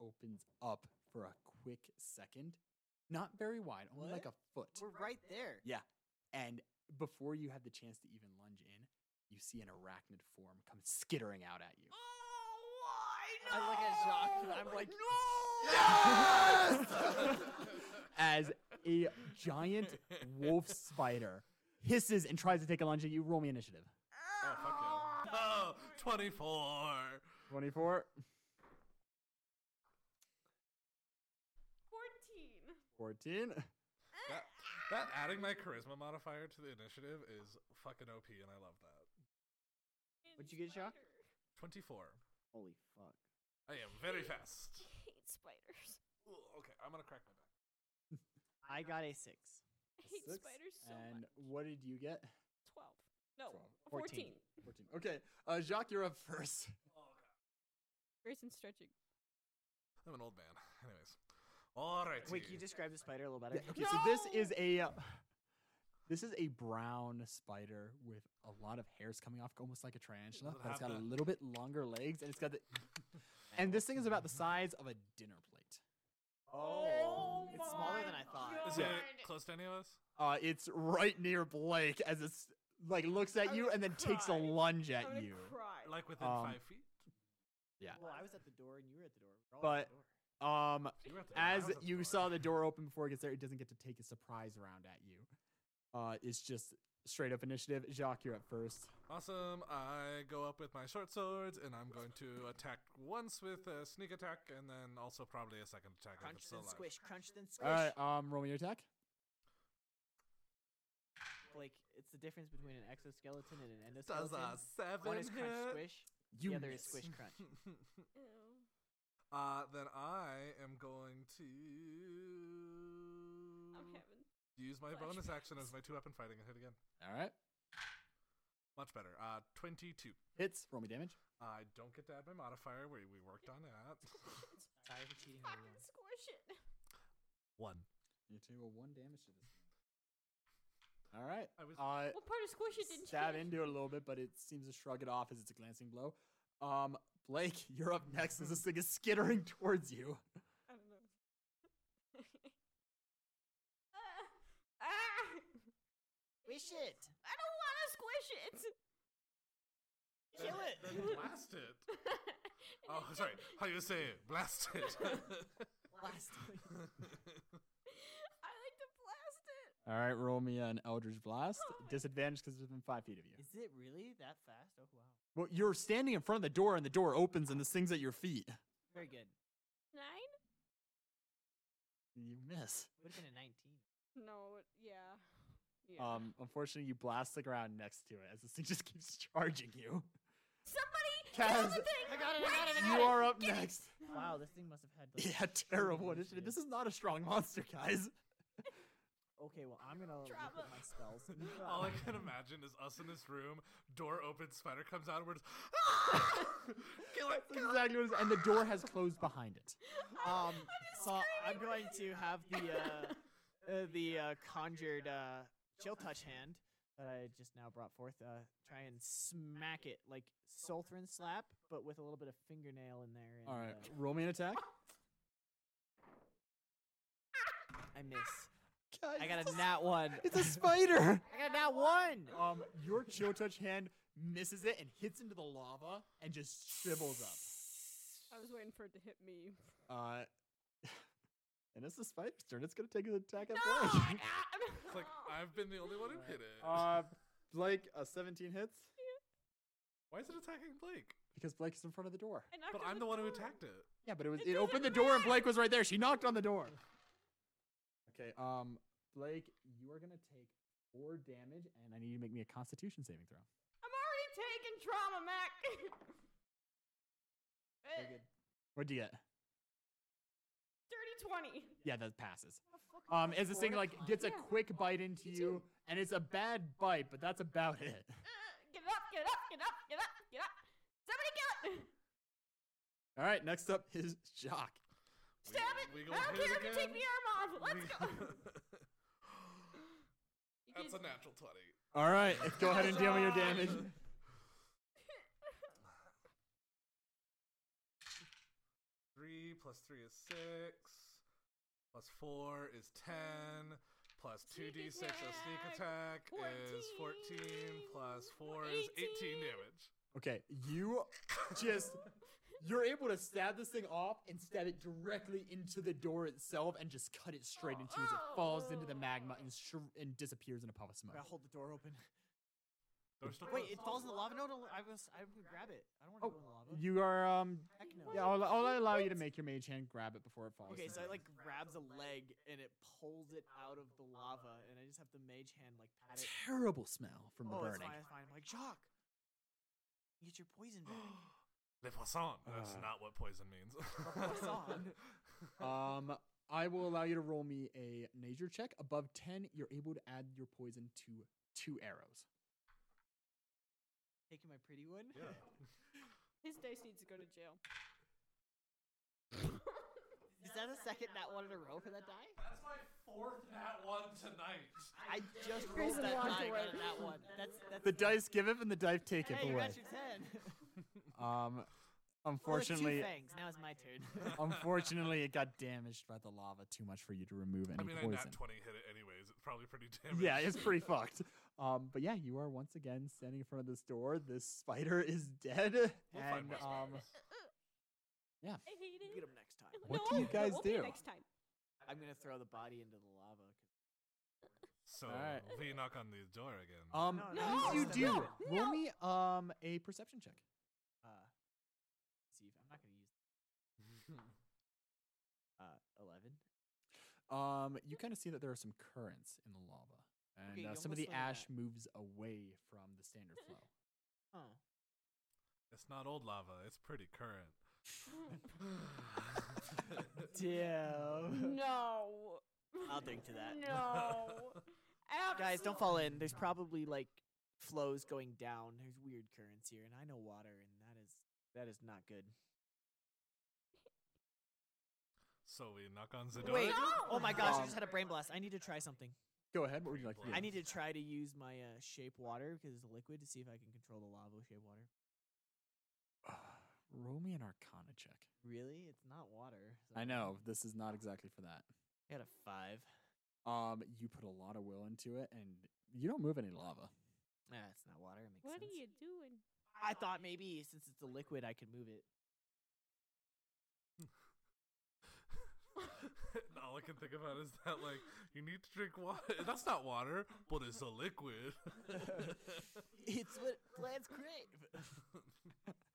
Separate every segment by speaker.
Speaker 1: opens up for a quick second. Not very wide, only like a foot.
Speaker 2: What? We're right there.
Speaker 1: Yeah. And before you have the chance to even lunge in, you see an arachnid form come skittering out at you.
Speaker 3: Oh,
Speaker 2: I look at Jacques and Oh, I'm like,
Speaker 4: Oh,
Speaker 1: As a giant wolf spider hisses and tries to take a lunge at you, roll me initiative.
Speaker 4: Oh, fuck yeah. Oh, 24.
Speaker 1: 24,
Speaker 3: 14.
Speaker 1: 14.
Speaker 4: That, that adding my charisma modifier to the initiative is fucking OP, and I love that.
Speaker 1: What'd you get, Jacques?
Speaker 4: 24.
Speaker 1: Holy fuck.
Speaker 4: I am very fast.
Speaker 3: hate spiders.
Speaker 4: Ooh, okay, I'm gonna crack my back.
Speaker 2: I got a six.
Speaker 3: I hate
Speaker 1: Six.
Speaker 3: spiders so
Speaker 1: And
Speaker 3: much.
Speaker 1: what did you get?
Speaker 3: 12. No,
Speaker 1: Twelve.
Speaker 3: 14.
Speaker 1: 14. Okay, uh, Jacques, you're up first.
Speaker 3: Grayson's stretching.
Speaker 4: I'm an old man. Anyways. Alright.
Speaker 2: Wait, can you describe the spider a little better?
Speaker 1: Yeah, okay, so this is a uh, this is a brown spider with a lot of hairs coming off, almost like a tarantula,
Speaker 4: Does it
Speaker 1: but it's
Speaker 4: have
Speaker 1: got a
Speaker 4: the-
Speaker 1: little bit longer legs, and it's got the and this thing is about the size of a dinner plate.
Speaker 2: Oh, it's smaller than I thought.
Speaker 4: Is it close to any of us?
Speaker 1: Uh, it's right near Blake as it's like looks at
Speaker 3: I'm
Speaker 1: you
Speaker 3: gonna
Speaker 1: and then takes a
Speaker 3: cry.
Speaker 1: lunge at
Speaker 3: I'm gonna
Speaker 1: you.
Speaker 3: cry.
Speaker 4: Like within
Speaker 1: Um,
Speaker 4: five feet?
Speaker 1: Yeah.
Speaker 2: Well, I was at the door and you were at the door. We were all at
Speaker 1: But
Speaker 2: the door.
Speaker 1: um,
Speaker 4: You were at the door, I
Speaker 1: as
Speaker 4: was at the
Speaker 1: you
Speaker 4: door.
Speaker 1: saw the door open before it gets there, it doesn't get to take a surprise round at you. Uh, it's just straight up initiative. Jacques, you're up first.
Speaker 4: Awesome. I go up with my short swords and I'm going to attack once with a sneak attack and then also probably a second attack if
Speaker 2: crunch
Speaker 4: it's still
Speaker 2: then
Speaker 4: alive.
Speaker 2: squish, crunch then squish.
Speaker 1: All right, um, roll me your attack.
Speaker 2: Blake, it's the difference between an exoskeleton and an
Speaker 4: Does a
Speaker 2: endoskeleton.
Speaker 4: seven
Speaker 2: One is crunch
Speaker 4: hit?
Speaker 2: squish.
Speaker 1: You
Speaker 2: the other
Speaker 1: miss.
Speaker 2: is squish crunch.
Speaker 3: Ew.
Speaker 4: uh, then I am going to
Speaker 3: I'm having.
Speaker 4: use my bonus action as my two weapon fighting and hit again.
Speaker 1: All right.
Speaker 4: Much better. Uh, 22.
Speaker 1: Hits. Roll me damage.
Speaker 4: I don't get to add my modifier where we worked on that.
Speaker 2: Sorry for cheating
Speaker 3: Fucking
Speaker 2: everyone.
Speaker 3: squish it.
Speaker 4: One.
Speaker 1: You two will one damage to this. thing. All right.
Speaker 4: I was-
Speaker 1: uh,
Speaker 3: What part of squish it didn't
Speaker 1: stab
Speaker 3: change?
Speaker 1: into it a little bit, but it seems to shrug it off as it's a glancing blow. Um, Blake, you're up next as this thing is skittering towards you.
Speaker 3: I don't know. Ah! Ah!
Speaker 2: Squish it.
Speaker 3: I don't want to squish it.
Speaker 2: Kill it.
Speaker 4: Then blast it.
Speaker 3: And
Speaker 4: Oh,
Speaker 3: it
Speaker 4: sorry.
Speaker 3: did-
Speaker 4: How you say it? Blast it.
Speaker 2: Blast it.
Speaker 3: I like to blast it.
Speaker 1: All right, roll me an Eldritch Blast.
Speaker 3: Oh my-
Speaker 1: Disadvantage because it's within five feet of you.
Speaker 2: Is it really that fast? Oh wow.
Speaker 1: Well, you're standing in front of the door, and the door opens, and this thing's at your feet.
Speaker 2: Very good.
Speaker 3: Nine?
Speaker 1: You miss.
Speaker 2: Would have been a nineteen.
Speaker 3: No, it- yeah. yeah.
Speaker 1: Um, unfortunately, you blast the ground next to it as this thing just keeps charging you.
Speaker 3: Somebody kill
Speaker 1: Kaz,
Speaker 3: the thing!
Speaker 2: I got it, I
Speaker 3: Right
Speaker 2: got it, I got
Speaker 3: now!
Speaker 1: You
Speaker 2: it!
Speaker 1: are up next.
Speaker 2: Wow, this thing must have had like
Speaker 1: Yeah, terrible
Speaker 2: Holy
Speaker 1: initiative.
Speaker 2: shit.
Speaker 1: This is not a strong monster, guys.
Speaker 2: Okay, well I'm gonna look
Speaker 3: Drama.
Speaker 2: at my spells.
Speaker 4: All I can imagine is us in this room, door opens, spider comes out, and we're just. "Ah!" Kill it!
Speaker 1: That's exactly what it is. And the door has closed behind it.
Speaker 2: um, so I'm going to have the uh, uh the uh, conjured uh, chill touch hand that I just now brought forth. Uh, try and smack it like Sultran slap, but with a little bit of fingernail in there. And,
Speaker 1: All right,
Speaker 2: uh,
Speaker 1: roll me an attack.
Speaker 2: uh, I miss. I got a nat one.
Speaker 1: It's a spider.
Speaker 2: I got a nat one.
Speaker 1: um, your chill touch hand misses it and hits into the lava and just shriveled up.
Speaker 3: I was waiting for it to hit me.
Speaker 1: Uh, and it's the spider's turn. It's gonna take an attack at
Speaker 3: No!
Speaker 1: Blake.
Speaker 4: It's like, I've been the only one who hit it.
Speaker 1: Uh, Blake, a 17 hits
Speaker 4: Why is it attacking Blake?
Speaker 1: because Blake's in front of the door.
Speaker 4: But I'm the one who attacked it.
Speaker 1: Yeah, but it was
Speaker 3: It
Speaker 1: it, opened the
Speaker 3: doesn't
Speaker 1: door and
Speaker 3: matter.
Speaker 1: Blake was right there. She knocked on the door. Okay, um, Blake, you are gonna take four damage, and I need you to make me a Constitution saving throw.
Speaker 3: I'm already taking trauma, Mac. Eh,
Speaker 1: good. What'd you get?
Speaker 3: Dirty 20.
Speaker 1: Yeah, that passes. Um, as this thing like gets a
Speaker 3: Yeah.
Speaker 1: quick bite into you, and it's a bad bite, but that's about it.
Speaker 3: Uh, get up, get up, get up, get up, get up. Somebody kill it.
Speaker 1: All right, next up is Jock.
Speaker 3: Stab it.
Speaker 4: we
Speaker 3: I
Speaker 4: gonna
Speaker 3: don't care
Speaker 4: hit
Speaker 3: if you take
Speaker 4: again?
Speaker 3: the arm off. Let's go. You
Speaker 4: That's a
Speaker 3: can-
Speaker 4: natural 20.
Speaker 1: All right, go ahead and deal me your damage.
Speaker 4: Three plus three is six, plus four is ten, plus two
Speaker 3: Sneak
Speaker 4: d six of sneak
Speaker 3: attack.
Speaker 4: attack is fourteen,
Speaker 3: 14,
Speaker 4: plus four is eighteen
Speaker 3: 18.
Speaker 4: damage.
Speaker 1: Okay, you just you're able to stab this thing off and stab it directly into the door itself and just cut it straight into you as it falls into the magma and sh- and disappears in a puff of smoke.
Speaker 2: I hold the door open.
Speaker 4: Door's still
Speaker 2: Wait,
Speaker 4: closed.
Speaker 2: it falls in the lava? No, no, I was, I would grab it. I don't want to
Speaker 1: Oh,
Speaker 2: go in the lava.
Speaker 1: You are um
Speaker 2: Heck no.
Speaker 1: yeah, I'll, I'll allow you to make your mage hand grab it before it falls.
Speaker 2: Okay, so I
Speaker 1: down.
Speaker 2: like grabs a leg and it pulls it out of the lava, and I just have the mage hand like pat it.
Speaker 1: terrible smell from the
Speaker 2: Oh, it's
Speaker 1: burning.
Speaker 2: fine, it's fine. I'm like, Jacques, get your poison back.
Speaker 4: Le poisson. That's
Speaker 1: Uh.
Speaker 4: not what poison means.
Speaker 2: poisson.
Speaker 1: Um, I will allow you to roll me a nature check. Above 10, you're able to add your poison to two arrows.
Speaker 2: Taking my pretty one.
Speaker 4: Yeah.
Speaker 3: His dice needs to go to jail.
Speaker 2: Is that a second nat one in a row for that die?
Speaker 4: That's my fourth nat one tonight.
Speaker 2: I just rolled
Speaker 3: Grayson
Speaker 2: that
Speaker 3: walked
Speaker 2: die.
Speaker 3: away.
Speaker 2: Got a nat one. That's that's.
Speaker 1: The dice give it and the dice take
Speaker 2: hey,
Speaker 1: it
Speaker 2: you
Speaker 1: away.
Speaker 2: got your ten.
Speaker 1: Um,
Speaker 2: Well, there's
Speaker 1: unfortunately,
Speaker 2: two fangs. Now it's my turn.
Speaker 1: unfortunately, it got damaged by the lava too much for you to remove any
Speaker 4: I mean, I
Speaker 1: poison.
Speaker 4: nat twenty hit it anyways. It's probably pretty damaged.
Speaker 1: yeah, it's pretty fucked. Um, but yeah, you are once again standing in front of this door. This spider is dead,
Speaker 4: We'll find
Speaker 1: and
Speaker 4: more
Speaker 1: um,
Speaker 4: spiders.
Speaker 1: yeah,
Speaker 3: I hate it.
Speaker 2: Get him next time.
Speaker 1: What do
Speaker 3: No,
Speaker 1: you
Speaker 3: it
Speaker 1: guys
Speaker 3: won't be
Speaker 1: do?
Speaker 3: Next time.
Speaker 2: I'm gonna throw the body into the lava.
Speaker 4: so
Speaker 1: Alright.
Speaker 4: we knock on the door again.
Speaker 1: um,
Speaker 2: No,
Speaker 3: no,
Speaker 1: as you
Speaker 3: no,
Speaker 1: do,
Speaker 3: no,
Speaker 1: roll
Speaker 3: no.
Speaker 1: me um a perception check.
Speaker 2: Uh, see if I'm not gonna use. Uh, eleven.
Speaker 1: Um, you kind of see that there are some currents in the lava, and
Speaker 2: Okay,
Speaker 1: uh,
Speaker 2: you
Speaker 1: some of the
Speaker 2: almost learned
Speaker 1: ash
Speaker 2: that.
Speaker 1: moves away from the standard flow.
Speaker 2: Oh.
Speaker 4: it's not old lava. It's pretty current.
Speaker 2: Damn.
Speaker 3: no.
Speaker 2: I'll drink to that.
Speaker 3: No.
Speaker 2: Guys, don't
Speaker 3: Absolute-
Speaker 2: fall in. There's probably like flows going down. There's weird currents here, and I know water, and that is that is not good.
Speaker 4: So we knock on the door.
Speaker 2: Wait.
Speaker 4: again?
Speaker 3: No!
Speaker 2: Oh my gosh! I
Speaker 1: Um,
Speaker 2: just had a brain blast. I need to try something.
Speaker 1: Go ahead. What would you like to do?
Speaker 4: Yeah.
Speaker 2: I need to try to use my uh, shape water because it's a liquid to see if I can control the lava with shape water.
Speaker 1: roll me an Arcana check.
Speaker 2: Really? It's not water.
Speaker 1: I
Speaker 2: so-
Speaker 1: know this is not exactly for that.
Speaker 2: I got a five.
Speaker 1: Um, you put a lot of will into it, and you don't move any lava.
Speaker 2: Ah, it's not water. It makes
Speaker 3: What are
Speaker 2: sense.
Speaker 3: you doing?
Speaker 2: I thought maybe since it's a liquid, I could move it.
Speaker 4: And all I can think about is that, like, you need to drink water. That's not water, but it's a liquid.
Speaker 2: It's what plants crave.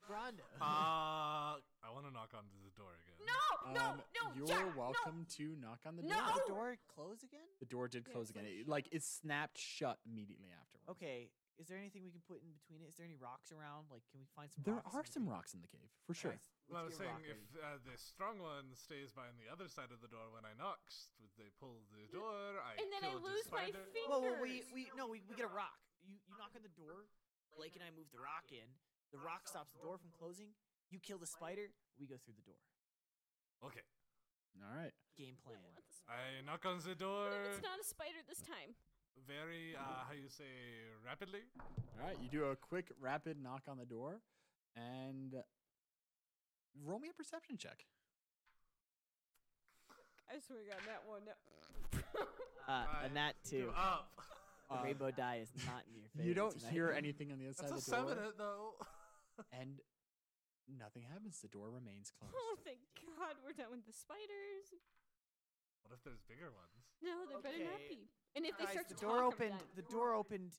Speaker 2: Rhonda.
Speaker 4: uh, I want to knock on the door again.
Speaker 3: No, no,
Speaker 1: um,
Speaker 3: no.
Speaker 1: you're
Speaker 3: Jack, no.
Speaker 1: welcome to knock on the
Speaker 3: No!
Speaker 1: door.
Speaker 2: Did the door close again?
Speaker 1: The door did
Speaker 3: Yeah,
Speaker 1: close
Speaker 3: it's
Speaker 1: again.
Speaker 3: like
Speaker 1: It, like it
Speaker 3: shut.
Speaker 1: snapped shut immediately afterwards.
Speaker 2: Okay. Is there anything we can put in between it? Is there any rocks around? Like, can we find some?
Speaker 1: There
Speaker 2: rocks
Speaker 1: are
Speaker 2: and
Speaker 1: some
Speaker 2: make-
Speaker 1: rocks in the cave for sure.
Speaker 2: Guys,
Speaker 4: Well, I
Speaker 2: let's
Speaker 4: was
Speaker 2: get a
Speaker 4: saying
Speaker 2: rock
Speaker 4: if
Speaker 2: ready.
Speaker 4: uh, the strong one stays by on the other side of the door when I knock, s- they pull the door. I
Speaker 3: And then I
Speaker 4: kill the
Speaker 3: lose my
Speaker 4: spider.
Speaker 3: fingers.
Speaker 2: Well, well, we we no, we, we get a rock. You you knock on the door. Blake and I move the rock in. The rock stops the door from closing. You kill the spider. We go through the door.
Speaker 4: Okay,
Speaker 1: All right.
Speaker 2: Game plan.
Speaker 4: I knock on the door
Speaker 3: It's not a spider this time.
Speaker 4: very uh, how you say rapidly.
Speaker 1: All right, you do a quick, rapid knock on the door, and roll me a perception check.
Speaker 3: I swear to God, that one.
Speaker 2: Uh,
Speaker 4: I
Speaker 2: and that
Speaker 4: Give
Speaker 2: too.
Speaker 4: up.
Speaker 2: The
Speaker 1: Uh,
Speaker 2: rainbow die is not in your favor.
Speaker 1: You don't
Speaker 2: tonight.
Speaker 1: hear anything on the other side of
Speaker 4: That's a
Speaker 1: the door,
Speaker 4: seven hit though.
Speaker 1: and nothing happens. The door remains closed.
Speaker 3: Oh, thank God, we're done with the spiders.
Speaker 4: what if there's bigger ones?
Speaker 3: No, there better not
Speaker 2: Okay.
Speaker 3: be. And if they
Speaker 2: Guys,
Speaker 3: start
Speaker 2: the
Speaker 3: to
Speaker 2: door
Speaker 3: talk, I'm
Speaker 2: opened.
Speaker 3: done.
Speaker 2: The door opened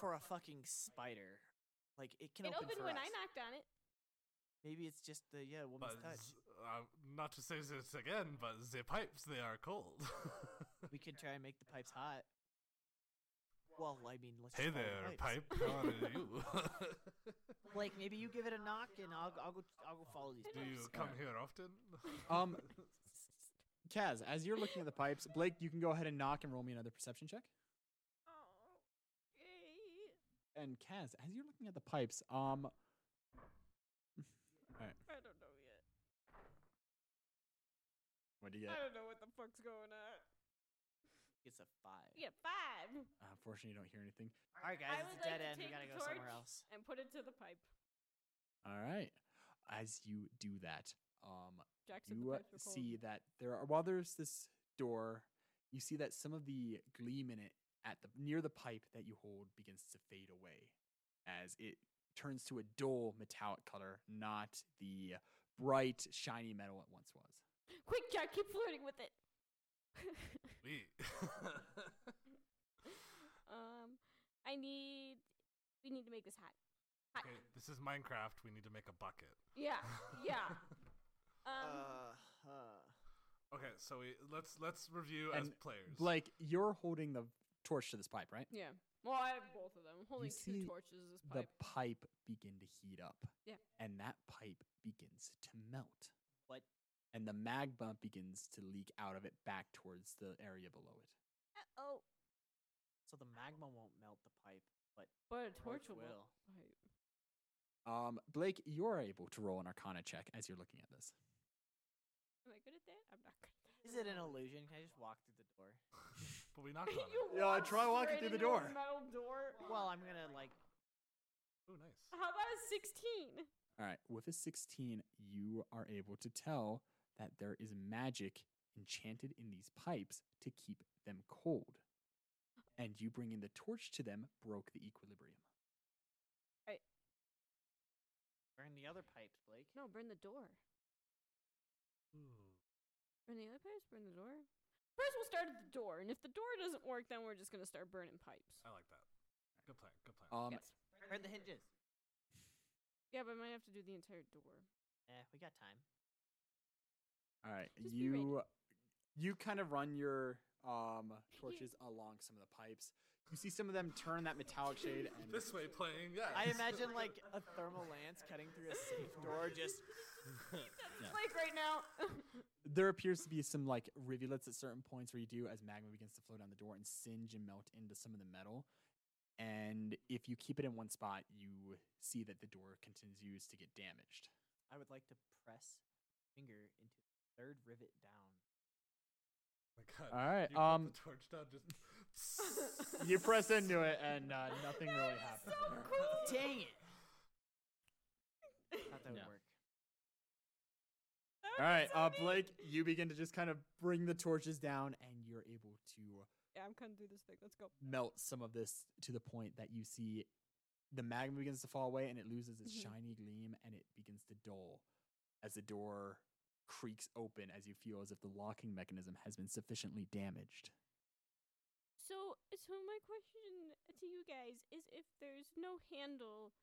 Speaker 2: for a fucking spider. Like it can
Speaker 3: It
Speaker 2: open
Speaker 3: opened
Speaker 2: for
Speaker 3: when
Speaker 2: us.
Speaker 3: I knocked on it.
Speaker 2: Maybe it's just the yeah woman's
Speaker 4: But
Speaker 2: touch.
Speaker 4: z- uh, not to say this again, but the pipes they are cold.
Speaker 2: We can try and make the pipes hot. Well, I mean, let's.
Speaker 4: hey
Speaker 2: just follow the
Speaker 4: there,
Speaker 2: pipes.
Speaker 4: pipe. How are you?
Speaker 2: Blake, maybe you give it a knock, and I'll I'll go I'll go follow these.
Speaker 3: I
Speaker 4: Do
Speaker 2: pipes.
Speaker 4: you come here often?
Speaker 1: Um, Kaz, as you're looking at the pipes, Blake, you can go ahead and knock and roll me another perception check.
Speaker 3: Oh,
Speaker 1: And Kaz, as you're looking at the pipes, um,
Speaker 3: I don't know yet.
Speaker 1: what do you get?
Speaker 3: I don't know what the fuck's going on.
Speaker 2: It's a five.
Speaker 3: Yeah, five.
Speaker 1: Unfortunately, you don't hear anything.
Speaker 2: All right, guys,
Speaker 3: I
Speaker 2: it's
Speaker 3: would
Speaker 2: a dead
Speaker 3: like to
Speaker 2: end. We
Speaker 3: take
Speaker 2: gotta
Speaker 3: the
Speaker 2: go somewhere
Speaker 3: torch
Speaker 2: else.
Speaker 3: and put it to the pipe.
Speaker 1: All right. As you do that, um,
Speaker 3: Jack's at the
Speaker 1: you uh,
Speaker 3: petrol pole.
Speaker 1: see that there are while there's this door, you see that some of the gleam in it at the near the pipe that you hold begins to fade away as it turns to a dull metallic color, not the bright shiny metal it once was.
Speaker 3: Quick, Jack, keep flirting with it.
Speaker 4: We.
Speaker 3: um, I need. We need to make this hot. Hot.
Speaker 4: okay, this is Minecraft. We need to make a bucket.
Speaker 3: Yeah, yeah. Um,
Speaker 2: Uh, huh.
Speaker 4: Okay, so we let's let's review as
Speaker 1: And
Speaker 4: players.
Speaker 1: Blake, you're holding the torch to this pipe, right?
Speaker 3: yeah. Well, I have both of them. I'm holding
Speaker 1: see
Speaker 3: two torches. This pipe.
Speaker 1: The pipe begin to heat up.
Speaker 3: Yeah.
Speaker 1: And that pipe begins to melt.
Speaker 2: What?
Speaker 1: And the magma begins to leak out of it back towards the area below it.
Speaker 3: oh,
Speaker 2: So the magma won't melt the pipe.
Speaker 3: but a
Speaker 2: Torch
Speaker 3: torch will.
Speaker 2: will.
Speaker 3: Right.
Speaker 1: Um, Blake, you're able to roll an Arcana check as you're looking at this.
Speaker 3: Am I good at that? I'm not good. At that.
Speaker 2: Is it an illusion? Can I just walk through the door?
Speaker 4: but we knocked on it.
Speaker 3: you
Speaker 1: Yeah,
Speaker 3: walk
Speaker 1: try walking
Speaker 3: straight
Speaker 1: through the
Speaker 3: into
Speaker 1: door.
Speaker 3: a Metal door.
Speaker 2: Well, I'm gonna like.
Speaker 4: Oh, nice.
Speaker 3: How about a sixteen?
Speaker 1: All right, with a 16, you are able to tell that there is magic enchanted in these pipes to keep them cold. And you bringing the torch to them broke the equilibrium.
Speaker 2: Burn the other pipes, Blake.
Speaker 3: No, burn the door.
Speaker 4: Ooh.
Speaker 3: Burn the other pipes. Burn the door. First, we'll start at the door, and if the door doesn't work, then we're just gonna start burning pipes.
Speaker 4: I like that. Good plan. Good plan.
Speaker 1: Um,
Speaker 3: Yes.
Speaker 2: Burn the hinges.
Speaker 3: Yeah, but I might have to do the entire door.
Speaker 2: Eh, we got time.
Speaker 1: All right,
Speaker 3: Just be ready.
Speaker 1: you you kind of run your um, torches along some of the pipes. You see some of them turn that metallic shade, and
Speaker 4: this way playing. Yeah. Oh
Speaker 2: I imagine like a thermal lance cutting through a safe door. Just
Speaker 1: Yeah.
Speaker 3: Like right now.
Speaker 1: there appears to be some like rivulets at certain points where you do as magma begins to flow down the door and singe and melt into some of the metal. And if you keep it in one spot, you see that the door continues to get damaged.
Speaker 2: I would like to press finger into the third rivet down.
Speaker 4: Oh my God.
Speaker 1: All right,
Speaker 4: You put
Speaker 1: um,
Speaker 4: the torch down. Just.
Speaker 1: You press into it, and uh, nothing really happens.
Speaker 3: so cool.
Speaker 2: Dang it! Thought that would
Speaker 1: Yeah.
Speaker 2: work.
Speaker 3: That
Speaker 1: All
Speaker 3: was
Speaker 1: right,
Speaker 3: so
Speaker 1: uh,
Speaker 3: neat.
Speaker 1: Blake, you begin to just kind of bring the torches down, and you're able to
Speaker 3: Yeah, I'm cutting through this thing. Let's go.
Speaker 1: melt some of this to the point that you see the magma begins to fall away and it loses its
Speaker 3: Mhm.
Speaker 1: shiny gleam and it begins to dull as the door creaks open as you feel as if the locking mechanism has been sufficiently damaged.
Speaker 3: So, so my question to you guys is: if there's no handle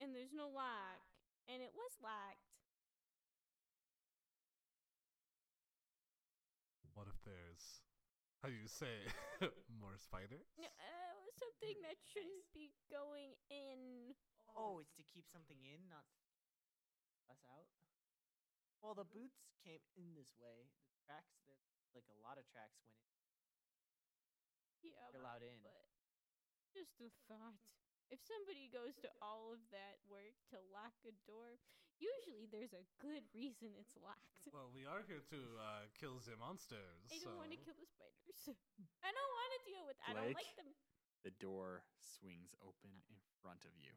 Speaker 3: and there's no lock, and it was locked,
Speaker 4: What if there's, how do you say, more spiders?
Speaker 3: n- uh, something that shouldn't be going in.
Speaker 2: Oh, it's to keep something in, not us out. Well, the boots came in this way. The tracks, there, like a lot of tracks, went in.
Speaker 3: Yeah,
Speaker 2: You're allowed in.
Speaker 3: but just a thought. If somebody goes to all of that work to lock a door, usually there's a good reason it's locked.
Speaker 4: Well, we are here to uh, kill the monsters.
Speaker 3: I don't want to
Speaker 4: so-
Speaker 3: kill the spiders. I don't want to deal with. I don't
Speaker 1: Blake?
Speaker 3: like them.
Speaker 1: The door swings open in front of you,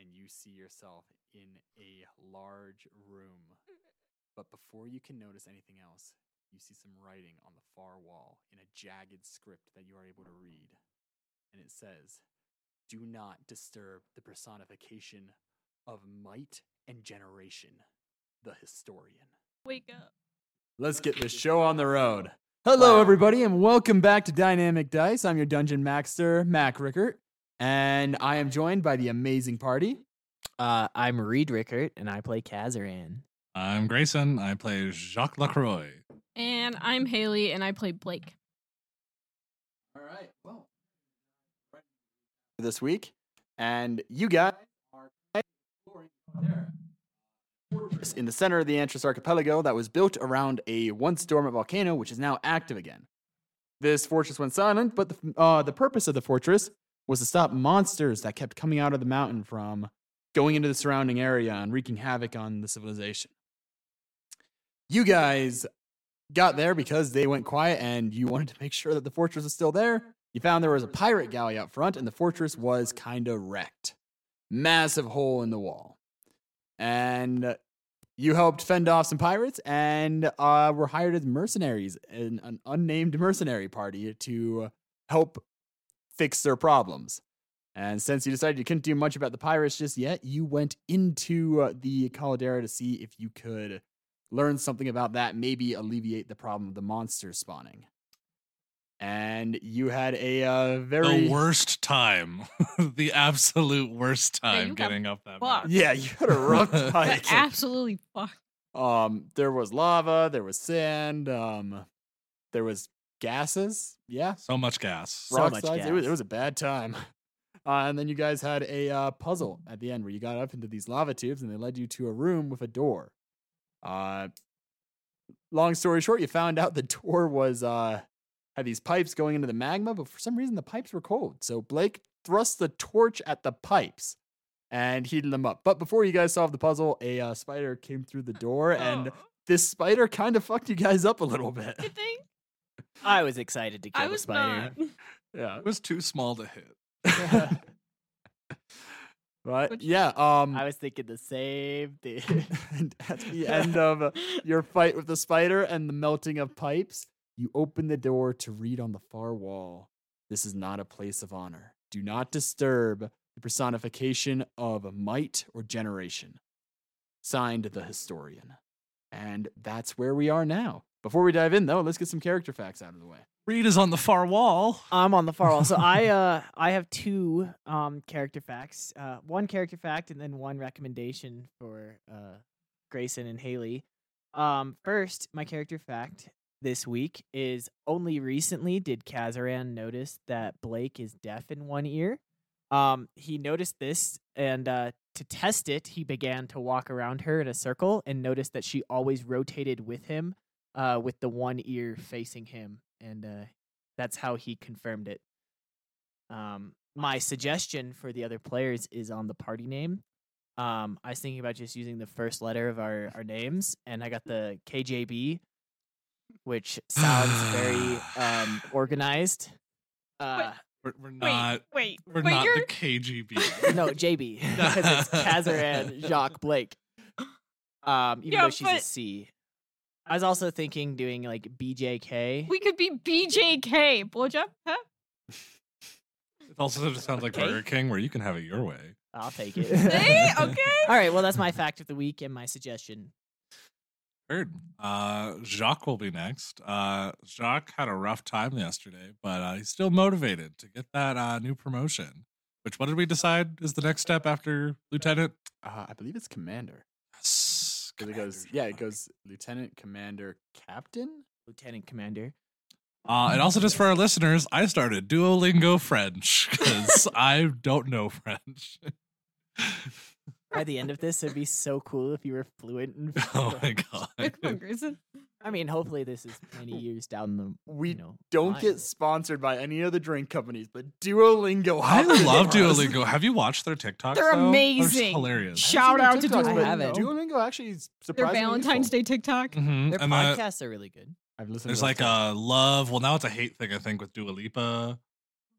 Speaker 1: and you see yourself in a large room. But before you can notice anything else, you see some writing on the far wall in a jagged script that you are able to read. And it says, Do not disturb the personification of might and generation, the historian.
Speaker 3: Wake up.
Speaker 1: Let's get this show on the road. Hello, everybody, and welcome back to Dynamic Dice. I'm your dungeon master, Mac Rickert, and I am joined by the amazing party.
Speaker 2: Uh, I'm Reed Rickert, and I play Kazaran.
Speaker 4: I'm Grayson. I play Jacques Lacroix.
Speaker 3: And I'm Haley, and I play Blake.
Speaker 1: All right, well, this week, and you guys are exploring there. fortress in the center of the Antris Archipelago that was built around a once dormant volcano, which is now active again. This fortress went silent, but the, uh, the purpose of the fortress was to stop monsters that kept coming out of the mountain from going into the surrounding area and wreaking havoc on the civilization. You guys got there because they went quiet and you wanted to make sure that the fortress was still there. You found there was a pirate galley out front and the fortress was kind of wrecked. Massive hole in the wall. And You helped fend off some pirates and uh, were hired as mercenaries in an unnamed mercenary party to help fix their problems. And since you decided you couldn't do much about the pirates just yet, you went into uh, the caldera to see if you could learn something about that, maybe alleviate the problem of the monsters spawning. And you had a uh, very
Speaker 4: The worst time, the absolute worst
Speaker 3: Yeah, you
Speaker 4: time
Speaker 3: got
Speaker 4: getting up that.
Speaker 3: fucked.
Speaker 4: mountain.
Speaker 1: yeah, you had a rough
Speaker 4: Got
Speaker 1: time.
Speaker 3: Got absolutely fucked.
Speaker 1: Um, there was lava, there was sand, um, there was gases. Yeah,
Speaker 4: So much gas.
Speaker 2: So
Speaker 1: rock
Speaker 2: much
Speaker 1: slides. It was it
Speaker 2: gas.
Speaker 1: was a bad time. Uh, and then you guys had a uh, puzzle at the end where you got up into these lava tubes and they led you to a room with a door. Uh, long story short, you found out the door was uh, had these pipes going into the magma, but for some reason the pipes were cold. So Blake thrust the torch at the pipes and heated them up. But before you guys solved the puzzle, a uh, spider came through the door, and
Speaker 3: Oh,
Speaker 1: this spider kind of fucked you guys up a little bit.
Speaker 3: you think?
Speaker 2: I was excited to kill
Speaker 3: I
Speaker 2: the
Speaker 3: was
Speaker 2: spider.
Speaker 3: not.
Speaker 1: Yeah,
Speaker 4: It was too small to hit.
Speaker 1: but
Speaker 3: Which-
Speaker 1: yeah, um,
Speaker 2: I was thinking the same thing.
Speaker 1: and at the end of uh, your fight with the spider and the melting of pipes, you open the door to read on the far wall This is not a place of honor. Do not disturb the personification of might or generation. Signed the historian. And that's where we are now. Before we dive in, though, let's get some character facts out of the way.
Speaker 4: Reed is on the far wall.
Speaker 2: I'm on the far wall. So I uh I have two um character facts. Uh one character fact and then one recommendation for uh Grayson and Haley. Um first, my character fact this week is only recently did Kazaran notice that Blake is deaf in one ear. Um he noticed this and uh to test it, he began to walk around her in a circle and noticed that she always rotated with him, uh, with the one ear facing him. And uh, that's how he confirmed it. Um, my suggestion for the other players is on the party name. Um, I was thinking about just using the first letter of our, our names, and I got the KJB, which sounds very um, organized. Uh,
Speaker 4: We're, we're
Speaker 3: Wait,
Speaker 4: not.
Speaker 3: wait,
Speaker 4: We're
Speaker 3: but
Speaker 4: not
Speaker 3: you're
Speaker 4: the KGB.
Speaker 2: no, JB, because it's Kazaran Jacques Blake. Um, even
Speaker 3: Yeah,
Speaker 2: though she's a
Speaker 3: but-
Speaker 2: C. I was also thinking doing like BJK.
Speaker 3: we could be BJK. Blowjob? Huh?
Speaker 4: It also just sounds like
Speaker 3: Okay.
Speaker 4: Burger King, where you can have it your way.
Speaker 2: I'll take it.
Speaker 3: Hey, okay.
Speaker 2: All right, well, that's my fact of the week and my suggestion.
Speaker 4: Heard. Uh, Jacques will be next. Uh, Jacques had a rough time yesterday, but uh, he's still motivated to get that uh, new promotion. Which, what did we decide is the next step after lieutenant?
Speaker 1: Uh, I believe it's commander.
Speaker 4: Yes,
Speaker 1: 'Cause it
Speaker 4: Commander
Speaker 1: goes, yeah, it
Speaker 4: Jacques.
Speaker 1: goes lieutenant, commander, captain.
Speaker 2: Lieutenant Commander.
Speaker 4: Uh, and also, just for our listeners, I started Duolingo French because I don't know French.
Speaker 2: By the end of this, it'd be so cool if you were fluent in
Speaker 4: oh my
Speaker 2: French.
Speaker 3: Like, come on,
Speaker 4: god!
Speaker 3: Grayson.
Speaker 2: I mean, hopefully this is many years down the
Speaker 1: We
Speaker 2: you know,
Speaker 1: Don't
Speaker 2: line.
Speaker 1: get sponsored by any of the drink companies, but Duolingo.
Speaker 4: I
Speaker 1: hopped in
Speaker 4: love
Speaker 1: for us.
Speaker 4: Duolingo. Have you watched their TikToks?
Speaker 3: They're
Speaker 4: though? just
Speaker 3: amazing.
Speaker 4: hilarious.
Speaker 3: Shout out to
Speaker 1: Duolingo.
Speaker 3: Duolingo.
Speaker 2: I haven't.
Speaker 1: Duolingo actually is
Speaker 3: Their
Speaker 1: surprisingly
Speaker 3: Valentine's
Speaker 1: useful.
Speaker 3: Day TikTok.
Speaker 4: Mhm.
Speaker 2: Their
Speaker 4: And that-
Speaker 2: podcasts are really good.
Speaker 1: I've listened.
Speaker 4: there's
Speaker 1: to those
Speaker 4: like
Speaker 1: too.
Speaker 4: a love. Well, now it's a hate thing. I think with Dua Lipa.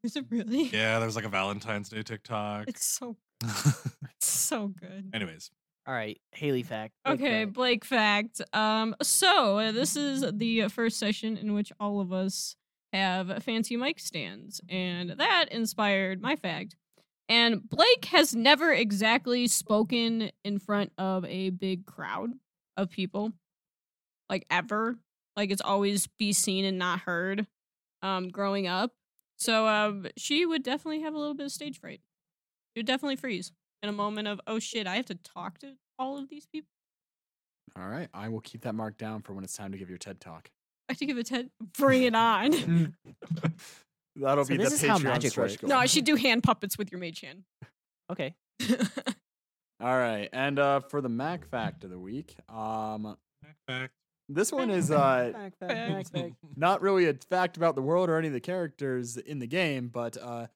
Speaker 3: Is it really?
Speaker 4: Yeah, there's like a Valentine's Day TikTok.
Speaker 3: It's so it's so good.
Speaker 4: Anyways,
Speaker 2: All right, Haley fact. Blake
Speaker 3: Okay,
Speaker 2: fact.
Speaker 3: Blake fact. Um, so uh, this is the first session in which all of us have fancy mic stands, and that inspired my fact. And Blake has never exactly spoken in front of a big crowd of people, like ever. Like it's always be seen and not heard. Um, growing up, so um, she would definitely have a little bit of stage fright. She would definitely freeze in a moment of oh shit, I have to talk to all of these people.
Speaker 1: All right, I will keep that marked down for when it's time to give your TED talk.
Speaker 3: I have to give a ten. Bring it on.
Speaker 1: That'll be
Speaker 2: So this
Speaker 1: the
Speaker 2: is
Speaker 1: Patreon
Speaker 2: how magic
Speaker 1: stretch
Speaker 2: works.
Speaker 1: goal.
Speaker 3: no, I should do hand puppets with your mage hand.
Speaker 2: Okay.
Speaker 1: All right, and uh, for the Mac fact of the week, um,
Speaker 4: back.
Speaker 1: this one is uh,
Speaker 2: Fact,
Speaker 3: fact,
Speaker 1: not really a fact about the world or any of the characters in the game, but uh,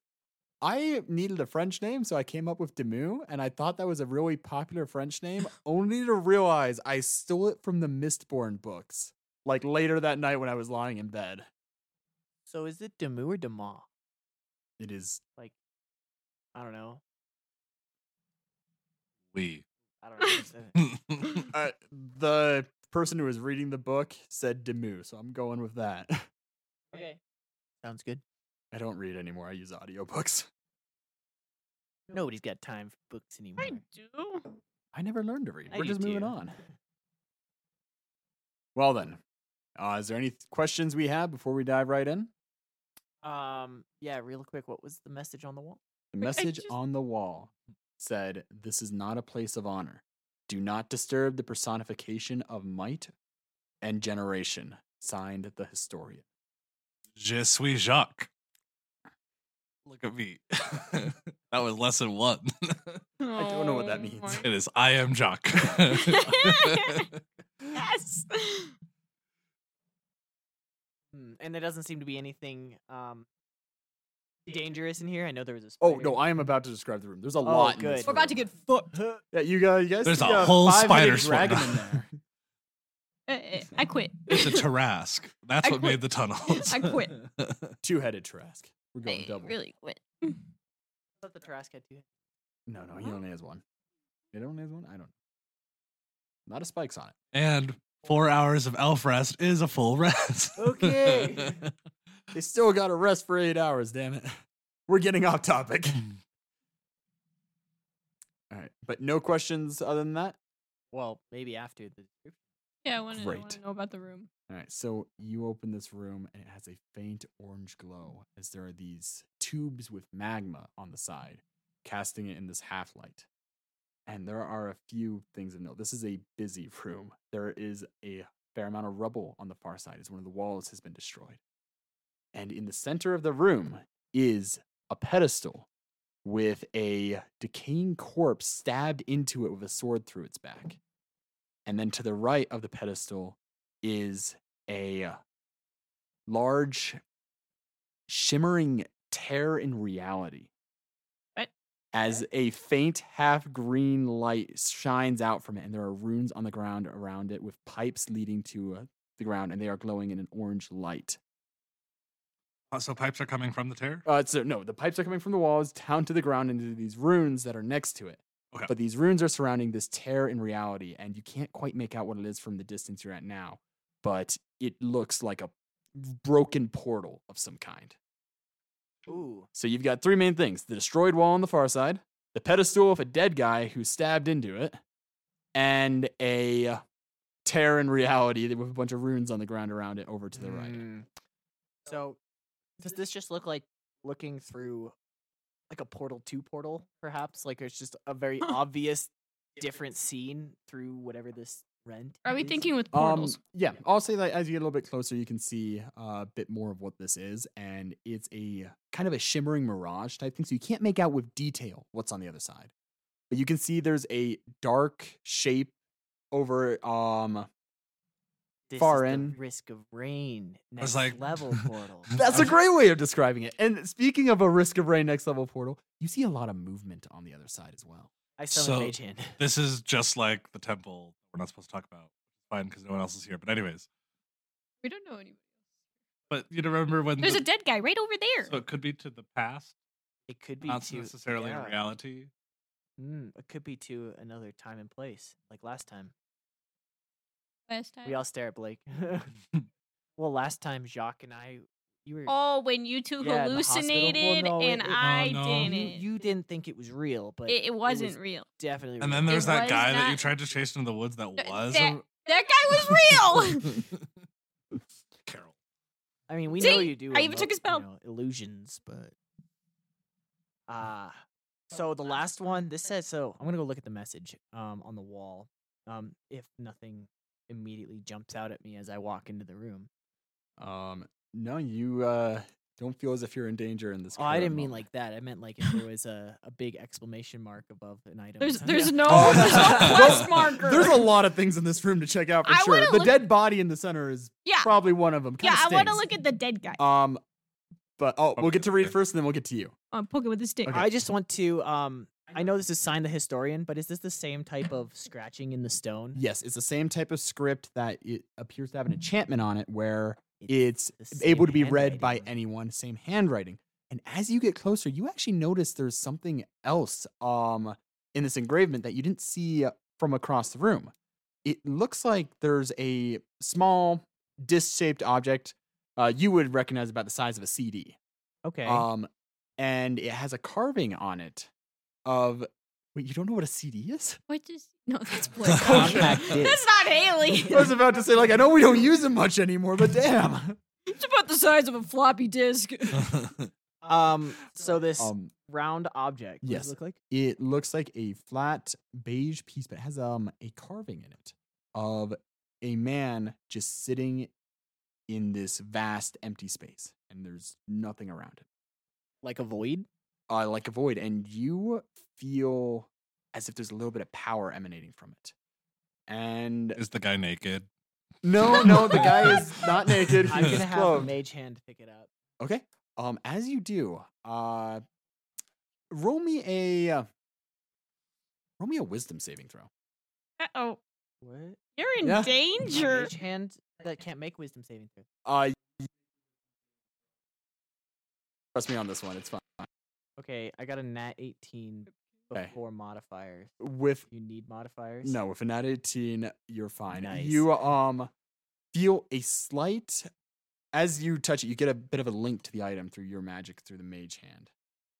Speaker 1: I needed a French name, so I came up with Demu, and I thought that was a really popular French name, only to realize I stole it from the Mistborn books, like later that night when I was lying in bed.
Speaker 2: So is it Demu or Dema?
Speaker 1: It is
Speaker 2: I don't know.
Speaker 4: we
Speaker 2: I don't understand it.
Speaker 1: Uh, the person who was reading the book said Demu, so I'm going with that.
Speaker 3: Okay.
Speaker 2: Sounds good.
Speaker 1: I don't read anymore. I use audiobooks.
Speaker 2: Nobody's got time for books anymore.
Speaker 3: I do.
Speaker 1: I never learned to read.
Speaker 2: I
Speaker 1: We're
Speaker 2: do
Speaker 1: just moving
Speaker 2: too.
Speaker 1: on. Well then, uh, is there any th- questions we have before we dive right in?
Speaker 2: Um, yeah, real quick, what was the message on the wall?
Speaker 1: The
Speaker 3: Wait, I
Speaker 1: message
Speaker 3: just-
Speaker 1: on the wall said, "This is not a place of honor. Do not disturb the personification of might and generation." Signed, the historian.
Speaker 4: Je suis Jacques. Look at me. that was lesson one.
Speaker 1: I don't know what that
Speaker 3: Oh
Speaker 1: means.
Speaker 3: my-
Speaker 4: it is I am Jacques.
Speaker 3: Yes.
Speaker 2: Hmm, And there doesn't seem to be anything um dangerous in here. I know there was a
Speaker 1: Oh no,
Speaker 2: spider. Oh,
Speaker 1: I am about to describe the room. There's a lot. In this
Speaker 2: good.
Speaker 3: Oh, We're about to
Speaker 1: room.
Speaker 3: get fucked.
Speaker 1: Yeah, you guys. You guys
Speaker 4: There's
Speaker 1: see
Speaker 4: a whole
Speaker 1: five-headed
Speaker 4: spider swimming
Speaker 1: dragon in
Speaker 4: around.
Speaker 1: there.
Speaker 3: Uh, uh, I quit.
Speaker 4: it's a Tarask. That's
Speaker 3: I
Speaker 4: what
Speaker 3: quit.
Speaker 4: made the tunnels.
Speaker 3: I quit.
Speaker 1: Two-headed Trask. We're going
Speaker 3: I
Speaker 1: double.
Speaker 3: really quit.
Speaker 2: I thought the Tarask had two heads.
Speaker 1: No, no, he only has one. It only has one. I don't. A lot of spikes on it.
Speaker 4: and four hours of elf rest is a full rest.
Speaker 2: Okay.
Speaker 1: They still got to rest for eight hours. Damn it. We're getting off topic. All right, but no questions other than that.
Speaker 2: Well, maybe after the description.
Speaker 3: Yeah, I want
Speaker 1: Great.
Speaker 3: to know about the room.
Speaker 1: All right, so you open this room and it has a faint orange glow as there are these tubes with magma on the side, casting it in this half light. And there are a few things of note. This is a busy room. There is a fair amount of rubble on the far side as one of the walls has been destroyed. And in the center of the room is a pedestal with a decaying corpse stabbed into it with a sword through its back. And then to the right of the pedestal is a uh, large shimmering tear in reality.
Speaker 3: What?
Speaker 1: As a faint half green light shines out from it, and there are runes on the ground around it with pipes leading to uh, the ground, and they are glowing in an orange light.
Speaker 4: Uh, so pipes are coming from the tear?
Speaker 1: Uh, so no, the pipes are coming from the walls down to the ground into these runes that are next to it.
Speaker 4: Okay.
Speaker 1: But these runes are surrounding this tear in reality, and you can't quite make out what it is from the distance you're at now. But it looks like a broken portal of some kind.
Speaker 2: Ooh.
Speaker 1: So you've got three main things: the destroyed wall on the far side, the pedestal of a dead guy who stabbed into it, and a tear in reality with a bunch of runes on the ground around it over to the right.
Speaker 2: Hmm. So does this just look like looking through like a portal two portal, perhaps? Like it's just a very obvious different scene through whatever this rent.
Speaker 3: Are we
Speaker 2: is?
Speaker 3: thinking with portals?
Speaker 1: Um, yeah, I'll say that as you get a little bit closer, you can see uh, a bit more of what this is, and it's a kind of a shimmering mirage type thing. So you can't make out with detail what's on the other side, but you can see there's a dark shape over. Um,
Speaker 2: This is
Speaker 1: far
Speaker 2: the
Speaker 1: in.
Speaker 2: risk of rain next
Speaker 4: was like-
Speaker 2: level portal.
Speaker 1: that's
Speaker 4: I
Speaker 1: a
Speaker 4: was-
Speaker 1: great way of describing it. And speaking of a risk of rain next level portal, you see a lot of movement on the other side as well.
Speaker 2: I summon
Speaker 4: So-
Speaker 2: Mage Hand.
Speaker 4: This is just like the temple we're not supposed to talk about. Fine, because no one else is here. But anyways,
Speaker 3: we don't know anybody.
Speaker 4: but you remember when
Speaker 3: There's
Speaker 4: the-
Speaker 3: a dead guy right over there.
Speaker 4: So it could be to the past,
Speaker 2: It could be
Speaker 4: not
Speaker 2: to
Speaker 4: necessarily
Speaker 2: yeah.
Speaker 4: reality.
Speaker 2: Mm, it could be to another time and place, like last time.
Speaker 3: Last time.
Speaker 2: We all stare at Blake. well, last time Jacques and I, you were
Speaker 3: oh, when you
Speaker 2: Yeah,
Speaker 3: two
Speaker 2: in the hospital. Well,
Speaker 3: hallucinated
Speaker 2: no, it-
Speaker 3: and
Speaker 2: it- Oh,
Speaker 3: I
Speaker 4: no.
Speaker 3: didn't.
Speaker 2: you, you didn't think it was real, but
Speaker 3: it, it wasn't
Speaker 2: was
Speaker 3: real.
Speaker 2: definitely.
Speaker 4: And
Speaker 2: real.
Speaker 4: then there's
Speaker 3: It
Speaker 4: that
Speaker 3: was
Speaker 4: guy that you
Speaker 3: not-
Speaker 4: tried to chase into the woods that
Speaker 3: Th-
Speaker 4: was
Speaker 3: that-
Speaker 4: a-
Speaker 3: That guy was real.
Speaker 4: Carol.
Speaker 2: I mean, we know
Speaker 3: See,
Speaker 2: you do.
Speaker 3: I even took
Speaker 2: emote,
Speaker 3: a spell.
Speaker 2: You know, illusions, but ah, so the last one. This says so. I'm gonna go look at the message um on the wall. Um, if nothing immediately jumps out at me as I walk into the room.
Speaker 1: Um, no, you uh, don't feel as if you're in danger in this.
Speaker 2: Oh, I
Speaker 1: current
Speaker 2: didn't mean
Speaker 1: moment.
Speaker 2: like that. I meant like if there was a, a big exclamation mark above an item.
Speaker 3: There's
Speaker 2: So-
Speaker 3: there's no,
Speaker 1: Oh,
Speaker 3: there's no
Speaker 4: that's-
Speaker 3: plus marker.
Speaker 1: There's a lot of things in this room to check out for
Speaker 3: I
Speaker 1: sure.
Speaker 3: wanna
Speaker 1: The
Speaker 3: look-
Speaker 1: dead body in the center is
Speaker 3: yeah,
Speaker 1: probably one of them.
Speaker 3: yeah. I want to look at the dead guy.
Speaker 1: Um, but oh, we'll
Speaker 4: Okay,
Speaker 1: get to read
Speaker 4: okay.
Speaker 1: first, and then we'll get to you.
Speaker 3: Oh, I'm poking with a stick.
Speaker 1: Okay.
Speaker 2: I just want to um I know this is signed the historian, but is this the same type of scratching in the stone?
Speaker 1: Yes, it's the same type of script that it appears to have an enchantment on it, where it's
Speaker 2: the same
Speaker 1: able to be read
Speaker 2: handwriting
Speaker 1: by
Speaker 2: one.
Speaker 1: anyone, same handwriting. And as you get closer, you actually notice there's something else um in this engravement that you didn't see from across the room. It looks like there's a small disc shaped object uh, you would recognize about the size of a CD.
Speaker 2: Okay.
Speaker 1: Um, and it has a carving on it of. Wait, you don't know what a CD is?
Speaker 3: What is? No, that's Blake.
Speaker 4: Kodak
Speaker 1: did.
Speaker 3: that's not Haley.
Speaker 1: I was about to say, like, I know we don't use them much anymore, but damn.
Speaker 3: it's about the size of a floppy disk.
Speaker 2: um. So this
Speaker 1: Um,
Speaker 2: round object. What does
Speaker 1: yes.
Speaker 2: it look like.
Speaker 1: it looks like a flat beige piece, but it has um a carving in it of a man just sitting in this vast empty space, and there's nothing around it,
Speaker 2: Like a void.
Speaker 1: uh, like a void. And you feel as if there's a little bit of power emanating from it. And
Speaker 4: Is the guy naked?
Speaker 1: no, no, the guy is not naked.
Speaker 2: I'm
Speaker 1: He's
Speaker 2: gonna have the
Speaker 1: clothed.
Speaker 2: mage hand pick it up.
Speaker 1: Okay. Um, as you do, uh, roll me a uh, roll me a wisdom saving throw.
Speaker 3: oh,
Speaker 2: What?
Speaker 3: you're in
Speaker 1: Yeah.
Speaker 2: My
Speaker 3: danger.
Speaker 2: Mage hand that can't make wisdom saving throw.
Speaker 1: Uh, trust me on this one. It's fine.
Speaker 2: Okay, I got a nat 18
Speaker 1: Okay.
Speaker 2: before modifiers.
Speaker 1: With
Speaker 2: You need modifiers.
Speaker 1: no, with an at eighteen, you're fine.
Speaker 2: Nice.
Speaker 1: You um feel a slight as you touch it, you get a bit of a link to the item through your magic through the mage hand,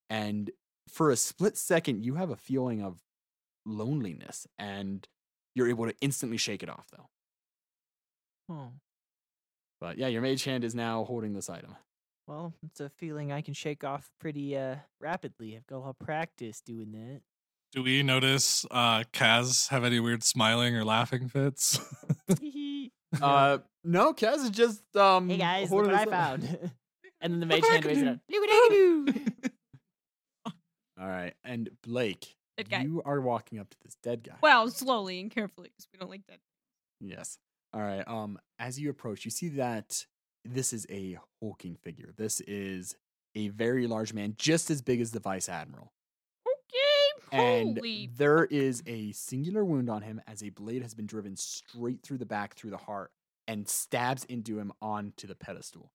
Speaker 1: and for a split second, you have a feeling of loneliness, and you're able to instantly shake it off though.
Speaker 2: Oh,
Speaker 1: But yeah, your mage hand is now holding this item.
Speaker 2: well, it's a feeling I can shake off pretty uh rapidly. I've got a lot of practice doing that.
Speaker 4: Do we notice uh Kaz have any weird smiling or laughing fits?
Speaker 1: Uh, no, Kaz is just um.
Speaker 2: hey guys, look
Speaker 1: holding
Speaker 2: what I
Speaker 1: this up.
Speaker 2: found. and then the
Speaker 1: Look
Speaker 2: mage
Speaker 1: what I
Speaker 2: hand
Speaker 1: can
Speaker 2: raises
Speaker 1: do.
Speaker 2: it up. Look what I can do.
Speaker 1: All right, and Blake,
Speaker 3: Dead guy.
Speaker 1: you are walking up to this dead guy.
Speaker 3: Wow, slowly and carefully because we don't like that.
Speaker 1: Yes. All right. Um, as you approach, you see that this is a hulking figure. This is a very large man, just as big as the vice admiral,
Speaker 3: Okay,
Speaker 1: and
Speaker 3: holy.
Speaker 1: there is a singular wound on him as a blade has been driven straight through the back, through the heart, and stabs into him onto the pedestal.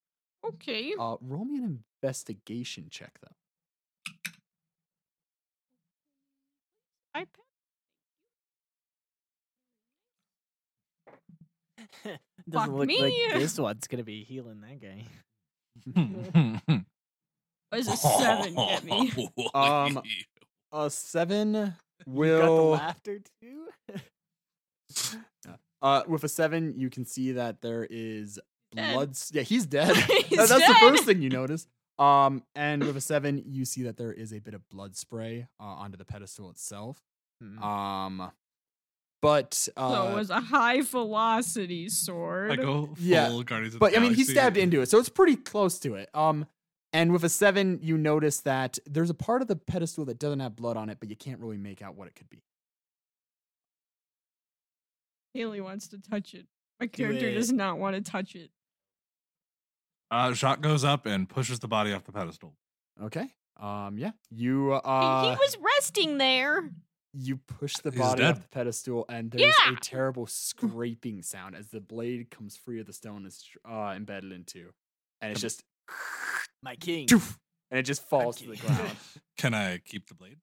Speaker 3: okay,
Speaker 1: Uh, roll me an investigation check, though.
Speaker 3: I pa-
Speaker 2: Doesn't
Speaker 3: Fuck
Speaker 2: look like
Speaker 3: me.
Speaker 2: this one's gonna be healing that guy.
Speaker 3: what does a seven get me?
Speaker 1: Um, A seven
Speaker 2: You got the
Speaker 1: will.
Speaker 2: laughter too.
Speaker 1: Uh, with a seven, you can see that there is
Speaker 3: Dead.
Speaker 1: blood. s- Yeah, he's dead.
Speaker 3: He's
Speaker 1: That- that's the
Speaker 3: dead.
Speaker 1: first thing you notice. Um, and with a seven, you see that there is a bit of blood spray uh, onto the pedestal itself.
Speaker 2: Hmm,
Speaker 1: Um, but
Speaker 3: Mm. so
Speaker 1: uh,
Speaker 3: it was a high velocity sword.
Speaker 4: I go full
Speaker 1: Yeah,
Speaker 4: Guardians of the
Speaker 1: but I mean, he
Speaker 4: Galaxy.
Speaker 1: stabbed into it, so it's pretty close to it. Um, and with a seven, you notice that there's a part of the pedestal that doesn't have blood on it, but you can't really make out what it could be.
Speaker 3: Haley wants to touch it. My
Speaker 2: Do
Speaker 3: character
Speaker 2: it.
Speaker 3: does not want to touch it.
Speaker 4: Uh, Jacques goes up and pushes the body off the pedestal.
Speaker 1: Okay. Um, yeah, you
Speaker 5: And
Speaker 1: uh,
Speaker 5: he was resting there.
Speaker 1: you push the
Speaker 4: He's
Speaker 1: body
Speaker 4: dead.
Speaker 1: off the pedestal, and there's
Speaker 3: Yeah.
Speaker 1: a terrible scraping sound as the blade comes free of the stone it's uh, embedded into, and it's just
Speaker 2: My king.
Speaker 1: doof, and it just falls to the
Speaker 2: Okay.
Speaker 1: ground.
Speaker 4: Can I keep the blade?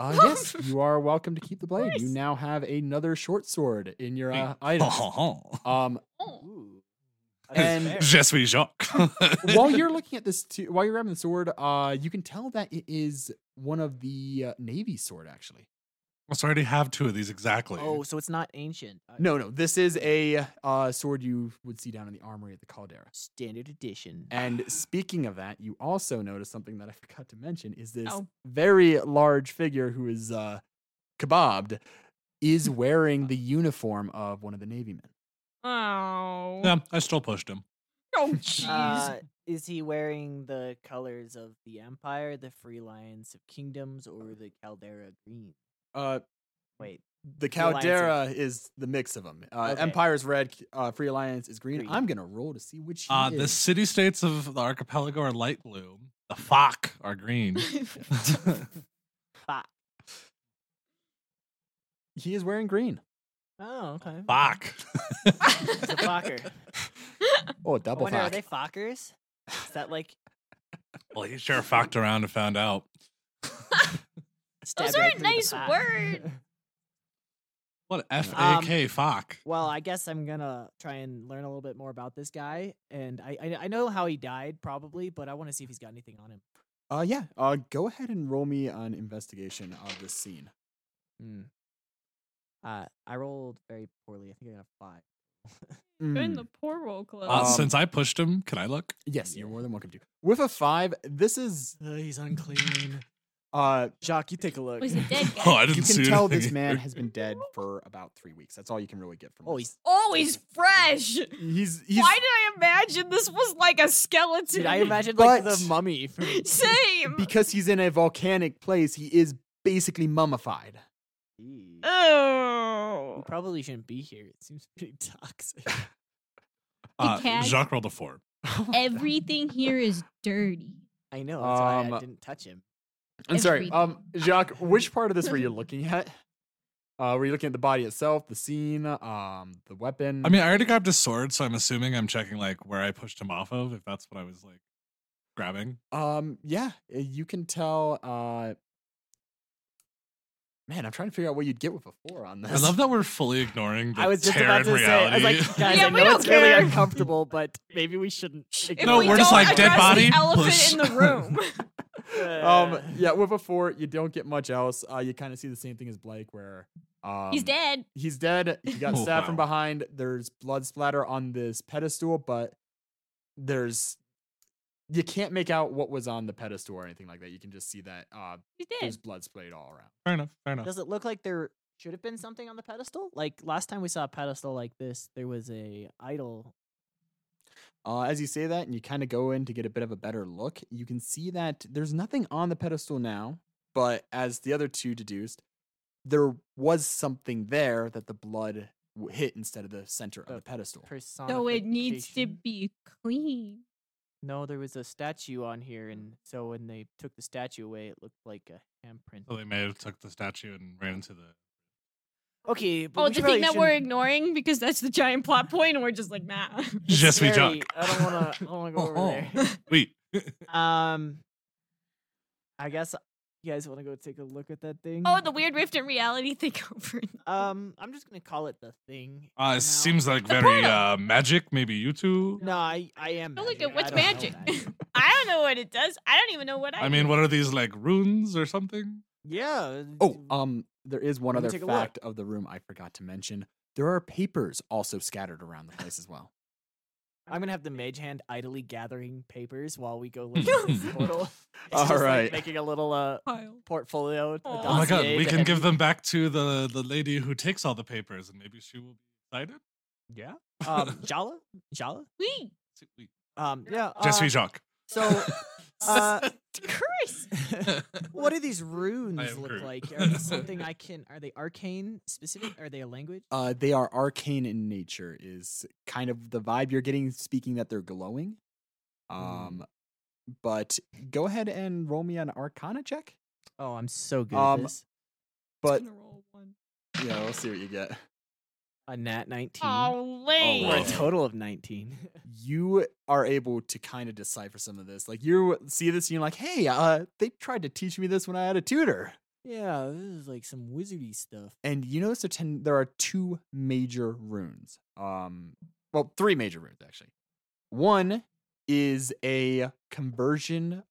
Speaker 1: Uh, yes, you are welcome to keep the blade. You
Speaker 3: course.
Speaker 1: now have another short sword in your
Speaker 4: Hey.
Speaker 1: uh, items. Um,
Speaker 3: Oh,
Speaker 2: Ooh.
Speaker 1: And-
Speaker 4: Je suis Jacques.
Speaker 1: while you're looking at this, too, while you're grabbing the sword, uh, you can tell that it is one of the uh, navy sword actually.
Speaker 4: so I already have two of these exactly.
Speaker 2: oh, so it's not ancient. Uh,
Speaker 1: No, no, this is a uh, sword you would see down in the armory at the caldera.
Speaker 2: Standard edition.
Speaker 1: And speaking of that, you also notice something that I forgot to mention is this
Speaker 3: Oh.
Speaker 1: very large figure who is uh, kebabbed is wearing the uniform of one of the navy men.
Speaker 3: oh,
Speaker 4: Yeah, I still pushed him.
Speaker 3: oh, jeez.
Speaker 2: Uh, is he wearing the colors of the Empire, the Free Alliance of Kingdoms, or the Caldera Green?
Speaker 1: Uh,
Speaker 2: Wait,
Speaker 1: the
Speaker 2: Free Alliance are-
Speaker 1: Caldera is the mix of them. Uh,
Speaker 2: Okay.
Speaker 1: Empire's red, uh, Free Alliance is green.
Speaker 2: Green.
Speaker 1: I'm gonna roll to see which. he
Speaker 4: Uh, the
Speaker 1: is.
Speaker 4: city states of the archipelago are light blue. The Fock are green.
Speaker 2: Uh, Fuck.
Speaker 1: he is wearing green.
Speaker 2: Oh, okay.
Speaker 4: Fock.
Speaker 2: It's a Fokker.
Speaker 1: Oh,
Speaker 2: I
Speaker 1: double
Speaker 2: wonder, are
Speaker 1: fuck.
Speaker 2: they Fokkers? Is that like
Speaker 4: well, he sure fucked around and found out.
Speaker 2: stab
Speaker 5: aren't
Speaker 2: right through the
Speaker 5: nice
Speaker 2: Fock?
Speaker 5: words.
Speaker 4: What F A
Speaker 1: Um,
Speaker 4: K fuck?
Speaker 2: Well, I guess I'm gonna try and learn a little bit more about this guy, and I I, I know how he died probably, but I want to see if he's got anything on him.
Speaker 1: Uh, yeah. Uh, go ahead and roll me on investigation of this scene.
Speaker 2: Hmm. Uh, I rolled very poorly. I think I got a five.
Speaker 3: Join
Speaker 1: Mm.
Speaker 3: the poor roll club.
Speaker 4: Uh,
Speaker 1: Um,
Speaker 4: since I pushed him, can I look?
Speaker 1: Yes, you're
Speaker 2: Yeah.
Speaker 1: more than welcome to. With a five, this is
Speaker 2: Uh, he's unclean.
Speaker 1: uh, Jacques. You take a look.
Speaker 6: Was it dead guy?
Speaker 4: Oh, I didn't
Speaker 1: you
Speaker 4: see
Speaker 1: can tell this
Speaker 4: anything
Speaker 1: man
Speaker 4: either.
Speaker 1: has been dead for about three weeks. That's all you can really get from.
Speaker 2: Oh,
Speaker 1: this.
Speaker 2: he's.
Speaker 3: Always fresh.
Speaker 1: he's he's
Speaker 3: Why did I imagine this was like a skeleton?
Speaker 2: Dude, I imagine like the
Speaker 1: But-
Speaker 2: mummy. From,
Speaker 3: Same.
Speaker 1: because he's in a volcanic place. He is basically mummified.
Speaker 2: we
Speaker 3: oh.
Speaker 2: probably shouldn't be here. It seems pretty toxic.
Speaker 4: Uh,
Speaker 6: Because-
Speaker 4: Jacques rolled a four.
Speaker 6: Everything here is dirty.
Speaker 2: I know. That's why I
Speaker 1: Um,
Speaker 2: didn't touch him.
Speaker 1: I'm sorry,
Speaker 6: Everything.
Speaker 1: um, Jacques. Which part of this were you looking at? Uh, were you looking at the body itself, the scene, um, the weapon?
Speaker 4: I mean, I already grabbed his sword, so I'm assuming I'm checking like where I pushed him off of, if that's what I was like grabbing.
Speaker 1: Um, yeah, uh, you can tell. Uh, man, I'm trying to figure out what you'd get with a four on this.
Speaker 4: I love that we're fully ignoring the
Speaker 2: I was just
Speaker 4: terror
Speaker 2: about
Speaker 4: in
Speaker 2: to say. I was
Speaker 4: reality.
Speaker 2: like, guys,
Speaker 3: Yeah,
Speaker 2: I
Speaker 3: we
Speaker 2: know
Speaker 3: don't
Speaker 2: it's
Speaker 3: care."
Speaker 2: really uncomfortable, but maybe we shouldn't.
Speaker 3: If
Speaker 2: ignore
Speaker 3: we
Speaker 4: we're
Speaker 2: it.
Speaker 4: just
Speaker 3: don't
Speaker 4: like, dead
Speaker 3: address
Speaker 4: body?
Speaker 3: The elephant
Speaker 4: Push.
Speaker 3: in the room.
Speaker 1: Um,
Speaker 2: Uh,
Speaker 1: yeah, with a four, you don't get much else. Uh, you kind of see the same thing as Blake, where um,
Speaker 6: He's dead.
Speaker 1: He's dead. He got
Speaker 4: Oh,
Speaker 1: stabbed from
Speaker 4: wow.
Speaker 1: behind. There's blood splatter on this pedestal, but there's you can't make out what was on the pedestal or anything like that. You can just see that uh,
Speaker 6: He's
Speaker 3: Eh.
Speaker 6: dead.
Speaker 1: there's blood splayed all around.
Speaker 4: fair enough, fair enough.
Speaker 2: Does it look like there should have been something on the pedestal? Like last time we saw a pedestal like this, there was a idol.
Speaker 1: Uh, as you say that, and you kind of go in to get a bit of a better look, you can see that there's nothing on the pedestal now. But as the other two deduced, there was something there that the blood w- hit instead of the center of
Speaker 2: The
Speaker 1: the pedestal.
Speaker 2: personification.
Speaker 6: So it needs to be clean.
Speaker 2: No, there was a statue on here, and so when they took the statue away, it looked like a
Speaker 4: So
Speaker 2: handprint.
Speaker 4: Oh, they may have took the statue and ran into the.
Speaker 2: Okay, but
Speaker 3: Oh,
Speaker 2: we
Speaker 3: the
Speaker 2: probably
Speaker 3: thing that we're
Speaker 2: shouldn't-
Speaker 3: ignoring because that's the giant plot point, and we're just like, nah.
Speaker 2: it's
Speaker 4: Just we Oh.
Speaker 2: scary.
Speaker 4: Jacques.
Speaker 2: I don't wanna. I don't wanna go over there.
Speaker 4: Wait.
Speaker 2: Um, I guess you guys want to go take a look at that thing.
Speaker 3: Oh, the weird rift in reality thing over.
Speaker 2: Um, I'm just gonna call it the thing.
Speaker 4: Uh,
Speaker 2: for
Speaker 4: it
Speaker 2: now.
Speaker 4: seems like very uh, magic. Maybe you two.
Speaker 2: No, I I am.
Speaker 3: Don't look
Speaker 2: magic.
Speaker 3: at
Speaker 2: I
Speaker 3: what's
Speaker 2: don't know
Speaker 3: magic. I don't know what it does. I don't even know what I.
Speaker 4: I mean, what are these like runes or something?
Speaker 2: yeah.
Speaker 1: Oh,
Speaker 4: uh
Speaker 1: um, there is one
Speaker 2: Let me
Speaker 1: other
Speaker 2: take a look.
Speaker 1: fact of the room I forgot to mention. There are papers also scattered around the place as well.
Speaker 2: I'm gonna have the mage hand idly gathering papers while we go look at this portal. It's
Speaker 1: All
Speaker 2: just, like,
Speaker 1: right.
Speaker 2: making a little uh
Speaker 3: Pile.
Speaker 2: portfolio. a
Speaker 3: Oh.
Speaker 4: Oh my god,
Speaker 2: dossier
Speaker 4: we
Speaker 2: to
Speaker 4: can give
Speaker 2: every-
Speaker 4: them back to the the lady who takes all the papers, and maybe she will be excited.
Speaker 1: Yeah.
Speaker 2: um Jala, Jala.
Speaker 3: We
Speaker 2: Um, yeah. Uh,
Speaker 4: Just we Jacques.
Speaker 2: So, uh,
Speaker 3: Christ.
Speaker 2: what do these runes
Speaker 4: am
Speaker 2: look
Speaker 4: Groot.
Speaker 2: like? Are they something I can? Are they arcane specific? Are they a language?
Speaker 1: Uh, they are arcane in nature. Is kind of the vibe you're getting. Speaking that they're glowing. Um,
Speaker 2: Mm-hmm.
Speaker 1: but go ahead and roll me an Arcana check.
Speaker 2: Oh, I'm so good
Speaker 1: Um,
Speaker 2: at this.
Speaker 1: But
Speaker 3: Gonna roll one.
Speaker 1: yeah, we'll see what you get.
Speaker 2: A nat nineteen.
Speaker 3: Oh,
Speaker 2: Or a
Speaker 3: lame.
Speaker 1: wow.
Speaker 2: total of nineteen.
Speaker 1: You are able to kind of decipher some of this. Like you see this, and you're like, "Hey, uh, they tried to teach me this when I had a tutor."
Speaker 2: yeah, this is like some wizardy stuff.
Speaker 1: and you notice there, ten, there are two major runes. Um, well, three major runes actually. One is a conversion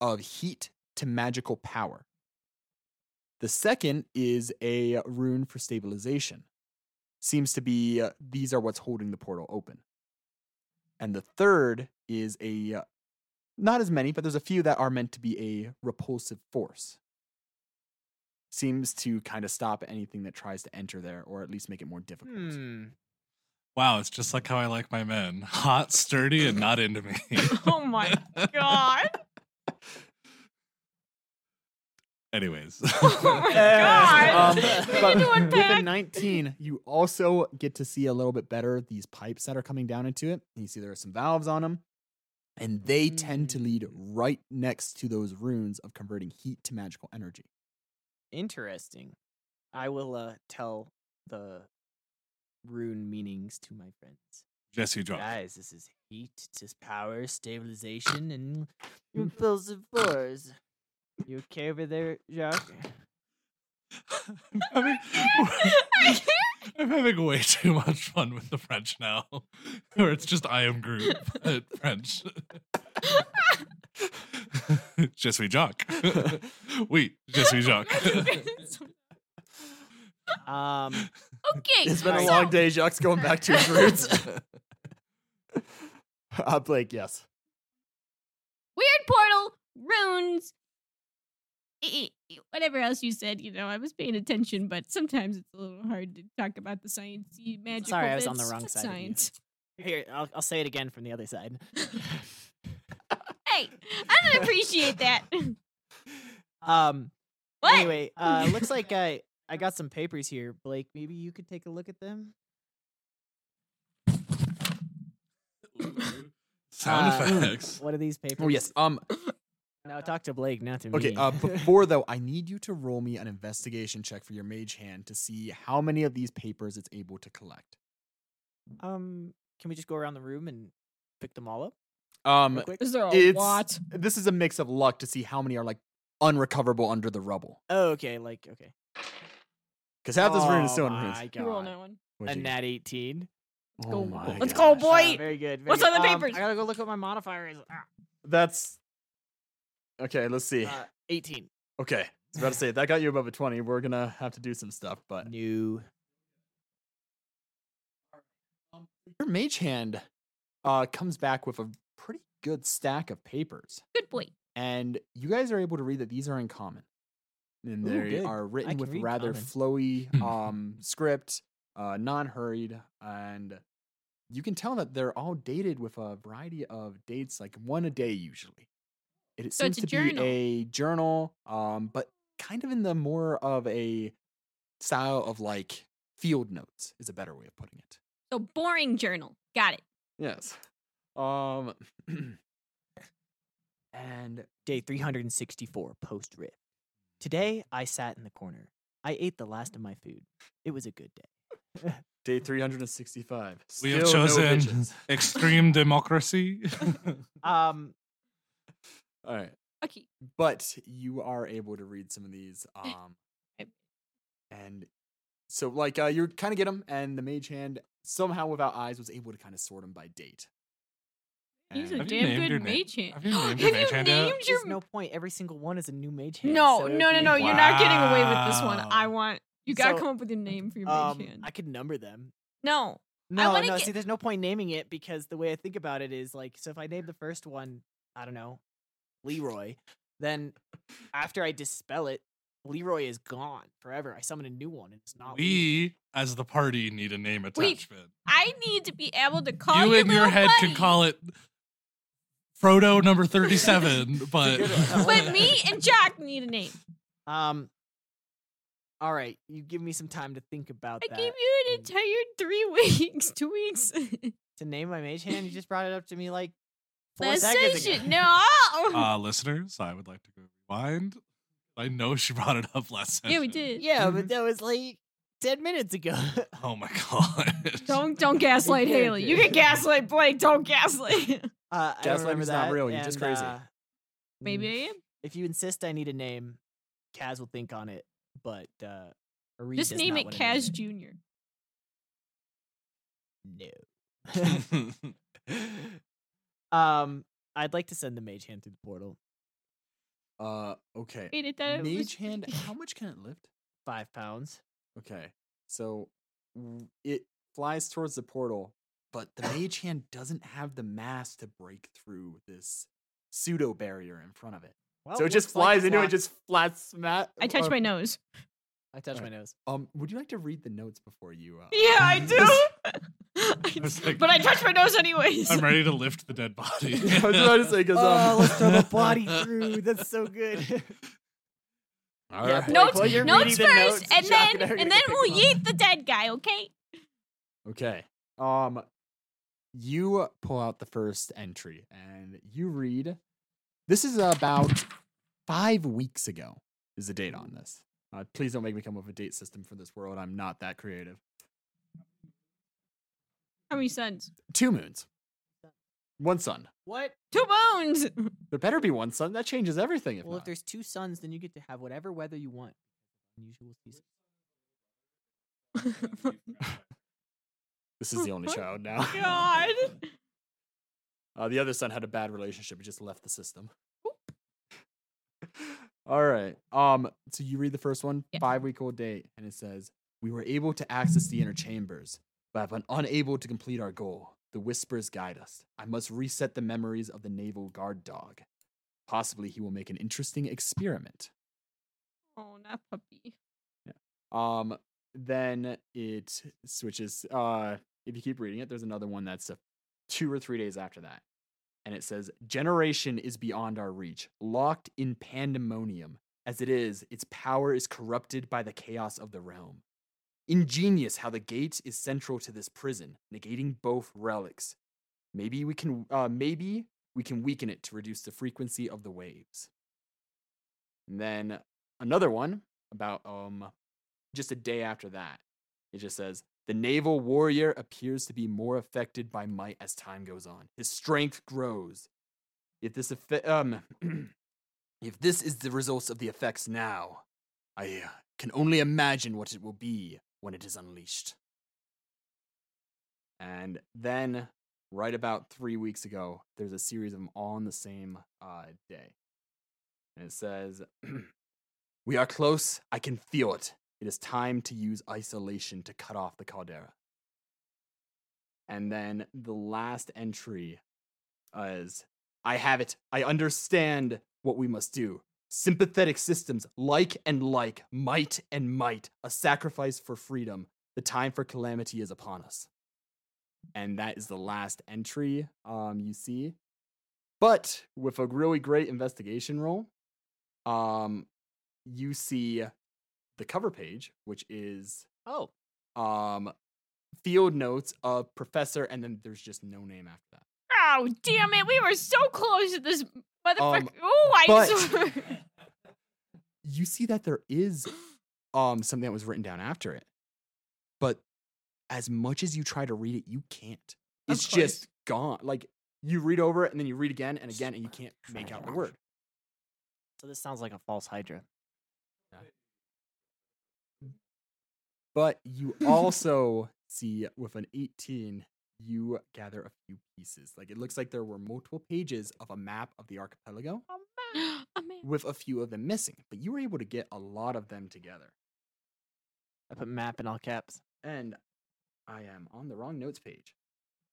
Speaker 1: of heat to magical power. The second is a rune for stabilization. Seems to be uh, these are what's holding the portal open. And the third is a uh, not as many, but there's a few that are meant to be a repulsive force seems to kind of stop anything that tries to enter there or at least make it more difficult.
Speaker 2: Hmm.
Speaker 4: Wow, it's just like how I like my men. Hot, sturdy, and not into me.
Speaker 3: Oh my God.
Speaker 4: Anyways.
Speaker 3: Oh my
Speaker 1: Um,
Speaker 3: God.
Speaker 1: but
Speaker 3: we need to
Speaker 1: with a
Speaker 3: unpack.
Speaker 1: 19, you also get to see a little bit better these pipes that are coming down into it. You see there are some valves on them, and they tend to lead right next to those runes of converting heat to magical energy.
Speaker 2: Interesting. I will uh, tell the rune meanings to my friends.
Speaker 4: Jesse Jacques.
Speaker 2: Guys, this is heat, it is power, stabilization, and mm. repulsive force. You okay over there, Jacques?
Speaker 4: I'm having, I'm having way too much fun with the French now, where it's just I am Groot, but French. Je suis Jacques. oui, je suis Jacques.
Speaker 2: Um,
Speaker 3: okay.
Speaker 1: It's been a
Speaker 3: so-
Speaker 1: long day. Jacques going back to his roots. uh, Blake, yes.
Speaker 3: Weird portal, runes, e- e- whatever else you said. You know, I was paying attention, but sometimes it's a little hard to talk about the science magical
Speaker 2: Sorry, I was on
Speaker 3: bits.
Speaker 2: the wrong
Speaker 3: It's
Speaker 2: side of you.
Speaker 3: Science.
Speaker 2: here, I'll, I'll say it again from the other side.
Speaker 3: Hey, I don't appreciate that.
Speaker 2: Um,
Speaker 3: What?
Speaker 2: anyway, uh, looks like I I got some papers here, Blake. Maybe you could take a look at them.
Speaker 4: Sound
Speaker 2: Uh,
Speaker 4: effects.
Speaker 2: What are these papers?
Speaker 1: Oh yes. Um.
Speaker 2: No, talk to Blake, not to
Speaker 1: Okay.
Speaker 2: me.
Speaker 1: Uh, before though, I need you to roll me an investigation check for your mage hand to see how many of these papers it's able to collect.
Speaker 2: um, can we just go around the room and pick them all up?
Speaker 1: Um.
Speaker 2: Real quick?
Speaker 3: Is there a
Speaker 1: It's-
Speaker 3: lot?
Speaker 1: This is a mix of luck to see how many are like unrecoverable under the rubble.
Speaker 2: Oh, okay, like okay.
Speaker 1: Because half this room is
Speaker 2: Oh
Speaker 1: still in
Speaker 2: my
Speaker 1: ruins.
Speaker 3: You roll
Speaker 2: God.
Speaker 3: that one.
Speaker 1: What'd
Speaker 2: A
Speaker 1: you get?
Speaker 2: nat eighteen.
Speaker 1: Oh
Speaker 3: go.
Speaker 1: my
Speaker 4: Let's
Speaker 3: go,
Speaker 1: gosh.
Speaker 3: boy. Wait,
Speaker 2: very good. very
Speaker 3: what's
Speaker 2: good.
Speaker 3: on the
Speaker 2: Um,
Speaker 3: papers?
Speaker 2: I gotta go look at my modifiers. Ah,
Speaker 1: That's okay. Let's see.
Speaker 2: Uh, eighteen.
Speaker 1: okay, I was about to say if that got you above a twenty. We're gonna have to do some stuff, but
Speaker 2: Uh, New.
Speaker 1: your mage hand uh, comes back with a pretty good stack of papers,
Speaker 3: Good boy.
Speaker 1: and you guys are able to read that these are in common, and
Speaker 2: Ooh,
Speaker 1: they
Speaker 2: good.
Speaker 1: are written
Speaker 2: can
Speaker 1: with
Speaker 2: read
Speaker 1: rather
Speaker 2: common.
Speaker 1: flowy
Speaker 4: Hmm.
Speaker 1: um, script, uh, non-hurried, and you can tell that they're all dated with a variety of dates, like one a day usually. It,
Speaker 3: So
Speaker 1: seems
Speaker 3: it's
Speaker 1: to
Speaker 3: a journal.
Speaker 1: be a journal, um, but kind of in the more of a style of like field notes is a better way of putting it.
Speaker 3: So boring journal. Got it.
Speaker 1: Yes. Um and
Speaker 2: Day 364, post rip. Today, I sat in the corner. I ate the last of my food. It was a good day.
Speaker 1: day 365.
Speaker 4: We have
Speaker 1: Still no
Speaker 4: chosen
Speaker 1: bitches.
Speaker 4: extreme democracy.
Speaker 2: Um,
Speaker 1: All right.
Speaker 3: Okay.
Speaker 1: But you are able to read some of these um
Speaker 3: Yep.
Speaker 1: and so like uh you kind of get them and the mage hand somehow without eyes was able to kind of sort them by date.
Speaker 3: He's
Speaker 1: And-
Speaker 3: a
Speaker 4: Have you
Speaker 3: damn
Speaker 4: named your
Speaker 3: good
Speaker 4: na-
Speaker 3: mage hand.
Speaker 4: have you named your
Speaker 3: Have
Speaker 4: mage
Speaker 3: you
Speaker 4: hand yet?
Speaker 3: named your
Speaker 2: there's no point. Every single one is a new mage hand.
Speaker 3: No,
Speaker 2: so it'd
Speaker 3: no, no,
Speaker 2: be-
Speaker 3: no. You're not getting away with this one.
Speaker 4: Wow.
Speaker 3: I want you gotta
Speaker 2: So,
Speaker 3: come up with a name for your
Speaker 2: Um,
Speaker 3: mage hand.
Speaker 2: I could number them.
Speaker 3: no.
Speaker 2: No,
Speaker 3: wanna
Speaker 2: no.
Speaker 3: get-
Speaker 2: See, there's no point naming it because the way I think about it is like, so if I name the first one, I don't know, Leroy, then after I dispel it, Leroy is gone forever. I summon a new one, and it's not. Leroy.
Speaker 4: we, as the party, need a name
Speaker 3: We-
Speaker 4: attachment.
Speaker 3: I need to be able to call
Speaker 4: you
Speaker 3: your
Speaker 4: in your
Speaker 3: little
Speaker 4: head can
Speaker 3: buddy.
Speaker 4: call it Frodo number 37, but.
Speaker 2: one.
Speaker 3: But me and Jock need a name.
Speaker 2: Um. All right, you give me some time to think about
Speaker 3: I
Speaker 2: that.
Speaker 3: gave you an
Speaker 2: and-
Speaker 3: entire three weeks, two weeks.
Speaker 2: to name my mage hand. You just brought it up to me like four
Speaker 3: Last
Speaker 2: seconds ago.
Speaker 3: session. No.
Speaker 4: uh, listeners, I would like to go rewind. I know she brought it up last session.
Speaker 3: yeah, we did.
Speaker 2: Yeah,
Speaker 1: Mm-hmm.
Speaker 2: but that was like ten minutes ago. Uh,
Speaker 4: Oh my god.
Speaker 3: Don't don't gaslight
Speaker 2: did,
Speaker 3: Haley. You
Speaker 2: dude.
Speaker 3: can gaslight Blake. Don't gaslight.
Speaker 2: Uh, I don't remember
Speaker 1: Gaslighting's not
Speaker 2: that,
Speaker 1: real, you're just
Speaker 2: and,
Speaker 1: crazy.
Speaker 2: uh,
Speaker 3: Maybe
Speaker 2: mm,
Speaker 3: I am.
Speaker 2: if you insist, I need a name. Kaz will think on it, but uh, Ari
Speaker 3: Just
Speaker 2: does
Speaker 3: name
Speaker 2: not
Speaker 3: it
Speaker 2: wanna
Speaker 3: Kaz Junior.
Speaker 2: name it. No. um, I'd like to send the mage hand through the portal.
Speaker 1: Uh okay.
Speaker 3: Wait, I thought it was-
Speaker 1: Mage hand how much can it lift?
Speaker 2: Five pounds.
Speaker 1: Okay. So w- it flies towards the portal, but the mage hand doesn't have the mass to break through this pseudo barrier in front of it.
Speaker 2: Well,
Speaker 1: so it just
Speaker 2: Oh, looks like
Speaker 1: flies into it,
Speaker 2: block-
Speaker 1: just flat smack.
Speaker 3: I touched my nose.
Speaker 2: I touched my
Speaker 1: Alright.
Speaker 2: nose.
Speaker 1: Um, would you like to read the notes before you? Uh,
Speaker 3: Yeah, I do. I
Speaker 4: was
Speaker 3: d-
Speaker 4: like-
Speaker 3: but I touch my nose anyways.
Speaker 4: I'm ready to lift the dead body.
Speaker 1: I was about to say, 'cause, um,
Speaker 2: Oh, let's throw the body through. That's so good.
Speaker 1: all
Speaker 2: Yeah,
Speaker 1: right.
Speaker 2: Blake,
Speaker 3: Notes-
Speaker 2: while you're
Speaker 3: Notes
Speaker 2: reading the
Speaker 3: first,
Speaker 2: notes,
Speaker 3: and
Speaker 2: Jack
Speaker 3: then
Speaker 2: I are
Speaker 3: and
Speaker 2: gonna
Speaker 3: then
Speaker 2: pick
Speaker 3: we'll
Speaker 2: them up.
Speaker 3: yeet the dead guy. Okay.
Speaker 1: Okay. Um, you pull out the first entry and you read. This is about five weeks ago. Is the date on this? Uh, please don't make me come up with a date system for this world. I'm not that creative.
Speaker 3: How many suns?
Speaker 1: Two moons, one sun.
Speaker 2: What?
Speaker 3: Two bones.
Speaker 1: There better be one sun. That changes everything. If
Speaker 2: Well,
Speaker 1: not.
Speaker 2: if there's two suns, then you get to have whatever weather you want. unusual season.
Speaker 3: Oh
Speaker 1: This is the only child now.
Speaker 3: God.
Speaker 1: Uh, the other son had a bad relationship. He just left the system. All right. Um. So you read the first one,
Speaker 3: Yeah.
Speaker 1: five week old date, and it says we were able to access the inner chambers, but have been unable to complete our goal. The whispers guide us. I must reset the memories of the naval guard dog. Possibly he will make an interesting experiment.
Speaker 3: Oh, not puppy.
Speaker 1: Um, then it switches. Uh, if you keep reading it, there's another one that's uh two or three days after that. And it says, Generation is beyond our reach, locked in pandemonium. As it is, its power is corrupted by the chaos of the realm. Ingenious how the gate is central to this prison, negating both relics. Maybe we can, uh, maybe we can weaken it to reduce the frequency of the waves. And then another one about um, just a day after that, it just says the naval warrior appears to be more affected by might as time goes on. His strength grows. If this effe- um, if this is the results of the effects now, I uh, can only imagine what it will be when it is unleashed. And then, right about three weeks ago, there's a series of them all on the same uh, day, and it says. We are close. I can feel it. It is time to use isolation to cut off the caldera. And then the last entry is I have it. I understand what we must do. Sympathetic systems, like and like, might and might, a sacrifice for freedom. The time for calamity is upon us. And that is the last entry um, you see. But with a really great investigation roll, um, you see the cover page, which is
Speaker 2: Oh,
Speaker 1: um, field notes of professor, and then there's just no name after that.
Speaker 3: Oh, damn it. We were so close to this motherfucker.
Speaker 1: Um,
Speaker 3: oh, I
Speaker 1: but-
Speaker 3: swear.
Speaker 1: You see that there is um, something that was written down after it, but as much as you try to read it, you can't.
Speaker 3: Of
Speaker 1: It's
Speaker 3: course.
Speaker 1: just gone. Like you read over it, and then you read again and again, and you can't make out the word.
Speaker 2: so this sounds like a false Hydra.
Speaker 1: But you also see with an 18, you gather a few pieces. Like it looks like there were multiple pages of a map of the archipelago.
Speaker 3: Oh, man.
Speaker 1: with a few of them missing, but you were able to get a lot of them together.
Speaker 2: I put map in all caps.
Speaker 1: And I am on the wrong notes page.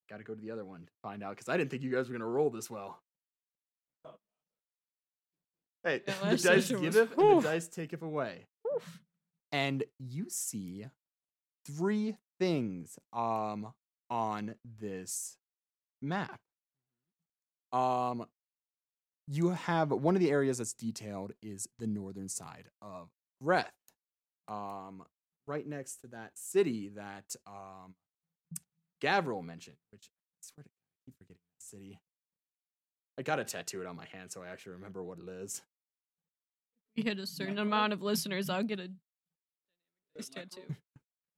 Speaker 1: Got to go to the other one to find out because I didn't think you guys were going to roll this well. Hey,
Speaker 3: Yeah,
Speaker 1: the dice
Speaker 3: last session was-
Speaker 1: giveth and
Speaker 3: Whew.
Speaker 1: the dice taketh away. And you see three things um on this map. Um you have one of the areas that's detailed is the northern side of Reth. Um right next to that city that um Gavril mentioned, which I swear to I keep forgetting the city. I gotta tattoo it on my hand so I actually remember what it is.
Speaker 3: We hit a certain amount of listeners. I'll get a nice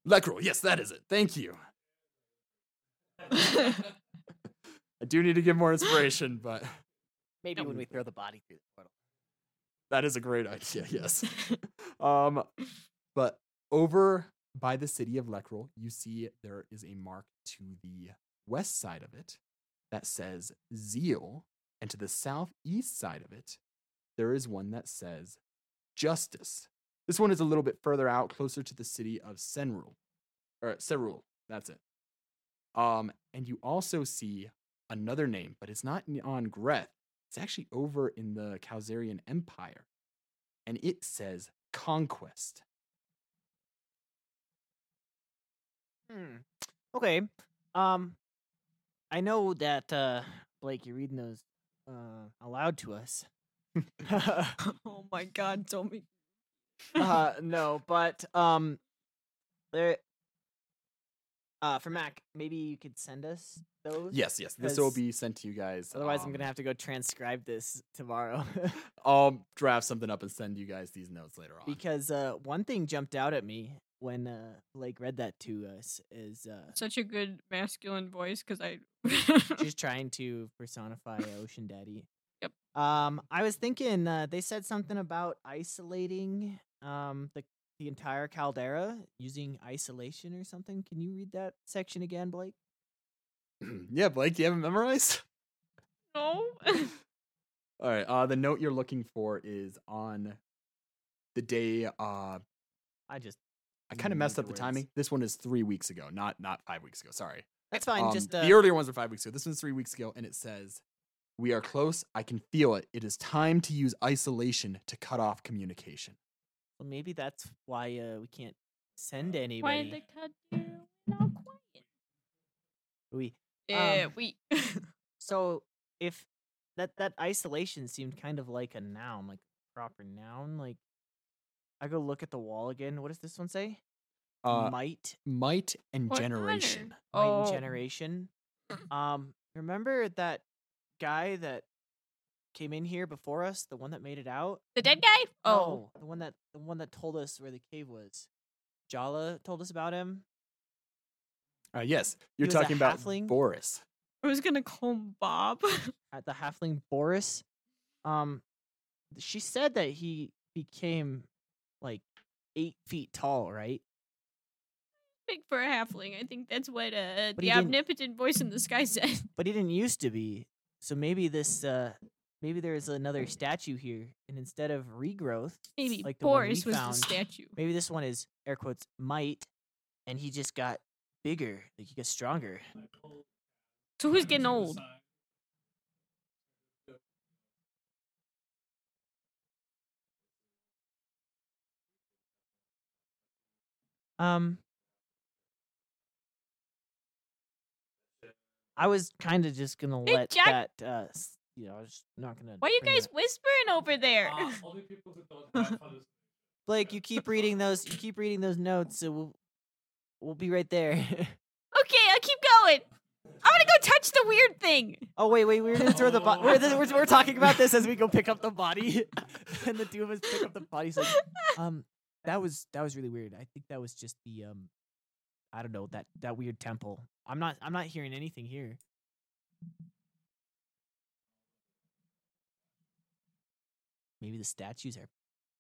Speaker 1: Leckrel, yes, that is it. Thank you.
Speaker 3: tattoo.
Speaker 1: I do need to give more inspiration, but
Speaker 2: Maybe when we throw the body through the portal.
Speaker 1: that is a great idea, yes. Um, but over by the city of Leckrel, you see there is a mark to the west side of it that says Zeal, and to the southeast side of it, there is one that says Justice. This one is a little bit further out, closer to the city of Senrul, or Serul. That's it. Um, and you also see another name, but it's not n- on Greth. It's actually over in the Khazarian Empire and it says conquest.
Speaker 2: Hmm. Okay. Um, I know that uh, Blake, you're reading those uh, aloud to us.
Speaker 3: oh my god, don't make
Speaker 2: uh, no, but um, there. Uh, for Mac, maybe you could send us those.
Speaker 1: Yes, yes. This will
Speaker 2: Because
Speaker 1: be sent to you guys.
Speaker 2: Otherwise, I'm
Speaker 1: um,
Speaker 2: gonna have to go transcribe this tomorrow
Speaker 1: I'll draft something up and send you guys these notes later on.
Speaker 2: because uh, one thing jumped out at me when uh, Blake read that to us is uh,
Speaker 3: such a good masculine voice because I.
Speaker 2: she's trying to personify Ocean Daddy.
Speaker 3: Yep.
Speaker 2: Um, I was thinking uh, they said something about isolating um the the entire caldera using isolation or something. Can you read that section again, Blake?
Speaker 1: yeah, Blake, do you have it memorized?
Speaker 3: No.
Speaker 1: All right. Uh, the note you're looking for is on the day. Uh,
Speaker 2: I just
Speaker 1: I
Speaker 2: Mm,
Speaker 1: kind of messed up the
Speaker 2: afterwards.
Speaker 1: timing. This one is three weeks ago, not not five weeks ago. Sorry.
Speaker 2: that's fine.
Speaker 1: Um,
Speaker 2: just uh,
Speaker 1: the earlier ones are five weeks ago. This one's three weeks ago, and it says, "We are close. I can feel it. It is time to use isolation to cut off communication."
Speaker 2: well, maybe that's why uh, we can't send anybody.
Speaker 6: Why did they cut you not
Speaker 2: Um,
Speaker 6: quiet?
Speaker 2: we
Speaker 3: yeah,
Speaker 2: Um,
Speaker 3: we.
Speaker 2: so if that that isolation seemed kind of like a noun, like proper noun. Like I go look at the wall again. What does this one say?
Speaker 1: Uh,
Speaker 2: Might
Speaker 1: might and
Speaker 3: Or honor.
Speaker 1: generation.
Speaker 2: Light
Speaker 3: Oh, Mm.
Speaker 2: generation. Um, remember that guy that came in here before us, the one that made it out?
Speaker 3: the dead guy. Oh,
Speaker 2: No, the one that the one that told us where the cave was. Jala told us about him.
Speaker 1: Uh, yes,
Speaker 2: He
Speaker 1: you're
Speaker 2: was a
Speaker 1: talking about
Speaker 2: halfling?
Speaker 1: Boris.
Speaker 3: I was gonna call him Bob.
Speaker 2: At the halfling Boris. Um, she said that he became like eight feet tall, right?
Speaker 3: Big for a halfling. I think that's what uh,
Speaker 2: But
Speaker 3: the
Speaker 2: he didn't-
Speaker 3: omnipotent voice in the sky said.
Speaker 2: But he didn't used to be. So maybe this uh maybe there is another statue here, and instead of regrowth,
Speaker 3: Maybe
Speaker 2: like the one
Speaker 3: Boris
Speaker 2: we
Speaker 3: was
Speaker 2: found,
Speaker 3: the statue.
Speaker 2: Maybe this one is air quotes might, and he just got bigger, like he got stronger.
Speaker 3: So who's getting old?
Speaker 2: Um, I was kind of just gonna
Speaker 3: Hey,
Speaker 2: let
Speaker 3: Jack-
Speaker 2: that, uh, s- you know, I was not gonna.
Speaker 3: Why are you
Speaker 2: bring Ah.
Speaker 3: guys
Speaker 2: that-
Speaker 3: whispering over there?
Speaker 4: Uh,
Speaker 2: Blake? You keep reading those. You keep reading those notes. So we'll we'll be right there.
Speaker 3: Okay, I'll keep going. I'm gonna go touch the weird thing.
Speaker 2: oh wait, wait, we we're gonna throw the body. We're, we're we're talking about this as we go pick up the body, and the two of us pick up the body. So um that was that was really weird i think that was just the um i don't know that that weird temple i'm not i'm not hearing anything here maybe the statues are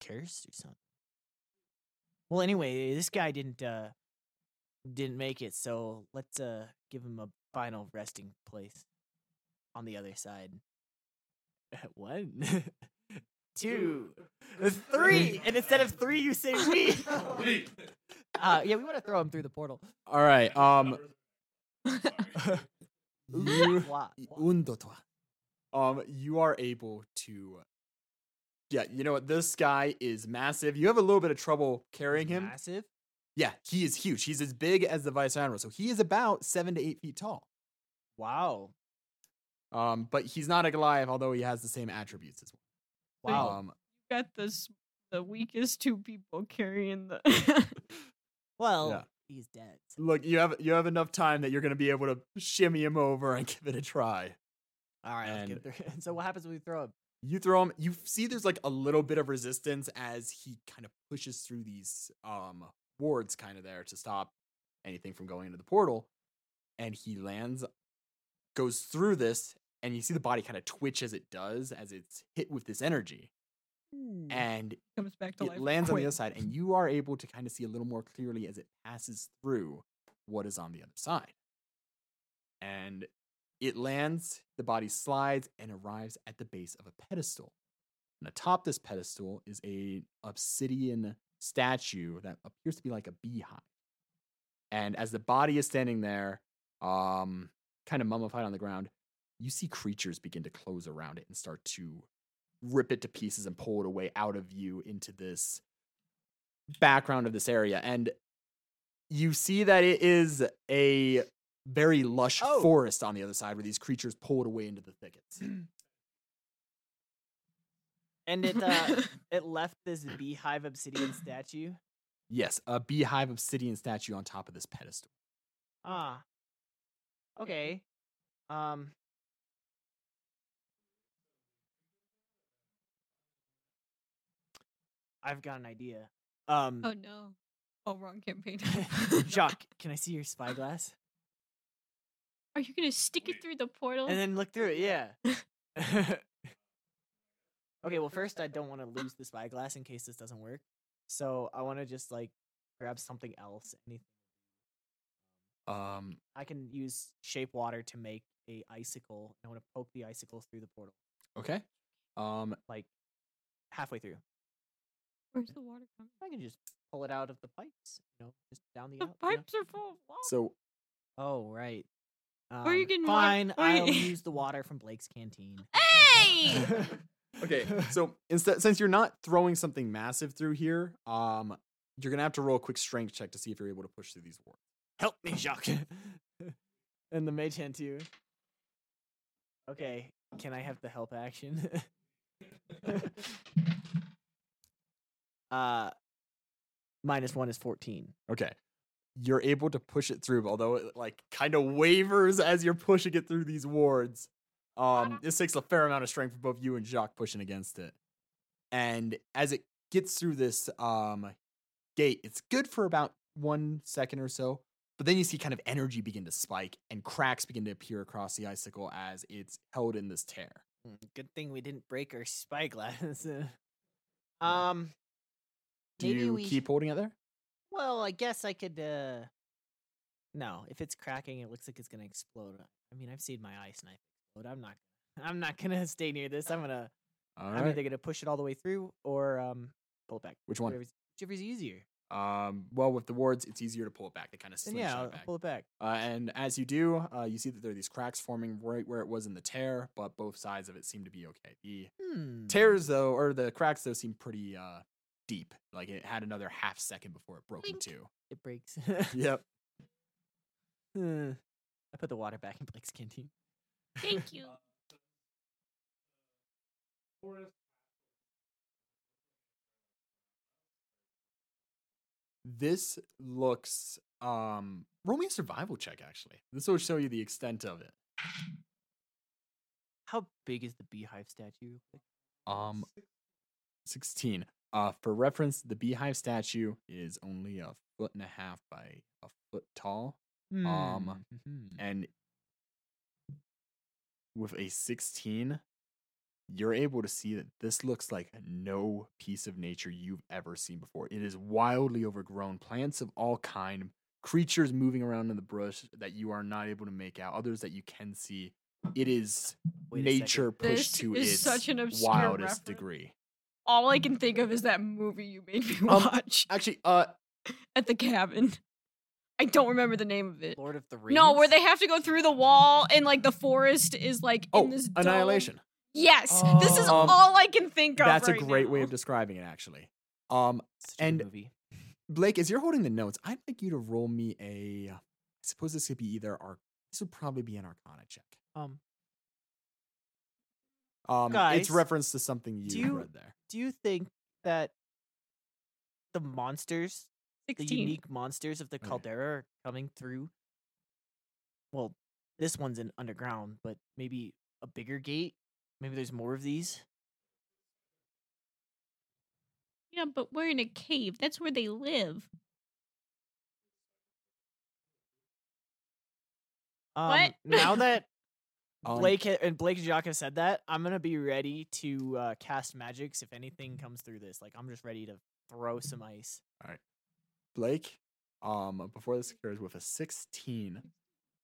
Speaker 2: cursed or something well anyway this guy didn't uh didn't make it so let's uh give him a final resting place on the other side one two three and instead of three you say we uh yeah we want to throw him through the portal
Speaker 1: All right. Um, you,
Speaker 2: Wah, wah.
Speaker 1: um, you are able to. Yeah, you know what? This guy is massive. You have a little bit of trouble carrying him.
Speaker 2: massive
Speaker 1: Yeah, he is huge. He's as big as the Vice Admiral. So he is about seven to eight feet tall.
Speaker 2: wow
Speaker 1: Um, but he's not a Goliath, although he has the same attributes as well.
Speaker 2: wow
Speaker 1: Um,
Speaker 3: Got this. The weakest two people carrying the.
Speaker 2: well
Speaker 1: yeah.
Speaker 2: he's dead so
Speaker 1: look, you have you have enough time that you're gonna be able to shimmy him over and give it a try.
Speaker 2: all right let's get through. so what happens when we throw him
Speaker 1: You throw him. You see, there's like a little bit of resistance as he kind of pushes through these um wards, kind of there to stop anything from going into the portal. And he lands, goes through this, and you see the body kind of twitch as it does as it's hit with this energy,
Speaker 2: Hmm.
Speaker 3: Mm.
Speaker 2: Eh,
Speaker 1: and
Speaker 3: comes back to life.
Speaker 1: it lands on
Speaker 3: quick.
Speaker 1: the other side, and you are able to kind of see a little more clearly as it passes through what is on the other side. And it lands, the body slides, and arrives at the base of a pedestal. And atop this pedestal is a obsidian statue that appears to be like a beehive. And as the body is standing there, um, kind of mummified on the ground, you see creatures begin to close around it and start to rip it to pieces and pull it away out of you into this background of this area. And you see that it is a very lush
Speaker 2: Oh.
Speaker 1: forest on the other side where these creatures pull it away into the thickets.
Speaker 2: and it uh it left this beehive obsidian statue
Speaker 1: yes, a beehive obsidian statue on top of this pedestal.
Speaker 2: ah okay um i've got an idea um
Speaker 1: Mm.
Speaker 3: oh no! Oh, wrong campaign.
Speaker 2: Jacques, can I see your spyglass?
Speaker 3: Are you gonna stick it through the portal?
Speaker 2: And then look through it, yeah. okay, well, first, I don't want to lose the spyglass in case this doesn't work. So I want to just like grab something else. Anything
Speaker 1: Um,
Speaker 2: I can use shape water to make a icicle. I want to poke the icicle through the portal,
Speaker 1: okay. Um,
Speaker 2: like halfway through.
Speaker 3: Where's the water coming?
Speaker 2: I can just pull it out of the pipes. You know, just down the.
Speaker 3: The
Speaker 2: out, you know.
Speaker 3: pipes are full of water.
Speaker 1: so
Speaker 2: Oh right. Um,
Speaker 3: Where you getting water-
Speaker 2: fine.
Speaker 3: where you-
Speaker 2: I'll use the water from Blake's canteen.
Speaker 3: hey!
Speaker 1: okay, so instead, since you're not throwing something massive through here, um, you're gonna have to roll a quick strength check to see if you're able to push through these wards.
Speaker 2: Help me, Jacques. and the mage hand too. Okay, can I have the help action? uh, minus one is fourteen.
Speaker 1: Okay. You're able to push it through, although it like kind of wavers as you're pushing it through these wards. Um, this takes a fair amount of strength for both you and Jacques pushing against it. And as it gets through this um gate, it's good for about one second or so. But then you see kind of energy begin to spike and cracks begin to appear across the icicle as it's held in this tear.
Speaker 2: Hmm, Good thing we didn't break our spyglass. um,
Speaker 1: Do
Speaker 2: Maybe
Speaker 1: you
Speaker 2: we-
Speaker 1: keep holding it there?
Speaker 2: well, I guess I could. uh No, if it's cracking, it looks like it's gonna explode. uh, I mean, I've seen my ice knife explode. I'm not. I'm not gonna stay near this. I'm gonna.
Speaker 1: All
Speaker 2: I'm either gonna push it all the way through or um pull it back.
Speaker 1: Which one?
Speaker 2: Whichever's, whichever's easier.
Speaker 1: Um, well, with the wards, it's easier to pull it back. They kind of
Speaker 2: Then
Speaker 1: slingshot
Speaker 2: yeah, I'll
Speaker 1: back.
Speaker 2: pull it back.
Speaker 1: Uh, and as you do, uh, you see that there are these cracks forming right where it was in the tear, but both sides of it seem to be okay. The
Speaker 2: Hmm.
Speaker 1: tears, though, or the cracks, though, seem pretty uh, deep. Like it had another half second before it broke
Speaker 3: Boink.
Speaker 1: in two.
Speaker 2: It breaks.
Speaker 1: Yep.
Speaker 2: Hmm. I put the water back in Blake's canteen.
Speaker 3: Thank
Speaker 4: Uh,
Speaker 3: you.
Speaker 1: This looks. Um, roll me a survival check, actually. This will show you the extent of it.
Speaker 2: How big is the beehive statue?
Speaker 1: Um, 16. Uh, for reference, the beehive statue is only a foot and a half by a foot tall. Um,
Speaker 2: Mhm.
Speaker 1: and with a 16 you're able to see that this looks like no piece of nature you've ever seen before it is wildly overgrown plants of all kind creatures moving around in the brush that you are not able to make out others that you can see it is
Speaker 2: Wait a second.
Speaker 1: nature pushed
Speaker 3: This
Speaker 1: to
Speaker 3: is
Speaker 1: its
Speaker 3: such an obscure
Speaker 1: wildest
Speaker 3: reference.
Speaker 1: degree
Speaker 3: All I can think of is that movie you made me
Speaker 1: Um,
Speaker 3: watch
Speaker 1: actually uh
Speaker 3: at the cabin. I don't remember the name of it.
Speaker 2: Lord of the Rings.
Speaker 3: No, where they have to go through the wall and like the forest is like
Speaker 1: oh
Speaker 3: in this dome.
Speaker 1: annihilation
Speaker 3: Yes, this is
Speaker 1: Oh.
Speaker 3: all I can think of.
Speaker 1: that's
Speaker 3: right
Speaker 1: a great way
Speaker 3: now.
Speaker 1: of describing it actually um
Speaker 2: Such a good
Speaker 1: and-
Speaker 2: movie.
Speaker 1: Blake, as you're holding the notes, I'd like you to roll me a. I suppose this could be either our. This would probably be an Arcana check.
Speaker 2: Um,
Speaker 1: Um,
Speaker 2: Guys,
Speaker 1: it's reference to something
Speaker 2: do
Speaker 1: you,
Speaker 2: you-
Speaker 1: read there.
Speaker 2: do you think that the monsters, the
Speaker 3: 16.
Speaker 2: unique monsters of the
Speaker 1: Okay.
Speaker 2: caldera, are coming through? Well, this one's an underground, but maybe a bigger gate. Maybe there's more of these.
Speaker 3: Yeah, but we're in a cave. That's where they live.
Speaker 2: Um,
Speaker 3: What?
Speaker 2: Now that
Speaker 1: Um,
Speaker 2: Blake ha- and Blake and Jacques have said that, I'm gonna be ready to uh, cast magics if anything
Speaker 1: Mm-hmm.
Speaker 2: comes through this. Like I'm just ready to throw some ice.
Speaker 1: Blake, um, before this occurs with a 16,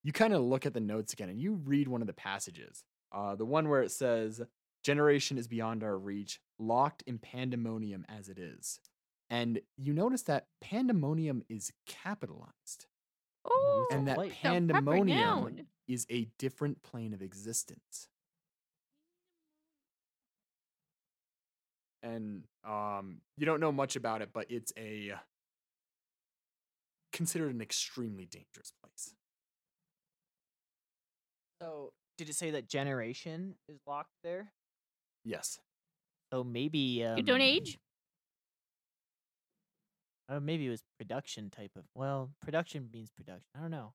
Speaker 1: you kind of look at the notes again and you read one of the passages. Uh, the one where it says, Generation is beyond our reach, locked in pandemonium as it is. And you notice that pandemonium is capitalized.
Speaker 2: Mm,
Speaker 3: Oh,
Speaker 1: and that
Speaker 2: Blake.
Speaker 3: the proper
Speaker 1: pandemonium
Speaker 3: noun.
Speaker 1: is a different plane of existence. And um, you don't know much about it, but it's a uh considered an extremely dangerous place.
Speaker 2: So did it say that generation is locked there?
Speaker 1: Yes.
Speaker 2: So maybe um,
Speaker 3: You don't age?
Speaker 2: Or maybe it was production type of. Well, production means production. I don't know.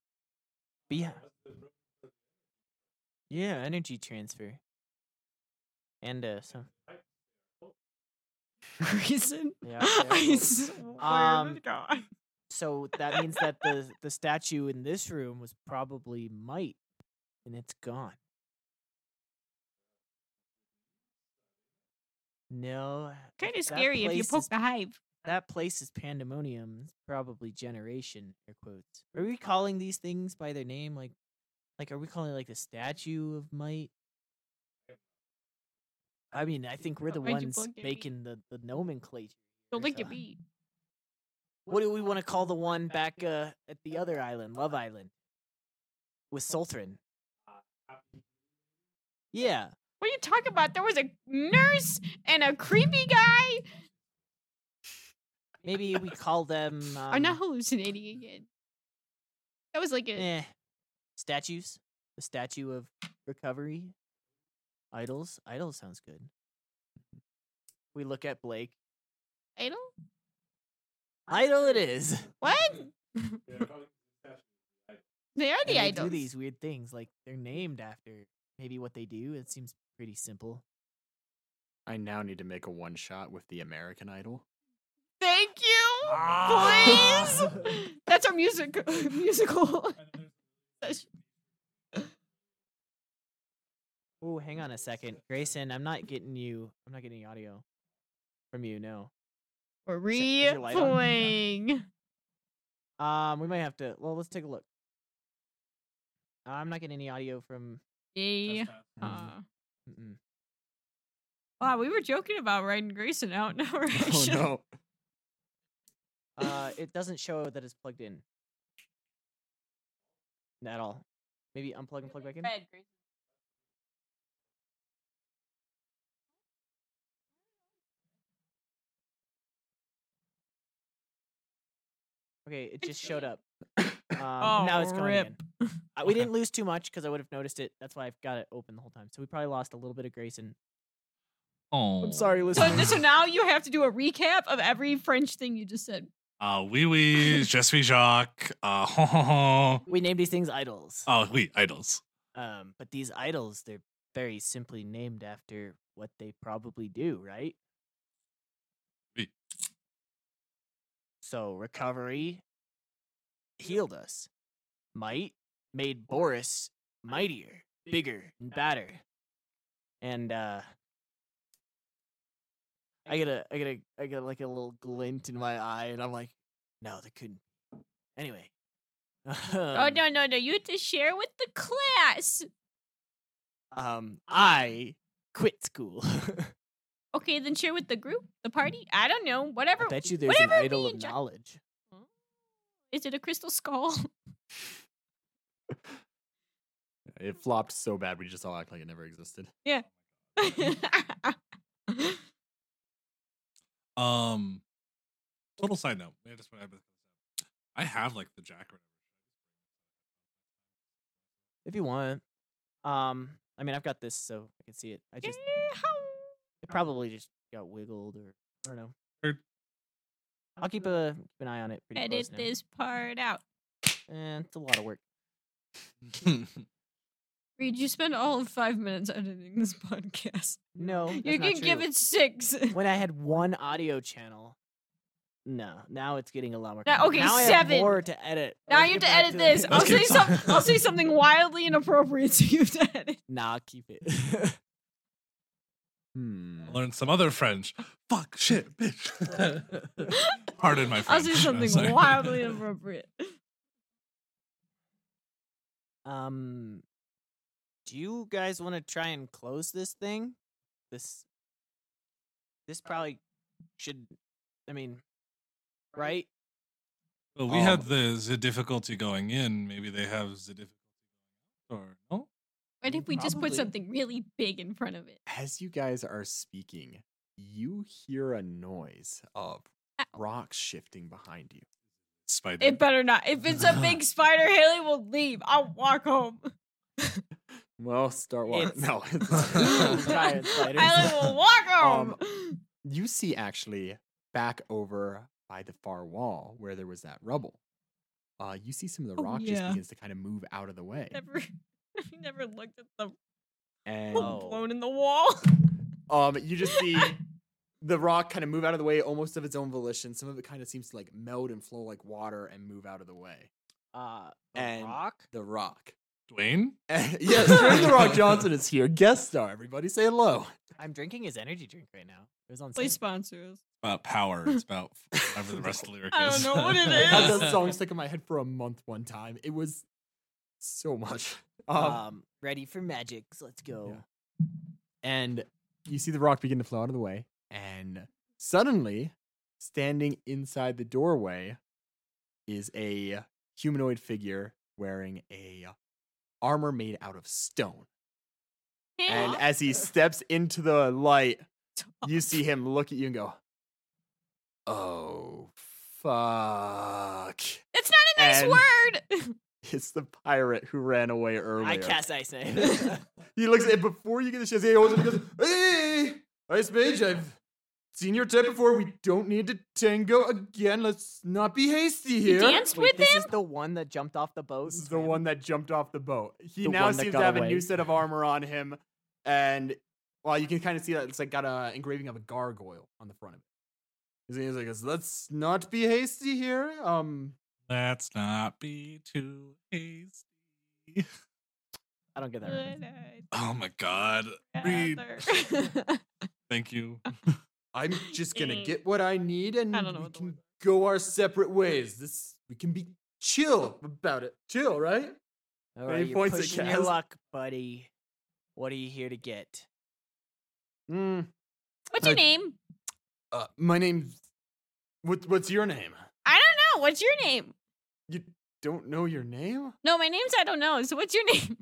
Speaker 2: But yeah, yeah, energy transfer. And uh, some
Speaker 3: Reason?
Speaker 2: yeah.
Speaker 3: I
Speaker 2: yeah.
Speaker 3: swear to
Speaker 2: Um,
Speaker 3: God.
Speaker 2: So that means that the the statue in this room was probably might, and it's gone. No,
Speaker 3: Kind
Speaker 2: that
Speaker 3: of scary if you
Speaker 2: place
Speaker 3: poke
Speaker 2: is-
Speaker 3: the hive.
Speaker 2: That place is pandemonium. It's probably generation air quotes. Are we calling these things by their name? Like, like are we calling it like the statue of might? I mean, I think we're the
Speaker 3: Why'd you
Speaker 2: ones
Speaker 3: plug it, Pete?
Speaker 2: making the, the nomenclature.
Speaker 3: Don't
Speaker 2: There's
Speaker 3: think it
Speaker 2: a-
Speaker 3: beat.
Speaker 2: What do we want to call the one back uh, at the other island, Love Island, with Sultran? Yeah,
Speaker 3: What are you talking about? There was a nurse and a creepy guy.
Speaker 2: maybe we call them. Um,
Speaker 3: I'm not hallucinating again. That was like a
Speaker 2: Eh. Statues. The statue of recovery. Idols. Idols sounds good. Mm-hmm. We look at Blake.
Speaker 3: idol.
Speaker 2: Idol it is.
Speaker 3: What? they are
Speaker 2: And
Speaker 3: the
Speaker 2: they
Speaker 3: idols.
Speaker 2: do these weird things like they're named after maybe what they do. It seems pretty simple.
Speaker 1: I now need to make a one shot with the American Idol.
Speaker 3: Thank you.
Speaker 2: Ah!
Speaker 3: Please. That's our music musical. session.
Speaker 2: Oh, hang on a second, Grayson. I'm not getting you. I'm not getting audio from you. No.
Speaker 3: We're
Speaker 2: is your light on?
Speaker 3: re-playing.
Speaker 2: Um, we might have to. Well, let's take a look. I'm not getting any audio from.
Speaker 3: Yeah.
Speaker 1: Hmm.
Speaker 2: Mm,
Speaker 3: Uh,
Speaker 2: mm-mm.
Speaker 3: wow, we were joking about riding Grayson out. Now
Speaker 2: Oh,
Speaker 1: Oh,
Speaker 3: we're actually
Speaker 2: Uh, it doesn't show that it's plugged in. At all. Maybe unplug and plug back in. Okay, it just showed up. Um, now it's
Speaker 3: Oh,
Speaker 2: going
Speaker 3: rip.
Speaker 2: in. Uh, we didn't lose too much because I would have noticed it. That's why I've got it open the whole time. So we probably lost a little bit of Grayson.
Speaker 4: Oh,
Speaker 2: I'm sorry,
Speaker 3: So,
Speaker 2: listeners.
Speaker 3: so now you have to do a recap of every French thing you just said.
Speaker 4: Uh, oui, oui, je suis Jacques. Uh, ho, ho, ho.
Speaker 2: we named these things idols.
Speaker 4: Oh, oui, idols.
Speaker 2: Um, but these idols, they're very simply named after what they probably do, right?
Speaker 4: Oui.
Speaker 2: So recovery healed us. Might made Boris mightier, bigger, and badder. And uh I get a I get a I get like a little glint in my eye and I'm like, no, there couldn't. Anyway.
Speaker 3: oh no no no! You have to share with the class.
Speaker 2: um, I quit school. I
Speaker 3: Okay, then share with the group, the party. I don't know. Whatever.
Speaker 2: bet you there's
Speaker 3: whatever
Speaker 2: an idol
Speaker 3: me
Speaker 2: of
Speaker 3: and Jack-
Speaker 2: knowledge.
Speaker 3: Is it a crystal skull?
Speaker 1: It flopped so bad we just all act like it never existed.
Speaker 4: Um, total side note. I just want to. I have like the Jack.
Speaker 2: If you want. Um, I mean, I've got this, so I can see it. I just, it probably just got wiggled, or I don't know.
Speaker 4: Or-
Speaker 2: I'll keep a keep an eye on it. Pretty
Speaker 3: Edit
Speaker 2: close now.
Speaker 3: this part out.
Speaker 2: Eh, it's a lot of work.
Speaker 3: Reed, you spend all of five minutes editing this podcast.
Speaker 2: No, Oh, that's
Speaker 3: you
Speaker 2: not
Speaker 3: can give
Speaker 2: true.
Speaker 3: it six.
Speaker 2: When I had one audio channel, no. Now it's getting a lot more.
Speaker 3: Now-
Speaker 2: compli-
Speaker 3: okay,
Speaker 2: now I have
Speaker 3: seven.
Speaker 2: more to edit.
Speaker 3: now
Speaker 2: Let's
Speaker 3: you have
Speaker 2: get
Speaker 3: to
Speaker 2: back
Speaker 3: edit
Speaker 2: the-
Speaker 3: this. I'll
Speaker 4: Let's
Speaker 3: say
Speaker 4: keep
Speaker 3: some.
Speaker 4: some-
Speaker 3: I'll say something wildly inappropriate, so you have to edit.
Speaker 2: Nah, I'll keep it.
Speaker 1: Hmm.
Speaker 4: Mm. Learned some other French. Fuck, shit, bitch. Pardon my
Speaker 3: I'll
Speaker 4: French.
Speaker 3: say
Speaker 4: I'm
Speaker 3: something
Speaker 4: sorry.
Speaker 3: wildly inappropriate.
Speaker 2: Um, do you guys want to try and close this thing? This, this probably should. I mean, right?
Speaker 4: Well, we
Speaker 1: Um,
Speaker 4: had the, the difficulty going in. Maybe they have the difficulty or no?
Speaker 3: What if we just put
Speaker 2: Probably.
Speaker 3: something really big in front of it?
Speaker 1: As you guys are speaking, you hear a noise of
Speaker 3: Ow.
Speaker 1: rocks shifting behind you.
Speaker 4: Spider.
Speaker 3: It better not. If it's a big spider, Haley will leave. I'll walk home.
Speaker 1: Well, start walking.
Speaker 2: It's-
Speaker 1: No, it's-
Speaker 2: Giant spiders.
Speaker 3: Haley will walk home.
Speaker 1: Um, you see actually back over by the far wall where there was that rubble. Uh, you see some of the
Speaker 3: Oh,
Speaker 1: rock
Speaker 3: yeah.
Speaker 1: just begins to kind of move out of the way.
Speaker 3: never, I never looked at the
Speaker 1: And
Speaker 2: Oh.
Speaker 3: blown in the wall.
Speaker 1: um, you just see the rock kind of move out of the way almost of its own volition. Some of it kind of seems to like meld and flow like water and move out of the way.
Speaker 2: Uh, a
Speaker 1: And-
Speaker 2: rock.
Speaker 1: The rock.
Speaker 4: Dwayne?
Speaker 1: yes, Dwayne The Rock Johnson is here. Guest star, everybody. Say hello.
Speaker 2: I'm drinking his energy drink right now. It was on.
Speaker 3: Please
Speaker 2: sale.
Speaker 3: sponsor us.
Speaker 4: about power. It's about whatever the rest of the lyric
Speaker 3: I don't
Speaker 4: is.
Speaker 3: know what it
Speaker 1: I had that
Speaker 3: is.
Speaker 1: song stuck in my head for a month one time. It was so much. Um,
Speaker 2: Um, ready for magic. Let's go.
Speaker 1: and you see the rock begin to flow out of the way. And suddenly, standing inside the doorway is a humanoid figure wearing a armor made out of stone. And as he steps into the light, you see him look at you and go, "Oh fuck."
Speaker 3: It's not a nice
Speaker 1: And-
Speaker 3: word.
Speaker 1: It's the pirate who ran away earlier.
Speaker 2: I cast ice name.
Speaker 1: He looks at it before you get the chance. He holds it and goes, "Hey, Ice Mage, I've seen your type before. We don't need to tango again. Let's not be hasty
Speaker 3: You
Speaker 1: here."
Speaker 3: danced
Speaker 2: Wait,
Speaker 3: with
Speaker 2: this
Speaker 3: him.
Speaker 2: is the one that jumped off the boat.
Speaker 1: This
Speaker 2: and
Speaker 1: is the
Speaker 2: swam?
Speaker 1: one that jumped off the boat. He
Speaker 7: The
Speaker 1: now
Speaker 7: one that
Speaker 1: seems to
Speaker 7: got
Speaker 1: have a
Speaker 7: away.
Speaker 1: new set of armor on him, and well, you can kind of see that it's like got a engraving of a gargoyle on the front of it. He's like, "Let's not be hasty here." Um,
Speaker 4: Let's not be too hasty.
Speaker 7: I don't get that. reference.
Speaker 4: Oh my god. Read. Thank you.
Speaker 1: I'm just gonna get what I need, and
Speaker 3: Mm. I don't know
Speaker 1: we
Speaker 3: what the
Speaker 1: can
Speaker 3: word
Speaker 1: go our separate ways. This we can be chill about it. Chill, right?
Speaker 2: All
Speaker 1: Any
Speaker 2: right, you're
Speaker 1: points it
Speaker 2: pushing your
Speaker 1: has?
Speaker 2: luck, buddy. What are you here to get?
Speaker 1: Mm,
Speaker 3: What's your
Speaker 1: I-
Speaker 3: name?
Speaker 1: uh, my name's. What, what's your name?
Speaker 3: I don't know. What's your name?
Speaker 1: You don't know your name?
Speaker 3: No, my name's I don't know. So what's your name?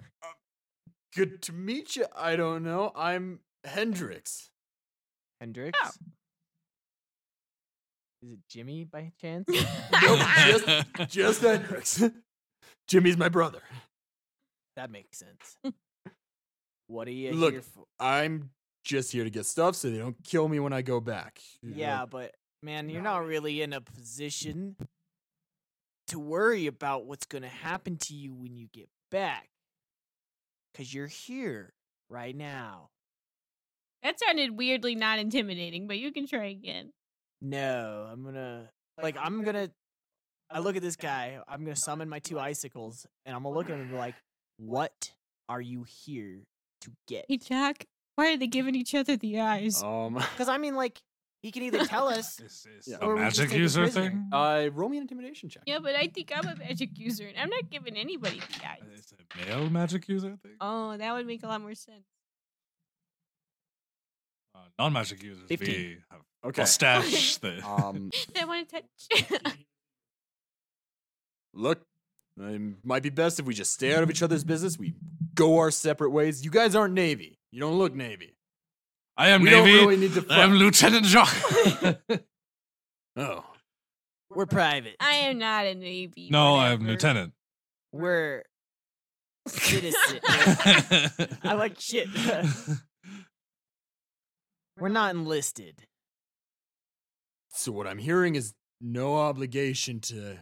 Speaker 1: Good to meet you. I don't know. I'm Hendrix.
Speaker 2: Hendrix? Is it Jimmy by chance?
Speaker 1: just- Just Hendrix. Jimmy's my brother.
Speaker 2: that makes sense. What are you
Speaker 1: Look,
Speaker 2: here for?
Speaker 1: I'm just here to get stuff so they don't kill me when I go back. You know,
Speaker 2: Yeah, but man, you're not really in a position to worry about what's going to happen to you when you get back. Because you're here right now.
Speaker 3: That sounded weirdly not intimidating, but you can try again.
Speaker 2: No, I'm gonna like I'm gonna I look at this guy, I'm gonna summon my two icicles, and I'm gonna look at him and be like, What are you here to get?
Speaker 3: Hey, Jack, why are they giving each other the eyes?
Speaker 4: Oh.
Speaker 1: Um.
Speaker 2: Because I mean like he can either tell us
Speaker 4: This is
Speaker 1: Yeah.
Speaker 4: the
Speaker 2: Or we just
Speaker 4: magic
Speaker 2: take a
Speaker 4: user
Speaker 2: prisoner.
Speaker 4: thing.
Speaker 1: Uh, roll me an intimidation check.
Speaker 3: Yeah, but I think I'm a magic user, and I'm not giving anybody the eyes.
Speaker 4: It's a male magic user thing.
Speaker 3: Oh, that would make a lot more sense.
Speaker 4: Uh, non-magic users
Speaker 7: Fifteen.
Speaker 4: be have
Speaker 1: Okay.
Speaker 4: mustache thing.
Speaker 1: Um.
Speaker 3: I want to touch.
Speaker 1: look, it might be best if we just stay out of each other's business. We go our separate ways. You guys aren't Navy. You don't look Navy.
Speaker 4: I am
Speaker 1: we
Speaker 4: Navy.
Speaker 1: don't really need to.
Speaker 4: I am
Speaker 1: fuck.
Speaker 4: Lieutenant Jacques.
Speaker 1: oh,
Speaker 2: we're private.
Speaker 3: I am not a navy.
Speaker 4: no, I am
Speaker 3: whatever.
Speaker 4: Lieutenant.
Speaker 2: we're citizen. I
Speaker 4: I
Speaker 2: like shit. we're not enlisted.
Speaker 1: so what I'm hearing is no obligation to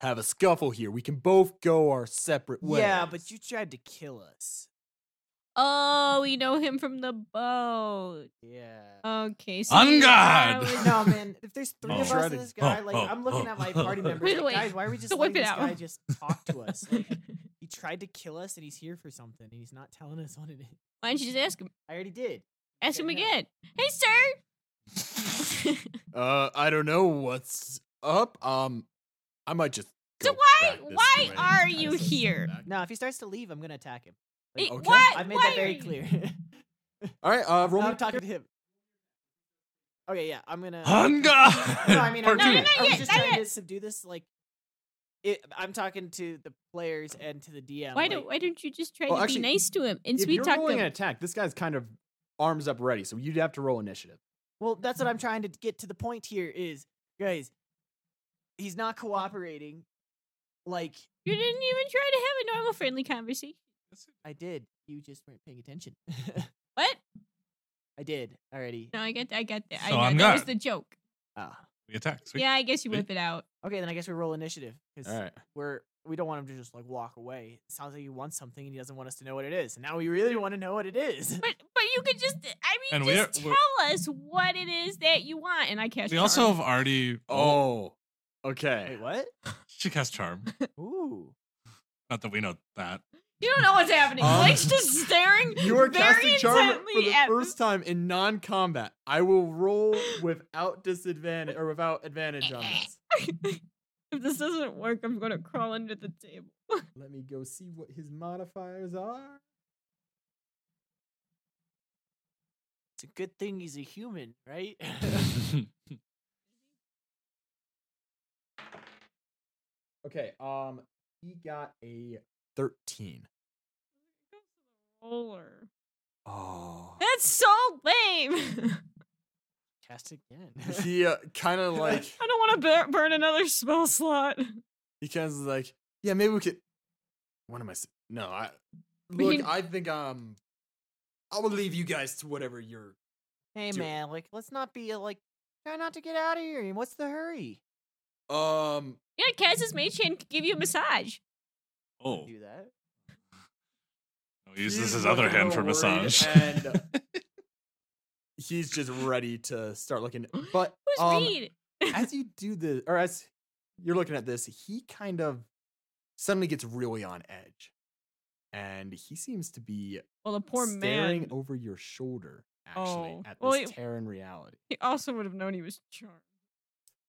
Speaker 1: have a scuffle here. We can both go our separate ways.
Speaker 2: Yeah, but you tried to kill us.
Speaker 3: Oh, we know him from the boat.
Speaker 2: Yeah.
Speaker 3: Okay. So you- Oh, I
Speaker 4: Ungod!
Speaker 3: was-
Speaker 2: No, man. If there's three
Speaker 4: Oh.
Speaker 2: of
Speaker 1: Try
Speaker 2: us
Speaker 1: to-
Speaker 2: and this guy,
Speaker 4: oh,
Speaker 2: like
Speaker 4: oh,
Speaker 2: I'm looking
Speaker 4: oh,
Speaker 2: at my party
Speaker 4: oh.
Speaker 2: members, like,
Speaker 3: Wait,
Speaker 2: guys, why are we just
Speaker 3: whip
Speaker 2: letting
Speaker 3: it
Speaker 2: this
Speaker 3: out.
Speaker 2: guy just talk to us? Like, he tried to kill us, and he's here for something, and he's not telling us what it is.
Speaker 3: Why don't you just ask him?
Speaker 2: I already did.
Speaker 3: Ask him
Speaker 2: Okay, no.
Speaker 3: again. Hey, sir.
Speaker 1: uh, I don't know what's up. Um, I might just.
Speaker 3: So
Speaker 1: go
Speaker 3: why-
Speaker 1: back this
Speaker 3: why
Speaker 1: way.
Speaker 3: are
Speaker 1: Kinda
Speaker 3: you
Speaker 1: starts to
Speaker 3: here?
Speaker 1: back.
Speaker 2: No, if he starts to leave, I'm gonna attack him.
Speaker 3: Hey,
Speaker 1: Okay.
Speaker 3: What?
Speaker 2: I've made
Speaker 3: Why
Speaker 2: that
Speaker 3: are
Speaker 2: very
Speaker 3: you-
Speaker 2: clear.
Speaker 1: All right. Uh, roll
Speaker 2: Now
Speaker 1: me.
Speaker 2: I'm talking to him. Okay, yeah, I'm gonna.
Speaker 4: Hunger.
Speaker 2: No, I mean, I'm,
Speaker 4: Part
Speaker 3: No,
Speaker 4: two.
Speaker 3: no, no,
Speaker 2: I'm
Speaker 3: yeah,
Speaker 2: just
Speaker 3: that
Speaker 2: trying to
Speaker 3: it.
Speaker 2: subdue this. Like, it, I'm talking to the players and to the DM.
Speaker 3: Why
Speaker 2: like,
Speaker 3: don't Why don't you just try
Speaker 1: Well,
Speaker 3: to
Speaker 1: actually,
Speaker 3: be nice to him and
Speaker 1: If
Speaker 3: sweet
Speaker 1: you're
Speaker 3: talk
Speaker 1: rolling an
Speaker 3: him?
Speaker 1: attack, this guy's kind of arms up ready, so you'd have to roll initiative.
Speaker 2: Well, that's what I'm trying to get to the point here is, guys, he's not cooperating. Like
Speaker 3: You didn't even try to have a normal, friendly conversation.
Speaker 2: I did. You just weren't paying attention.
Speaker 3: What?
Speaker 2: I did already.
Speaker 3: No, I got, I got that. I
Speaker 4: So
Speaker 3: know
Speaker 4: I'm
Speaker 3: that was
Speaker 4: not.
Speaker 3: the joke.
Speaker 2: Ah.
Speaker 4: We attack. Sweet.
Speaker 3: Yeah, I guess you
Speaker 4: Sweet.
Speaker 3: whip it out.
Speaker 2: Okay, then I guess we roll initiative because
Speaker 1: All right.
Speaker 2: we're we don't want him to just like walk away. It sounds like he wants something and he doesn't want us to know what it is. And now we really want to know what it is.
Speaker 3: But but you could just, I
Speaker 4: And
Speaker 3: mean,
Speaker 4: we
Speaker 3: just
Speaker 4: are-
Speaker 3: tell
Speaker 4: we're-
Speaker 3: us what it is that you want, and I cast.
Speaker 4: We also
Speaker 3: charm.
Speaker 4: have already.
Speaker 1: Oh. Okay.
Speaker 2: Wait, what?
Speaker 4: she cast charm.
Speaker 2: Ooh.
Speaker 4: Not that we know that.
Speaker 3: You don't know what's happening.
Speaker 1: Um,
Speaker 3: Blake's just staring
Speaker 1: You are
Speaker 3: very
Speaker 1: casting charm for
Speaker 3: intently
Speaker 1: the
Speaker 3: at
Speaker 1: first time in non-combat. I will roll without disadvantage or without advantage on this.
Speaker 3: if this doesn't work, I'm gonna crawl under the table.
Speaker 1: Let me go see what his modifiers are.
Speaker 2: It's a good thing he's a human, right?
Speaker 1: Okay, um, he got a thirteen.
Speaker 3: Roller.
Speaker 1: Oh.
Speaker 3: That's so lame.
Speaker 2: Cast again.
Speaker 1: He uh, kind of like
Speaker 3: I don't want to bur- burn another spell slot.
Speaker 1: he kind of like yeah maybe we could. What am I? s- No, I
Speaker 3: We
Speaker 1: look.
Speaker 3: can-
Speaker 1: I think um, I will leave you guys to whatever you're.
Speaker 2: hey
Speaker 1: Do-
Speaker 2: man, like let's not be uh, like try not to get out of here. What's the hurry?
Speaker 1: Um,
Speaker 3: Yeah, Kaz's mage hand could give you a massage.
Speaker 4: oh,
Speaker 2: Do that.
Speaker 4: I'll use this
Speaker 1: He's
Speaker 4: his other
Speaker 1: looking
Speaker 4: hand for
Speaker 1: real worried,
Speaker 4: massage.
Speaker 1: And he's just ready to start looking. But
Speaker 3: Who's
Speaker 1: um,
Speaker 3: Reed?
Speaker 1: as you do this, or as you're looking at this, he kind of suddenly gets really on edge, and he seems to be
Speaker 3: Well, the poor
Speaker 1: staring
Speaker 3: man.
Speaker 1: over your shoulder. Actually,
Speaker 3: Oh.
Speaker 1: at this
Speaker 3: Well, he-
Speaker 1: Terran reality.
Speaker 3: He also would have known he was charmed.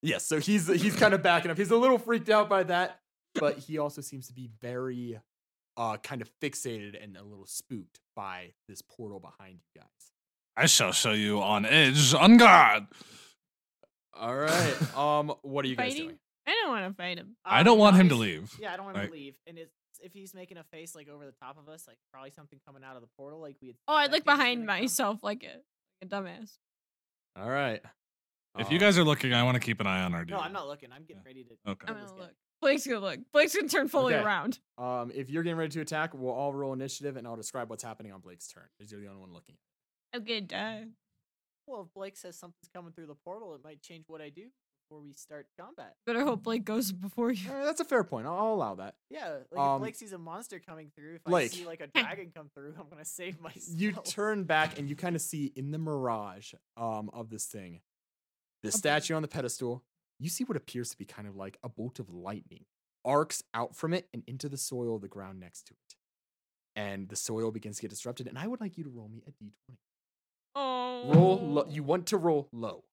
Speaker 1: Yes, so he's he's kind of backing up. He's a little freaked out by that, but he also seems to be very uh kind of fixated and a little spooked by this portal behind you guys.
Speaker 4: I shall show you on edge, on guard.
Speaker 1: All right. Um, what are you guys
Speaker 3: Fighting?
Speaker 1: doing?
Speaker 3: I don't want to fight him.
Speaker 4: I
Speaker 2: Um,
Speaker 4: don't want him to
Speaker 2: obviously-
Speaker 4: leave.
Speaker 2: Yeah, I don't want him
Speaker 4: Like-
Speaker 2: to leave. And it's, if he's making a face like over the top of us, like probably something coming out of the portal, like we. Had
Speaker 3: Oh, I look
Speaker 2: suspected was
Speaker 3: behind
Speaker 2: gonna come.
Speaker 3: myself like a, like a dumbass.
Speaker 1: All right. um,
Speaker 4: If you guys are looking, I want to keep an eye on our dude.
Speaker 2: No, I'm not looking. I'm getting
Speaker 4: Yeah.
Speaker 2: ready to.
Speaker 4: Okay.
Speaker 2: kill
Speaker 3: I'm
Speaker 2: this
Speaker 3: gonna
Speaker 2: guy.
Speaker 3: look. Blake's gonna look. Blake's gonna turn fully
Speaker 1: Okay.
Speaker 3: around.
Speaker 1: um, if you're getting ready to attack, we'll all roll initiative, and I'll describe what's happening on Blake's turn because you're the only one looking.
Speaker 3: I'm gonna die.
Speaker 2: Well, if Blake says something's coming through the portal, it might change what I do before we start combat.
Speaker 3: Better hope Blake goes before you.
Speaker 1: All right, that's a fair point. I'll, I'll allow that.
Speaker 2: Yeah, like
Speaker 1: Um,
Speaker 2: if Blake sees a monster coming through, if I see like a
Speaker 3: Blake.
Speaker 2: dragon come through, I'm gonna save myself.
Speaker 1: You turn back, and you kind of see in the mirage um of this thing, the statue on the pedestal. You see what appears to be kind of like a bolt of lightning arcs out from it and into the soil of the ground next to it, and the soil begins to get disrupted. And I would like you to roll me a d20.
Speaker 3: Oh.
Speaker 1: Roll. Lo- you want to roll low.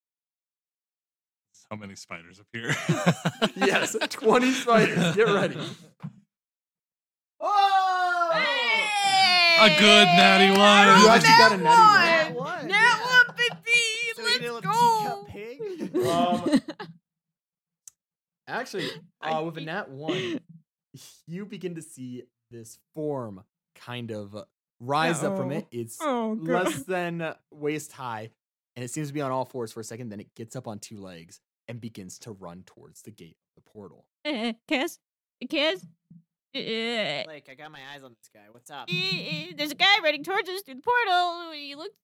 Speaker 4: How many spiders appear?
Speaker 1: Yes, 20 spiders. Get ready.
Speaker 2: Oh!
Speaker 4: A good natty one. You
Speaker 1: actually got a natty
Speaker 2: one. Nat one,
Speaker 3: Nat
Speaker 2: yeah.
Speaker 3: one, baby.
Speaker 2: So you
Speaker 3: Let's
Speaker 2: did a little
Speaker 3: go.
Speaker 2: teacup pig?
Speaker 1: Um, Actually,
Speaker 3: I
Speaker 1: uh, with a
Speaker 3: hate-
Speaker 1: nat one, you begin to see this form kind of rise up from
Speaker 3: Uh-oh.
Speaker 1: it. It's
Speaker 3: oh god.
Speaker 1: less than waist high, and it seems to be on all fours for a second. Then it gets up on two legs and begins to run towards the gate of the portal.
Speaker 3: Eh, Cass, Cass. Eh,
Speaker 2: Blake, I got my eyes on this guy. What's up?
Speaker 3: eh, eh, There's a guy running towards us through the portal. He looked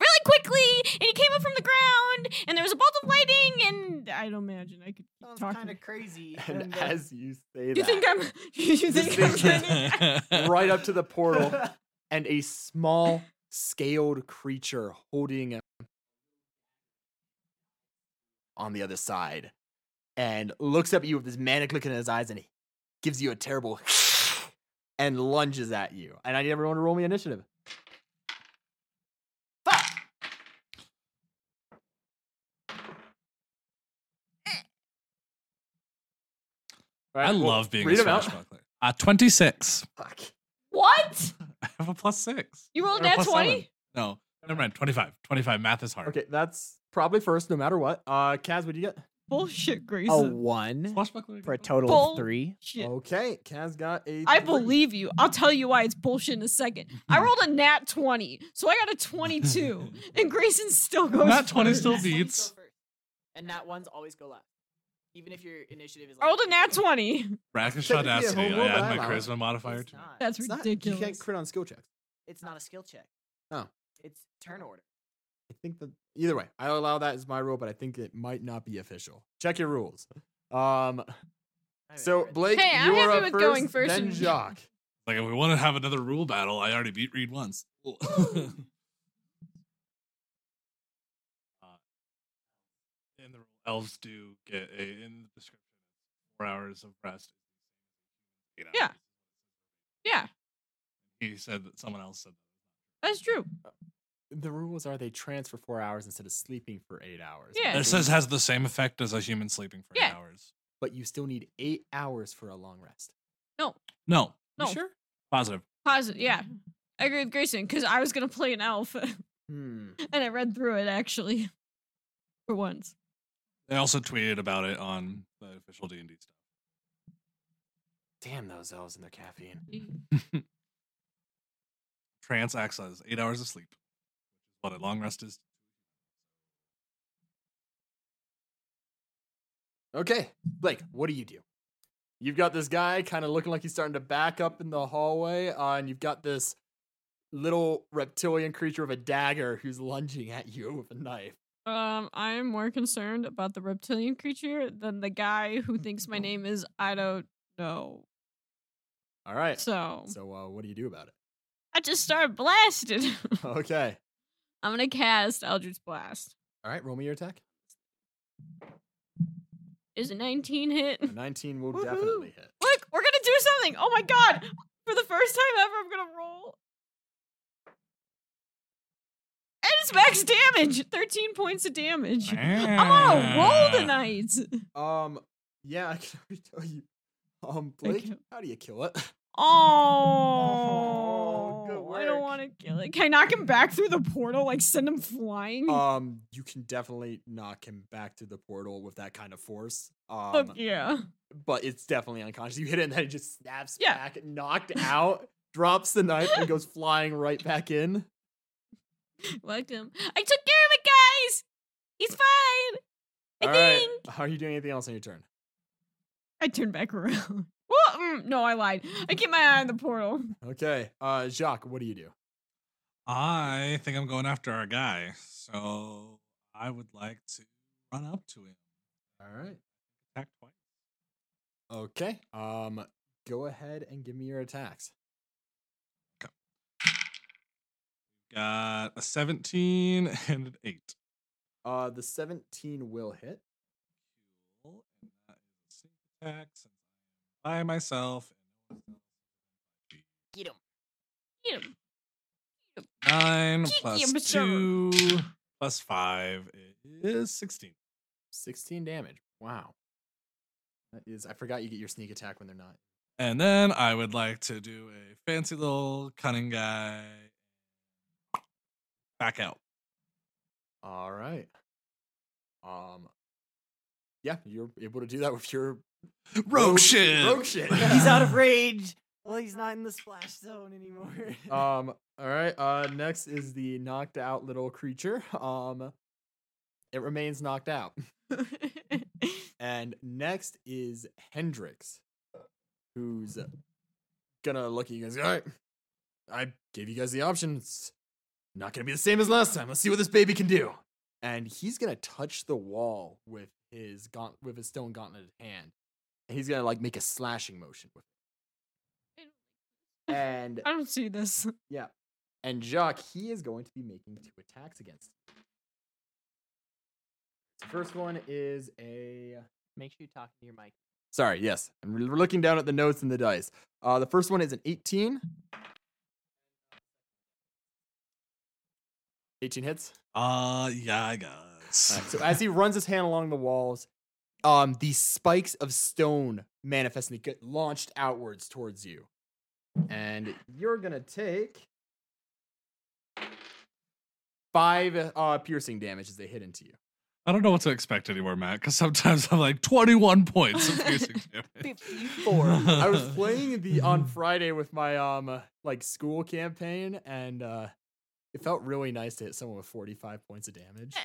Speaker 3: really quickly, and he came up from the ground, and there was a bolt of lightning, and I don't imagine I could keep
Speaker 2: Sounds
Speaker 3: talking.
Speaker 2: kind of crazy.
Speaker 1: And
Speaker 2: and, uh,
Speaker 1: as you say
Speaker 3: You think
Speaker 1: that,
Speaker 3: I'm? You think I'm?
Speaker 1: thing-
Speaker 3: running?
Speaker 1: right up to the portal, and a small scaled creature holding a- on the other side and looks up at you with this manic look in his eyes and he gives you a terrible and lunges at you. And I need everyone to roll me initiative. Fuck!
Speaker 4: I love being a
Speaker 1: read 'em out.
Speaker 4: swashbuckler. Uh, 26.
Speaker 1: Fuck.
Speaker 3: What?
Speaker 4: I have a plus six.
Speaker 3: You rolled
Speaker 4: Or a
Speaker 3: nat
Speaker 4: plus seven.
Speaker 3: twenty?
Speaker 4: No, never mind. 25. 25. Math is hard.
Speaker 1: Okay, that's probably first, no matter what. Uh, Kaz, what do you get?
Speaker 3: Bullshit,
Speaker 2: a
Speaker 3: Grayson.
Speaker 2: one
Speaker 4: Swashbuckler.
Speaker 2: for a total
Speaker 3: Bull-
Speaker 2: of three.
Speaker 3: Shit.
Speaker 1: Okay, Kaz got a.
Speaker 3: I
Speaker 1: three.
Speaker 3: believe you. I'll tell you why it's bullshit in a second.
Speaker 4: Hmm.
Speaker 3: I rolled a nat 20, so I got a 22, and Grayson still goes.
Speaker 4: Nat 20 still
Speaker 2: Nat ones go
Speaker 4: beats.
Speaker 2: first, And nat ones always go last, even if your initiative is.
Speaker 3: I
Speaker 2: Like
Speaker 3: rolled a nat 20.
Speaker 4: Brackish
Speaker 1: Technically a
Speaker 4: audacity.
Speaker 1: home
Speaker 4: I
Speaker 1: roll, but
Speaker 4: add
Speaker 1: I'm
Speaker 4: my
Speaker 1: out.
Speaker 4: charisma modifier
Speaker 2: It's
Speaker 4: to
Speaker 2: not.
Speaker 3: That's
Speaker 1: It's not-
Speaker 3: ridiculous.
Speaker 1: you can't crit on skill checks.
Speaker 2: It's not a skill check.
Speaker 1: Oh.
Speaker 2: It's turn order.
Speaker 1: I think that either way, I allow that as my rule, but I think it might not be official. Check your rules. Um,
Speaker 2: I haven't
Speaker 1: so
Speaker 2: read
Speaker 1: Blake,
Speaker 3: Hey, I'm
Speaker 1: you are
Speaker 3: happy
Speaker 1: up
Speaker 3: with
Speaker 1: first,
Speaker 3: going first
Speaker 1: then
Speaker 3: and-
Speaker 1: Jacques.
Speaker 4: Like, if we want to have another rule battle, I already beat Reed once. Cool. Uh, and the elves do get a, in the description four hours of rest. Eight
Speaker 3: Yeah.
Speaker 4: hours.
Speaker 3: Yeah,
Speaker 4: He said that someone else said
Speaker 3: that's true.
Speaker 1: The rules are they trance for four hours instead of sleeping for eight hours.
Speaker 3: Yeah.
Speaker 4: that. It says has the same effect as a human sleeping for eight
Speaker 3: Yeah.
Speaker 4: hours.
Speaker 1: but you still need eight hours for a long rest.
Speaker 4: No,
Speaker 3: No,
Speaker 1: You sure?
Speaker 4: positive.
Speaker 3: positive. Yeah,
Speaker 1: Mm.
Speaker 3: I agree with Grayson because I was gonna play an elf
Speaker 1: Hmm.
Speaker 3: and I read through it actually for once.
Speaker 4: They also tweeted about it on the official D and D stuff.
Speaker 1: Damn those elves and their caffeine.
Speaker 4: Trance acts as eight hours of sleep, which is what a long rest is.
Speaker 1: Okay, Blake, what do you do? You've got this guy kind of looking like he's starting to back up in the hallway, uh, and you've got this little reptilian creature with a dagger who's lunging at you with a knife.
Speaker 3: Um, I'm more concerned about the reptilian creature than the guy who thinks my name is I don't know.
Speaker 1: All right. So,
Speaker 3: So
Speaker 1: uh, what do you do about it?
Speaker 3: I just started blasting.
Speaker 1: Okay.
Speaker 3: I'm gonna cast Eldritch Blast.
Speaker 1: All right, roll me your attack.
Speaker 3: Is a 19 hit?
Speaker 1: A 19 will definitely hit.
Speaker 3: Look, we're gonna do something. Oh my god! For the first time ever, I'm gonna roll. And it's max damage. 13 points of damage. I'm on a roll tonight.
Speaker 1: Um, yeah, I can already tell you. Um, Blake,
Speaker 3: you.
Speaker 1: how do you kill it?
Speaker 3: Oh,
Speaker 1: good
Speaker 3: I don't
Speaker 1: work.
Speaker 3: want to kill it. Can I knock him back through the portal? Like send him flying?
Speaker 1: Um, you can definitely knock him back to the portal with that kind of force. Um,
Speaker 3: Fuck yeah.
Speaker 1: but it's definitely unconscious. You hit it and then it just snaps
Speaker 3: Yeah.
Speaker 1: back, knocked out, drops the knife, and goes flying right back in.
Speaker 3: Welcome. I took care of it, guys. He's fine. I
Speaker 1: All right.
Speaker 3: think.
Speaker 1: Are you doing anything else on your turn?
Speaker 3: I turned back around. Well, mm, no, I lied. I keep my eye on the portal.
Speaker 1: Okay. Uh Jacques, what do you do?
Speaker 4: I think I'm going after our guy, so I would like to run up to him,
Speaker 1: All right.
Speaker 4: attack twice.
Speaker 1: Okay. Um go ahead and give me your attacks.
Speaker 4: Got a 17 and an eight.
Speaker 1: Uh the 17 will hit.
Speaker 4: roll, and that is a sneak attack since I'm by myself.
Speaker 3: Get him. Get him.
Speaker 4: Nine
Speaker 3: Kick
Speaker 4: plus
Speaker 3: him, sir.
Speaker 4: two plus five is sixteen.
Speaker 1: 16 damage. Wow. That is I forgot you get your sneak attack when they're not.
Speaker 4: And then I would like to do a fancy little cunning guy back out.
Speaker 1: All right. Um yeah, you're able to do that with your
Speaker 4: Rogue shit.
Speaker 1: Rogue shit.
Speaker 2: He's out
Speaker 1: yeah.
Speaker 2: of rage. Well, he's not in the splash zone anymore.
Speaker 1: Um. All right. Uh. Next is the knocked out little creature. Um. It remains knocked out. And next is Hendrix, who's gonna look at you guys. All right. I gave you guys the option. It's not gonna be the same as last time. Let's see what this baby can do. And he's gonna touch the wall with his gaunt with his stone gauntlet in hand. And he's gonna like make a slashing motion with it. And
Speaker 3: I don't see this.
Speaker 1: yeah. And Jacques, he is going to be making two attacks against. you. The first one is a.
Speaker 2: Make sure you talk to your mic.
Speaker 1: Sorry, yes. I'm re- looking down at the notes and the dice. Uh, the first one is an 18. 18 hits.
Speaker 4: Uh yeah, I guess.
Speaker 1: All right, so as he runs his hand along the walls, um, these spikes of stone manifest and they get launched outwards towards you. And you're gonna take five uh, piercing damage as they hit into you.
Speaker 4: I don't know what to expect anymore, Matt, because sometimes I'm like 21 points of piercing damage.
Speaker 2: 54.
Speaker 1: I was playing the on Friday with my um like school campaign, and uh, it felt really nice to hit someone with 45 points of damage.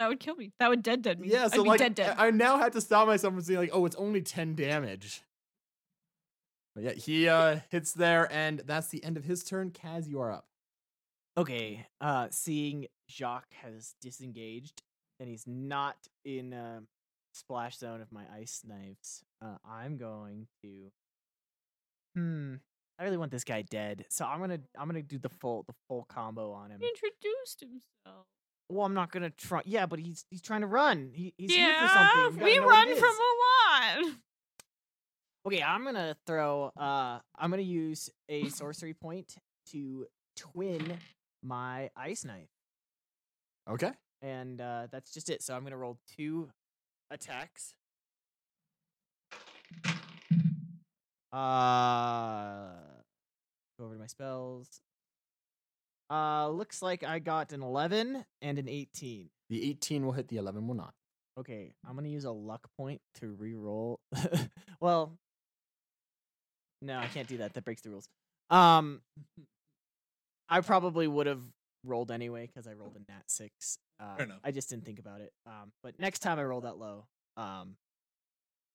Speaker 3: That would kill me. That would dead dead me.
Speaker 1: Yeah, so
Speaker 3: I'd be
Speaker 1: like
Speaker 3: dead dead.
Speaker 1: I I now had to stop myself from saying like, oh, it's only ten damage. But yeah, he uh hits there, and that's the end of his turn. Kaz, you are up.
Speaker 2: Okay, uh, seeing Jacques has disengaged and he's not in uh, splash zone of my ice knives, uh, I'm going to. Hmm, I really want this guy dead, so I'm gonna I'm gonna do the full the full combo on him.
Speaker 6: He introduced himself.
Speaker 2: Well, I'm not gonna try. Yeah, but he's he's trying to run. He, he's here for
Speaker 3: yeah,
Speaker 2: something. You gotta
Speaker 3: we
Speaker 2: know what it
Speaker 3: run
Speaker 2: is.
Speaker 3: from a lot.
Speaker 2: Okay, I'm gonna throw. Uh, I'm gonna use a sorcery point to twin my ice knife,
Speaker 1: Okay.
Speaker 2: and uh, that's just it. So I'm gonna roll two attacks. Uh, go over to my spells. Uh, looks like I got an 11 and an 18.
Speaker 1: The 18 will hit, the 11 will not.
Speaker 2: Okay, I'm gonna use a luck point to re-roll. well, no, I can't do that. That breaks the rules. Um, I probably would have rolled anyway because I rolled a nat six. Uh,
Speaker 4: enough.
Speaker 2: I just didn't think about it. Um, but next time I roll that low, um,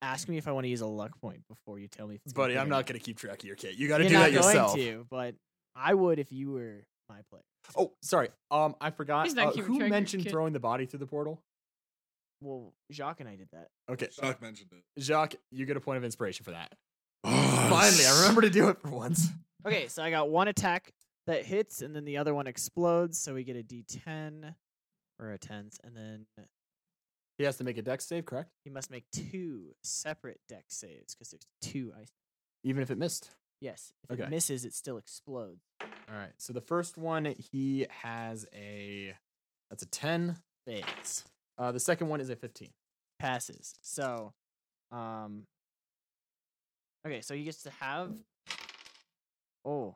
Speaker 2: ask me if I want to use a luck point before you tell me. If it's gonna
Speaker 1: Buddy,
Speaker 2: hit
Speaker 1: I'm
Speaker 2: or
Speaker 1: not going to keep track of your kit. You got to
Speaker 2: You're
Speaker 1: do that
Speaker 2: not
Speaker 1: yourself.
Speaker 2: going to, but I would if you were my player.
Speaker 1: Oh, sorry. Um, I forgot.
Speaker 3: He's not
Speaker 1: uh,
Speaker 3: keeping
Speaker 1: who
Speaker 3: track of your
Speaker 1: mentioned
Speaker 3: kit.
Speaker 1: throwing the body through the portal?
Speaker 2: Well, Jacques and I did that.
Speaker 1: Okay. uh,
Speaker 4: Shock mentioned it.
Speaker 1: Jacques, you get a point of inspiration for that.
Speaker 4: Oh,
Speaker 1: Finally, I remember to do it for once.
Speaker 2: Okay, so I got one attack that hits, and then the other one explodes, so we get a D10 or a tens, and then
Speaker 1: He has to make a dex save, correct?
Speaker 2: he must make two separate deck saves because there's two ice.
Speaker 1: Even if it missed.
Speaker 2: Yes, if
Speaker 1: Okay.
Speaker 2: it misses, it still explodes.
Speaker 1: All right. So the first one, he has a that's a 10.
Speaker 2: Fails,
Speaker 1: Uh, the second one is a 15.
Speaker 2: passes. So, um, okay, so he gets to have. Oh,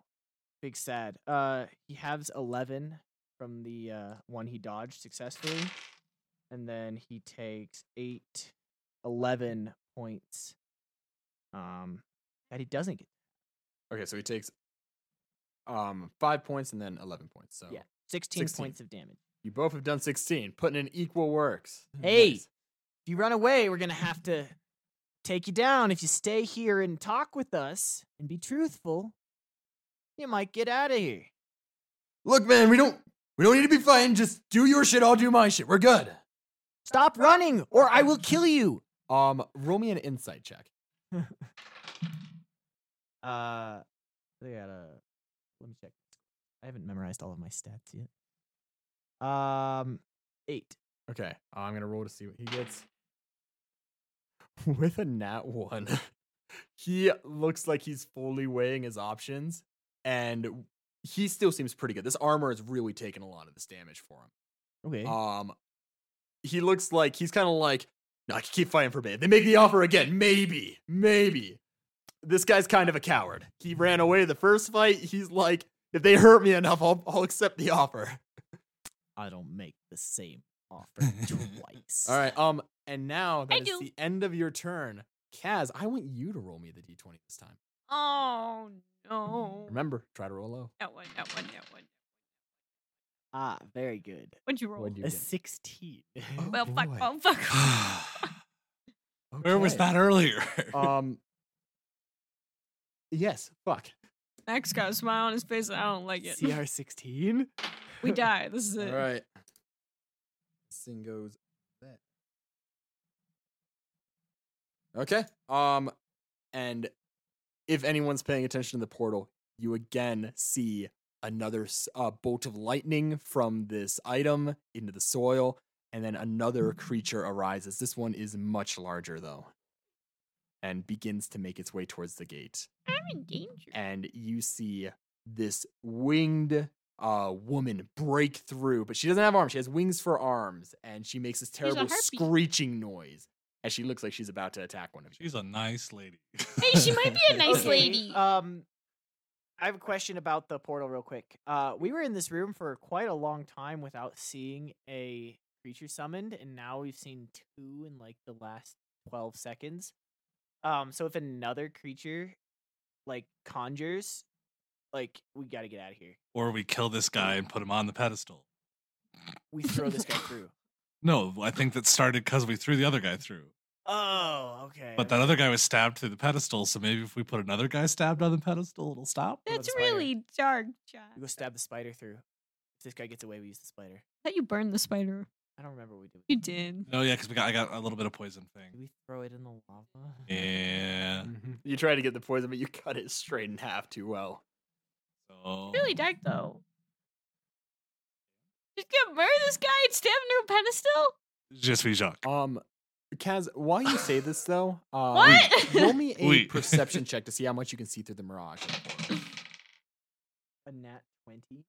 Speaker 2: big sad. Uh, he has eleven from the uh one he dodged successfully, and then he takes eight, eleven points. Um, that he doesn't get
Speaker 1: Okay, so he takes um 5 points and then 11 points. So
Speaker 2: Yeah. 16,
Speaker 1: 16.
Speaker 2: points of damage.
Speaker 1: you both have done 16, putting in equal works.
Speaker 2: Hey!
Speaker 1: Nice.
Speaker 2: If you run away, we're gonna have to take you down. If you stay here and talk with us and be truthful, you might get out of here.
Speaker 1: Look, man, we don't we don't need to be fighting. Just do your shit, I'll do my shit. We're good.
Speaker 2: Stop running, or I will kill you.
Speaker 1: Um, roll me an insight check.
Speaker 2: Uh, they got a. Let me check. I haven't memorized all of my stats yet. Um, eight.
Speaker 1: Okay, I'm gonna roll to see what he gets. With a nat one, he looks like he's fully weighing his options, and he still seems pretty good. This armor is really taking a lot of this damage for him.
Speaker 2: Okay.
Speaker 1: Um, he looks like he's kind of like, no, I can keep fighting for me. They make the offer again, maybe, maybe. This guy's kind of a coward. He ran away the first fight. He's like, if they hurt me enough, I'll, I'll accept the offer.
Speaker 2: I don't make the same offer twice.
Speaker 1: All right. Um, and now
Speaker 6: I
Speaker 1: that is
Speaker 6: do.
Speaker 1: the end of your turn, Kaz. I want you to roll me the d20 this time.
Speaker 6: Oh no.
Speaker 1: Remember, try to roll low.
Speaker 6: That one, that one, that one.
Speaker 2: Ah, very good.
Speaker 6: What'd you roll?
Speaker 1: What'd you
Speaker 2: A
Speaker 1: get?
Speaker 2: sixteen.
Speaker 1: Oh,
Speaker 6: well, fuck,
Speaker 1: boy.
Speaker 6: well, fuck.
Speaker 4: Where was
Speaker 1: Okay.
Speaker 4: that earlier?
Speaker 1: Um. Yes. Fuck.
Speaker 3: Max got a smile on his face. and I don't like it.
Speaker 2: CR sixteen.
Speaker 3: We die. This is it.
Speaker 1: All right. This thing goes that. Okay. Um, and if anyone's paying attention to the portal, you again see another s- uh, bolt of lightning from this item into the soil, and then another creature arises. This one is much larger though, and begins to make its way towards the gate
Speaker 6: I'm in danger.
Speaker 1: and you see this winged uh woman break through but she doesn't have arms she has wings for arms and she makes this
Speaker 6: a
Speaker 1: terrible
Speaker 6: harpy.
Speaker 1: screeching noise as she looks like she's about to attack one of you
Speaker 4: She's a nice lady.
Speaker 6: Hey, she might be a nice
Speaker 2: Okay,
Speaker 6: lady.
Speaker 2: Um, I have a question about the portal, real quick. Uh, we were in this room for quite a long time without seeing a creature summoned, and now we've seen two in like the last twelve seconds. Um, so if another creature like conjures, like we got to get out of here.
Speaker 4: or we kill this guy and put him on the pedestal.
Speaker 2: We throw this guy through.
Speaker 4: No, I think that started because we threw the other guy through.
Speaker 2: Oh, okay.
Speaker 4: But that other guy was stabbed through the pedestal, so maybe if we put another guy stabbed on the pedestal, it'll stop.
Speaker 2: about
Speaker 6: That's
Speaker 2: the spider?
Speaker 6: really dark, John.
Speaker 2: we go stab the spider through. If this guy gets away, we use the spider.
Speaker 3: I thought you burned the spider.
Speaker 2: I don't remember what we did. with
Speaker 3: You
Speaker 2: it.
Speaker 3: did.
Speaker 4: Oh yeah, because we got I got a little bit of poison
Speaker 2: Did
Speaker 4: thing.
Speaker 2: we throw it in the lava?
Speaker 4: Yeah.
Speaker 6: Mm-hmm.
Speaker 1: you try to get the poison but you cut it straight in half too well
Speaker 4: So
Speaker 6: Really dark though. Just gonna murder this guy and stab him to a pedestal?
Speaker 4: just be Jacques.
Speaker 1: um Kaz, while you say this though, uh,
Speaker 3: What?
Speaker 1: roll me a
Speaker 4: Oui.
Speaker 1: perception check to see how much you can see through the mirage.
Speaker 2: A nat twenty.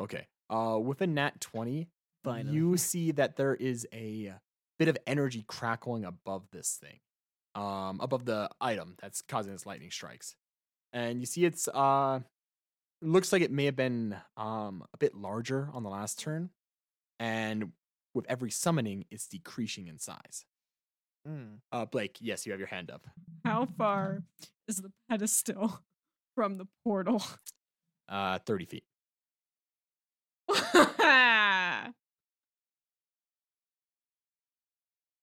Speaker 1: Okay. Uh, with a nat 20,
Speaker 2: Finally.
Speaker 1: you see that there is a uh, bit of energy crackling above this thing, um, above the item that's causing its lightning strikes. And you see it's, uh, looks like it may have been um, a bit larger on the last turn. And with every summoning, it's decreasing in size.
Speaker 2: Mm.
Speaker 1: Uh, Blake, yes, you have your hand up.
Speaker 3: How far is the pedestal from the portal?
Speaker 1: Uh, 30 feet.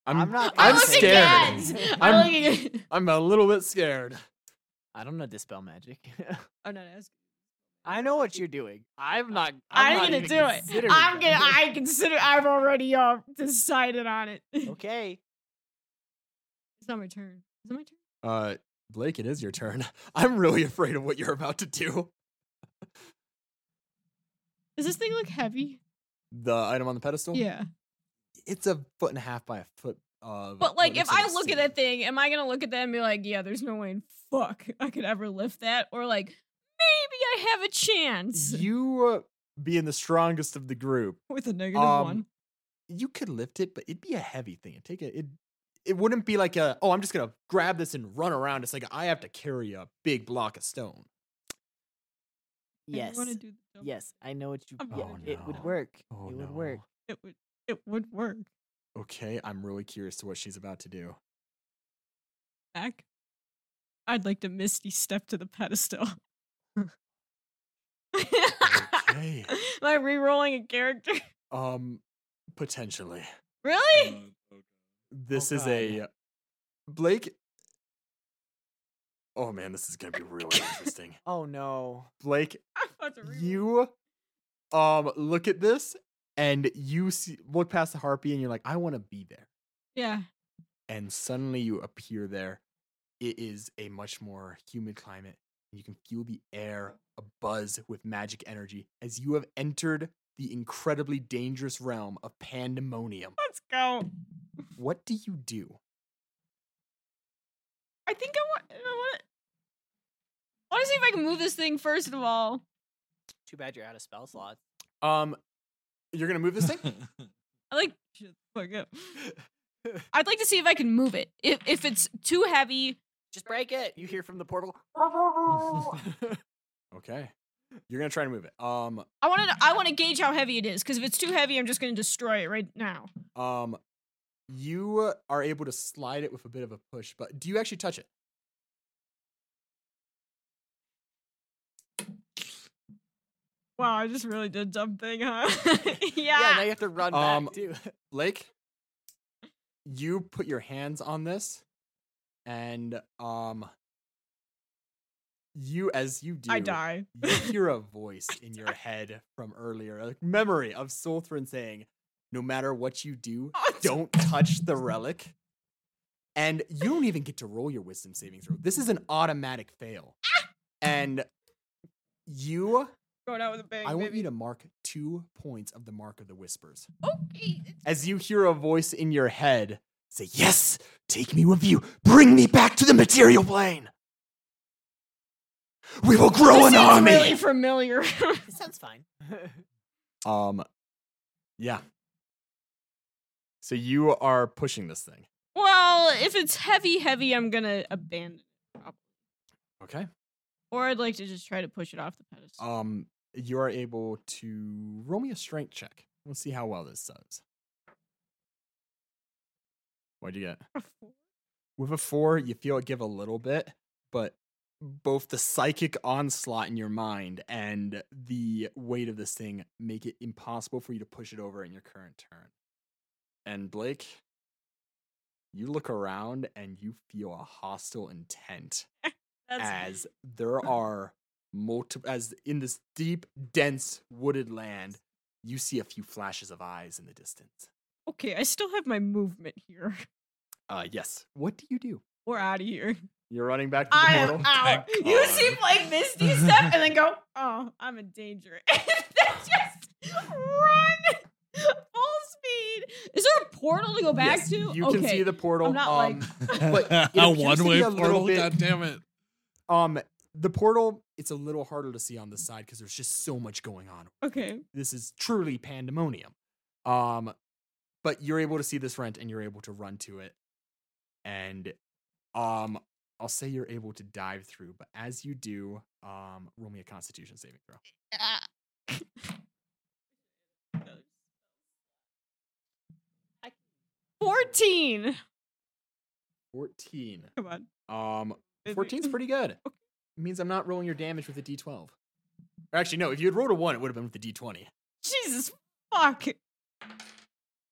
Speaker 1: I'm,
Speaker 2: I'm not
Speaker 1: I'm
Speaker 2: gonna say
Speaker 1: scared.
Speaker 2: anything.
Speaker 3: I'm,
Speaker 1: I'm-
Speaker 3: looking at.
Speaker 1: I'm a little bit scared.
Speaker 2: I don't know dispel magic.
Speaker 3: I'm not asking.
Speaker 2: I know what you're doing. I'm not. I'm,
Speaker 3: I'm,
Speaker 2: not
Speaker 3: gonna
Speaker 2: even
Speaker 3: do it.
Speaker 2: considering
Speaker 3: I'm
Speaker 2: that.
Speaker 3: gonna. I consider. I've already uh, decided on it.
Speaker 2: Okay.
Speaker 3: It's not my turn. Is it my turn?
Speaker 1: Uh, Blake, it is your turn. I'm really afraid of what you're about to do.
Speaker 3: Does this thing look heavy?
Speaker 1: The item on the pedestal?
Speaker 3: Yeah.
Speaker 1: It's a foot and a half by a foot. Of
Speaker 3: But
Speaker 1: what
Speaker 3: like, if
Speaker 1: looks
Speaker 3: I
Speaker 1: a
Speaker 3: look at
Speaker 1: city.
Speaker 3: that thing, am I gonna look at that and be like, "Yeah, there's no way in fuck I could ever lift that," or like, maybe I have a chance
Speaker 1: You uh, being the strongest of the group,
Speaker 3: with a negative
Speaker 1: Um,
Speaker 3: one?
Speaker 1: you could lift it, but it'd be a heavy thing. It'd take a, it, it wouldn't be like a, oh, I'm just going to grab this and run around. It's like, I have to carry a big block of stone.
Speaker 3: I
Speaker 2: Yes.
Speaker 3: want to do the jump.
Speaker 2: Yes, I know what you.
Speaker 3: I'm
Speaker 2: yeah,
Speaker 1: gonna
Speaker 2: It
Speaker 1: do
Speaker 2: would
Speaker 1: it.
Speaker 2: work.
Speaker 1: Oh,
Speaker 2: it would
Speaker 1: no.
Speaker 2: work.
Speaker 3: It would. It would work.
Speaker 1: Okay, I'm really curious to what she's about to do.
Speaker 3: Back. I'd like to misty step to the pedestal. Am
Speaker 1: Okay.
Speaker 3: I re-rolling a character?
Speaker 1: um, potentially.
Speaker 3: Really?
Speaker 4: Mm.
Speaker 3: Oh
Speaker 1: This is
Speaker 2: God.
Speaker 1: a Blake. Oh man, this is gonna be really interesting.
Speaker 2: Oh no.
Speaker 1: Blake,
Speaker 3: I'm about to re-roll.
Speaker 1: you um look at this and you see look past the harpy and you're like, I want to be there.
Speaker 3: Yeah.
Speaker 1: And suddenly you appear there. It is a much more humid climate. You can feel the air abuzz with magic energy as you have entered the incredibly dangerous realm of pandemonium.
Speaker 3: Let's go.
Speaker 1: What do you do?
Speaker 3: I think I want. I want. I want to see if I can move this thing first of all.
Speaker 2: Too bad you're out of spell slots.
Speaker 1: Um, you're gonna move this thing.
Speaker 3: I like. Shut the fuck up. I'd like to see if I can move it. If if it's too heavy,
Speaker 2: Just break it. You hear from the portal.
Speaker 1: okay. You're gonna try to move it. Um,
Speaker 3: I want to. I want to gauge how heavy it is. Because if it's too heavy, I'm just going to destroy it right now.
Speaker 1: um, you are able to slide it with a bit of a push, but do you actually touch it?
Speaker 3: Wow, I just really did dumb thing, huh?
Speaker 2: Yeah.
Speaker 3: yeah.
Speaker 2: Now you have to run
Speaker 1: Um,
Speaker 2: back too.
Speaker 1: Blake, you put your hands on this, and um, you as you do,
Speaker 3: I die.
Speaker 1: you hear a voice in your head from earlier, a memory of Sulthrin saying, "No matter what you do,
Speaker 3: Oh,
Speaker 1: don't touch the relic." And you don't even get to roll your wisdom saving throw. This is an automatic fail. And you,
Speaker 3: Going out with a bang.
Speaker 1: I want
Speaker 3: baby.
Speaker 1: you to mark two points of the mark of the whispers.
Speaker 3: Okay.
Speaker 1: As you hear a voice in your head say, Yes, take me with you. Bring me back to the material plane. We will grow
Speaker 3: This
Speaker 1: an
Speaker 3: sounds
Speaker 1: army.
Speaker 3: really familiar.
Speaker 2: It sounds fine.
Speaker 1: Um, yeah. So you are pushing this thing.
Speaker 3: well, if it's heavy, heavy, I'm gonna abandon.
Speaker 1: Okay.
Speaker 3: Or I'd like to just try to push it off the pedestal.
Speaker 1: Um, you are able to roll me a strength check. We'll see how well this does. What'd you get? With a four, you feel it give a little bit, but both the psychic onslaught in your mind and the weight of this thing make it impossible for you to push it over in your current turn. And Blake, you look around and you feel a hostile intent as there are multiple as in this deep dense wooded land you see a few flashes of eyes in the distance
Speaker 3: okay, I still have my movement here.
Speaker 1: uh yes what do you do
Speaker 3: We're out of here.
Speaker 1: you're running back to the
Speaker 3: I
Speaker 1: portal
Speaker 3: am out.
Speaker 4: Thank
Speaker 3: You
Speaker 4: God.
Speaker 3: seem like Misty stuff and then go, oh, I'm in danger. And then just run full speed. Is there a portal to go back
Speaker 1: Yes,
Speaker 3: to?
Speaker 1: You
Speaker 3: okay.
Speaker 1: can see the portal.
Speaker 3: I'm not
Speaker 1: um,
Speaker 3: like-
Speaker 1: But it
Speaker 4: a
Speaker 1: appears to be
Speaker 4: one way
Speaker 1: a little
Speaker 4: portal.
Speaker 1: bit-
Speaker 4: God damn it.
Speaker 1: um, the portal. It's a little harder to see on the side because there's just so much going on.
Speaker 3: okay.
Speaker 1: This is truly pandemonium. Um, but you're able to see this rent and you're able to run to it, and um, I'll say you're able to dive through. But as you do, um, roll me a Constitution saving throw. Ah.
Speaker 3: Fourteen.
Speaker 1: Fourteen.
Speaker 3: Come on.
Speaker 1: Um,
Speaker 3: Is it-
Speaker 1: 14's pretty good. It
Speaker 3: Okay.
Speaker 1: means I'm not rolling your damage with a d12. Or actually, no, if you had rolled a 1, it would have been with the d20.
Speaker 3: Jesus fuck.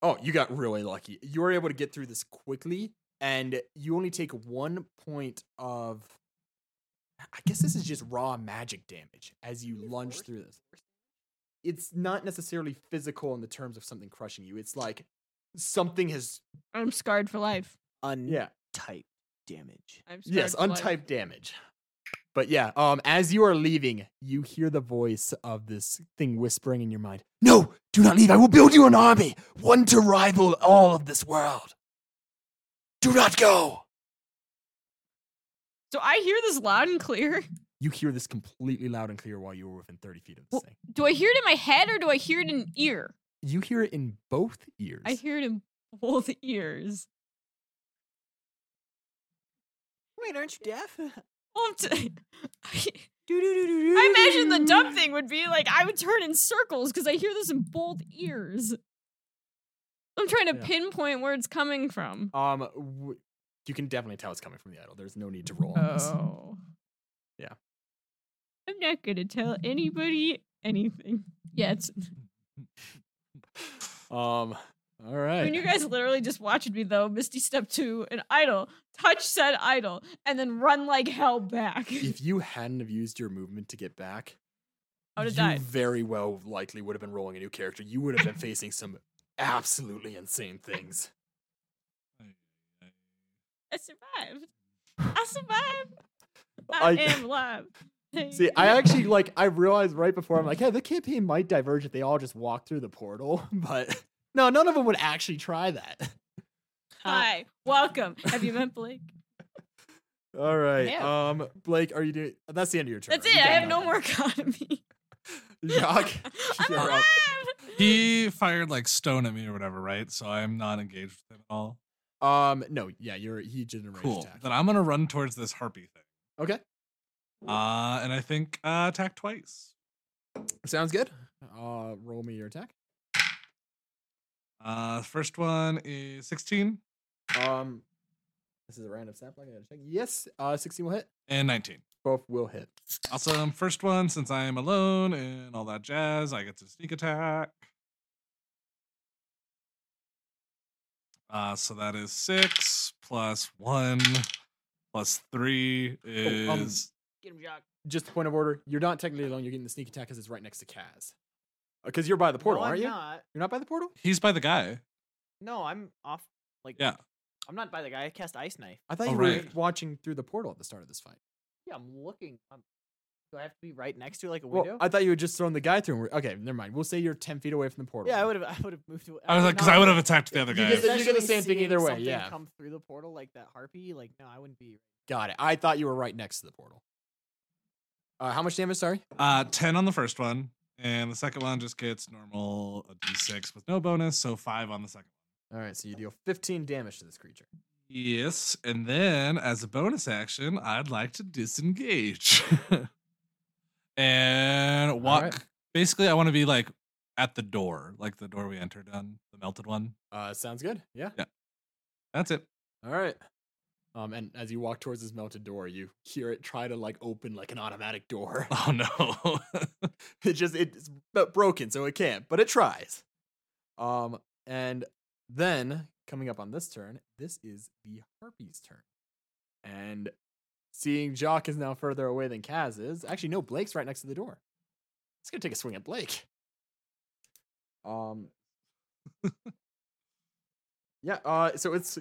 Speaker 1: Oh, you got really lucky. You were able to get through this quickly, and you only take one point of. I guess this is just raw magic damage as you lunge through this. It's not necessarily physical in the terms of something crushing you. It's like something has.
Speaker 3: I'm scarred for life.
Speaker 2: Untyped
Speaker 1: Yeah.
Speaker 2: damage.
Speaker 3: I'm scarred
Speaker 1: Yes,
Speaker 3: for life.
Speaker 1: untyped damage. But yeah, um, as you are leaving, you hear the voice of this thing whispering in your mind. No, do not leave. I will build you an army, one to rival all of this world. Do not go.
Speaker 3: So I hear this loud and clear.
Speaker 1: You hear this completely loud and clear while you were within 30 feet of this
Speaker 3: Well-
Speaker 1: thing.
Speaker 3: Do I hear it in my head or do I hear it in ear?
Speaker 1: You hear it in both ears.
Speaker 3: I hear it in both ears.
Speaker 2: Wait, aren't you deaf?
Speaker 3: Well, I'm t- I
Speaker 2: I
Speaker 3: I imagine the dumb thing would be like I would turn in circles because I hear this in both ears. I'm trying to
Speaker 1: Yeah.
Speaker 3: pinpoint where it's coming from.
Speaker 1: um, w- you can definitely tell it's coming from the idol. There's no need to roll on this.
Speaker 3: Oh.
Speaker 1: Yeah.
Speaker 3: I'm not going to tell anybody anything.
Speaker 1: Mm.
Speaker 3: Yeah, it's, Oh.
Speaker 1: Um, all
Speaker 3: I
Speaker 1: right.
Speaker 3: mean, you guys literally just watched me though. Misty step two, an idol, touch said idol, and then run like hell back.
Speaker 1: if you hadn't have used your movement to get back,
Speaker 3: I would've
Speaker 1: you
Speaker 3: died.
Speaker 1: very well likely would have been rolling a new character. You would have been facing some absolutely insane things.
Speaker 3: I survived. I survived. I,
Speaker 1: I-
Speaker 3: am alive.
Speaker 1: See, I actually like I realized right before I'm like, yeah, the campaign might diverge if they all just walk through the portal, but no, none of them would actually try that.
Speaker 3: Hi, welcome. Have you met Blake?
Speaker 1: All right.
Speaker 3: Yeah.
Speaker 1: Um, Blake, are you doing that's the end of your turn.
Speaker 3: That's
Speaker 1: You
Speaker 3: it. I
Speaker 1: got
Speaker 3: have no
Speaker 1: nothing.
Speaker 3: more economy.
Speaker 1: Jacques,
Speaker 3: I'm
Speaker 1: you're up.
Speaker 3: alive.
Speaker 4: He fired like stone at me or whatever, right? So I'm not engaged with him at all.
Speaker 1: Um, no, yeah, you're he did a ranged
Speaker 4: Cool.
Speaker 1: attack.
Speaker 4: Then I'm gonna run towards this harpy thing.
Speaker 1: Okay.
Speaker 4: Uh, and I think uh, attack twice.
Speaker 1: Sounds good. Uh roll me your attack.
Speaker 4: Uh, first one is 16
Speaker 1: Um, this is a random sample. I gotta check. Yes, uh, 16 will hit.
Speaker 4: and 19.
Speaker 1: Both will hit.
Speaker 4: Awesome. First one, since I am alone and all that jazz, I get to sneak attack. Uh, so that is six plus one plus three is.
Speaker 1: um,
Speaker 2: Get him, Jock.
Speaker 1: Just point of order. You're not technically alone. You're getting the sneak attack because it's right next to Kaz. Because you're by the portal,
Speaker 2: no,
Speaker 1: aren't
Speaker 2: I'm
Speaker 1: you?
Speaker 2: Not.
Speaker 1: You're not by the portal.
Speaker 4: he's by the guy.
Speaker 2: No, I'm off. Like,
Speaker 4: Yeah.
Speaker 2: I'm not by the guy. I cast ice knife.
Speaker 1: I thought
Speaker 4: Oh,
Speaker 1: you were
Speaker 4: right.
Speaker 1: watching through the portal at the start of this fight.
Speaker 2: Yeah, I'm looking. I'm, do I have to be right next to like a
Speaker 1: Well,
Speaker 2: window?
Speaker 1: I thought you had just thrown the guy through. and we're- Okay, never mind. We'll say you're 10 feet away from the portal.
Speaker 2: yeah, I would have. I would have moved. away.
Speaker 4: I was like, because I would have attacked the other
Speaker 1: You
Speaker 4: guy.
Speaker 1: get the- you get the
Speaker 2: especially
Speaker 1: same thing
Speaker 2: seeing
Speaker 1: either way,
Speaker 2: something
Speaker 1: yeah.
Speaker 2: Come through the portal like that harpy. Like, no, I wouldn't be.
Speaker 1: Got it. I thought you were right next to the portal. Uh, how much damage? Sorry.
Speaker 4: Uh, 10 on the first one, and the second one just gets normal a d6 with no bonus, so five on the second.
Speaker 1: All right, so you deal 15 damage to this creature.
Speaker 4: Yes, and then as a bonus action, I'd like to disengage and walk.
Speaker 1: right.
Speaker 4: Basically, I want to be like at the door, like the door we entered on, the melted one.
Speaker 1: Uh, sounds good. Yeah.
Speaker 4: That's it.
Speaker 1: All right. Um, and as you walk towards this melted door, you hear it try to like open like an automatic door.
Speaker 4: Oh no!
Speaker 1: it just it's b- broken, so it can't, but it tries. Um, and then coming up on this turn, this is the harpy's turn, and seeing Jock is now further away than Kaz is. Actually, no, Blake's right next to the door. It's gonna take a swing at Blake. Um. yeah. Uh. So it's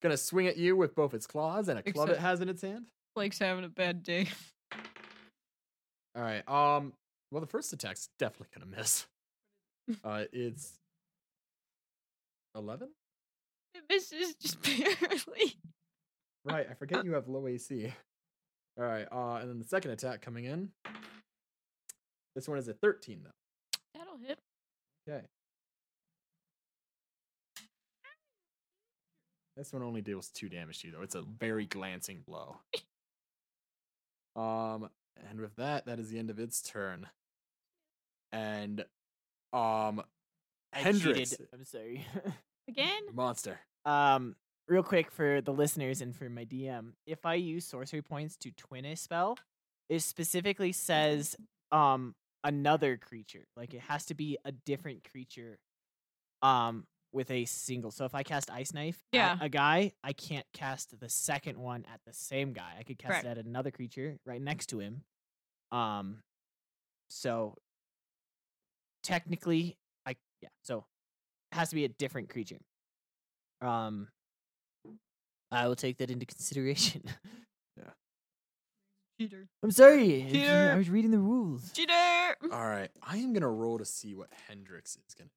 Speaker 1: gonna swing at you with both its claws and a club it
Speaker 3: Except-
Speaker 1: has in its hand.
Speaker 3: Blake's having a bad day.
Speaker 1: All right. Um. Well, the first attack's definitely gonna miss. Uh, it's eleven.
Speaker 3: It misses just barely.
Speaker 1: Right, I forget you have low AC. All right, uh, and then the second attack coming in. This one is a 13, though.
Speaker 3: That'll hit.
Speaker 1: Okay. This one only deals two damage to you, though. It's a very glancing blow. um, and with that, that is the end of its turn. And, um,
Speaker 2: I
Speaker 1: Hendrix.
Speaker 2: cheated. I'm sorry.
Speaker 3: Again?
Speaker 1: monster.
Speaker 2: um, real quick for the listeners and for my DM, if I use sorcery points to twin a spell, it
Speaker 1: Mm-hmm.
Speaker 2: specifically says um another creature. Like it has to be a different creature, um, with a single. So if I cast ice knife, at
Speaker 3: Yeah.
Speaker 2: a guy, I can't cast the second one at the same guy. I could cast
Speaker 3: Correct.
Speaker 2: it at another creature right next to him. Um, so technically, I yeah. So it has to be a different creature. Um, I will take that into consideration.
Speaker 3: Cheater.
Speaker 2: I'm sorry. I-
Speaker 3: Peter.
Speaker 2: I was reading the rules.
Speaker 3: Cheater!
Speaker 1: All right, I am gonna roll to see what Hendrix is gonna.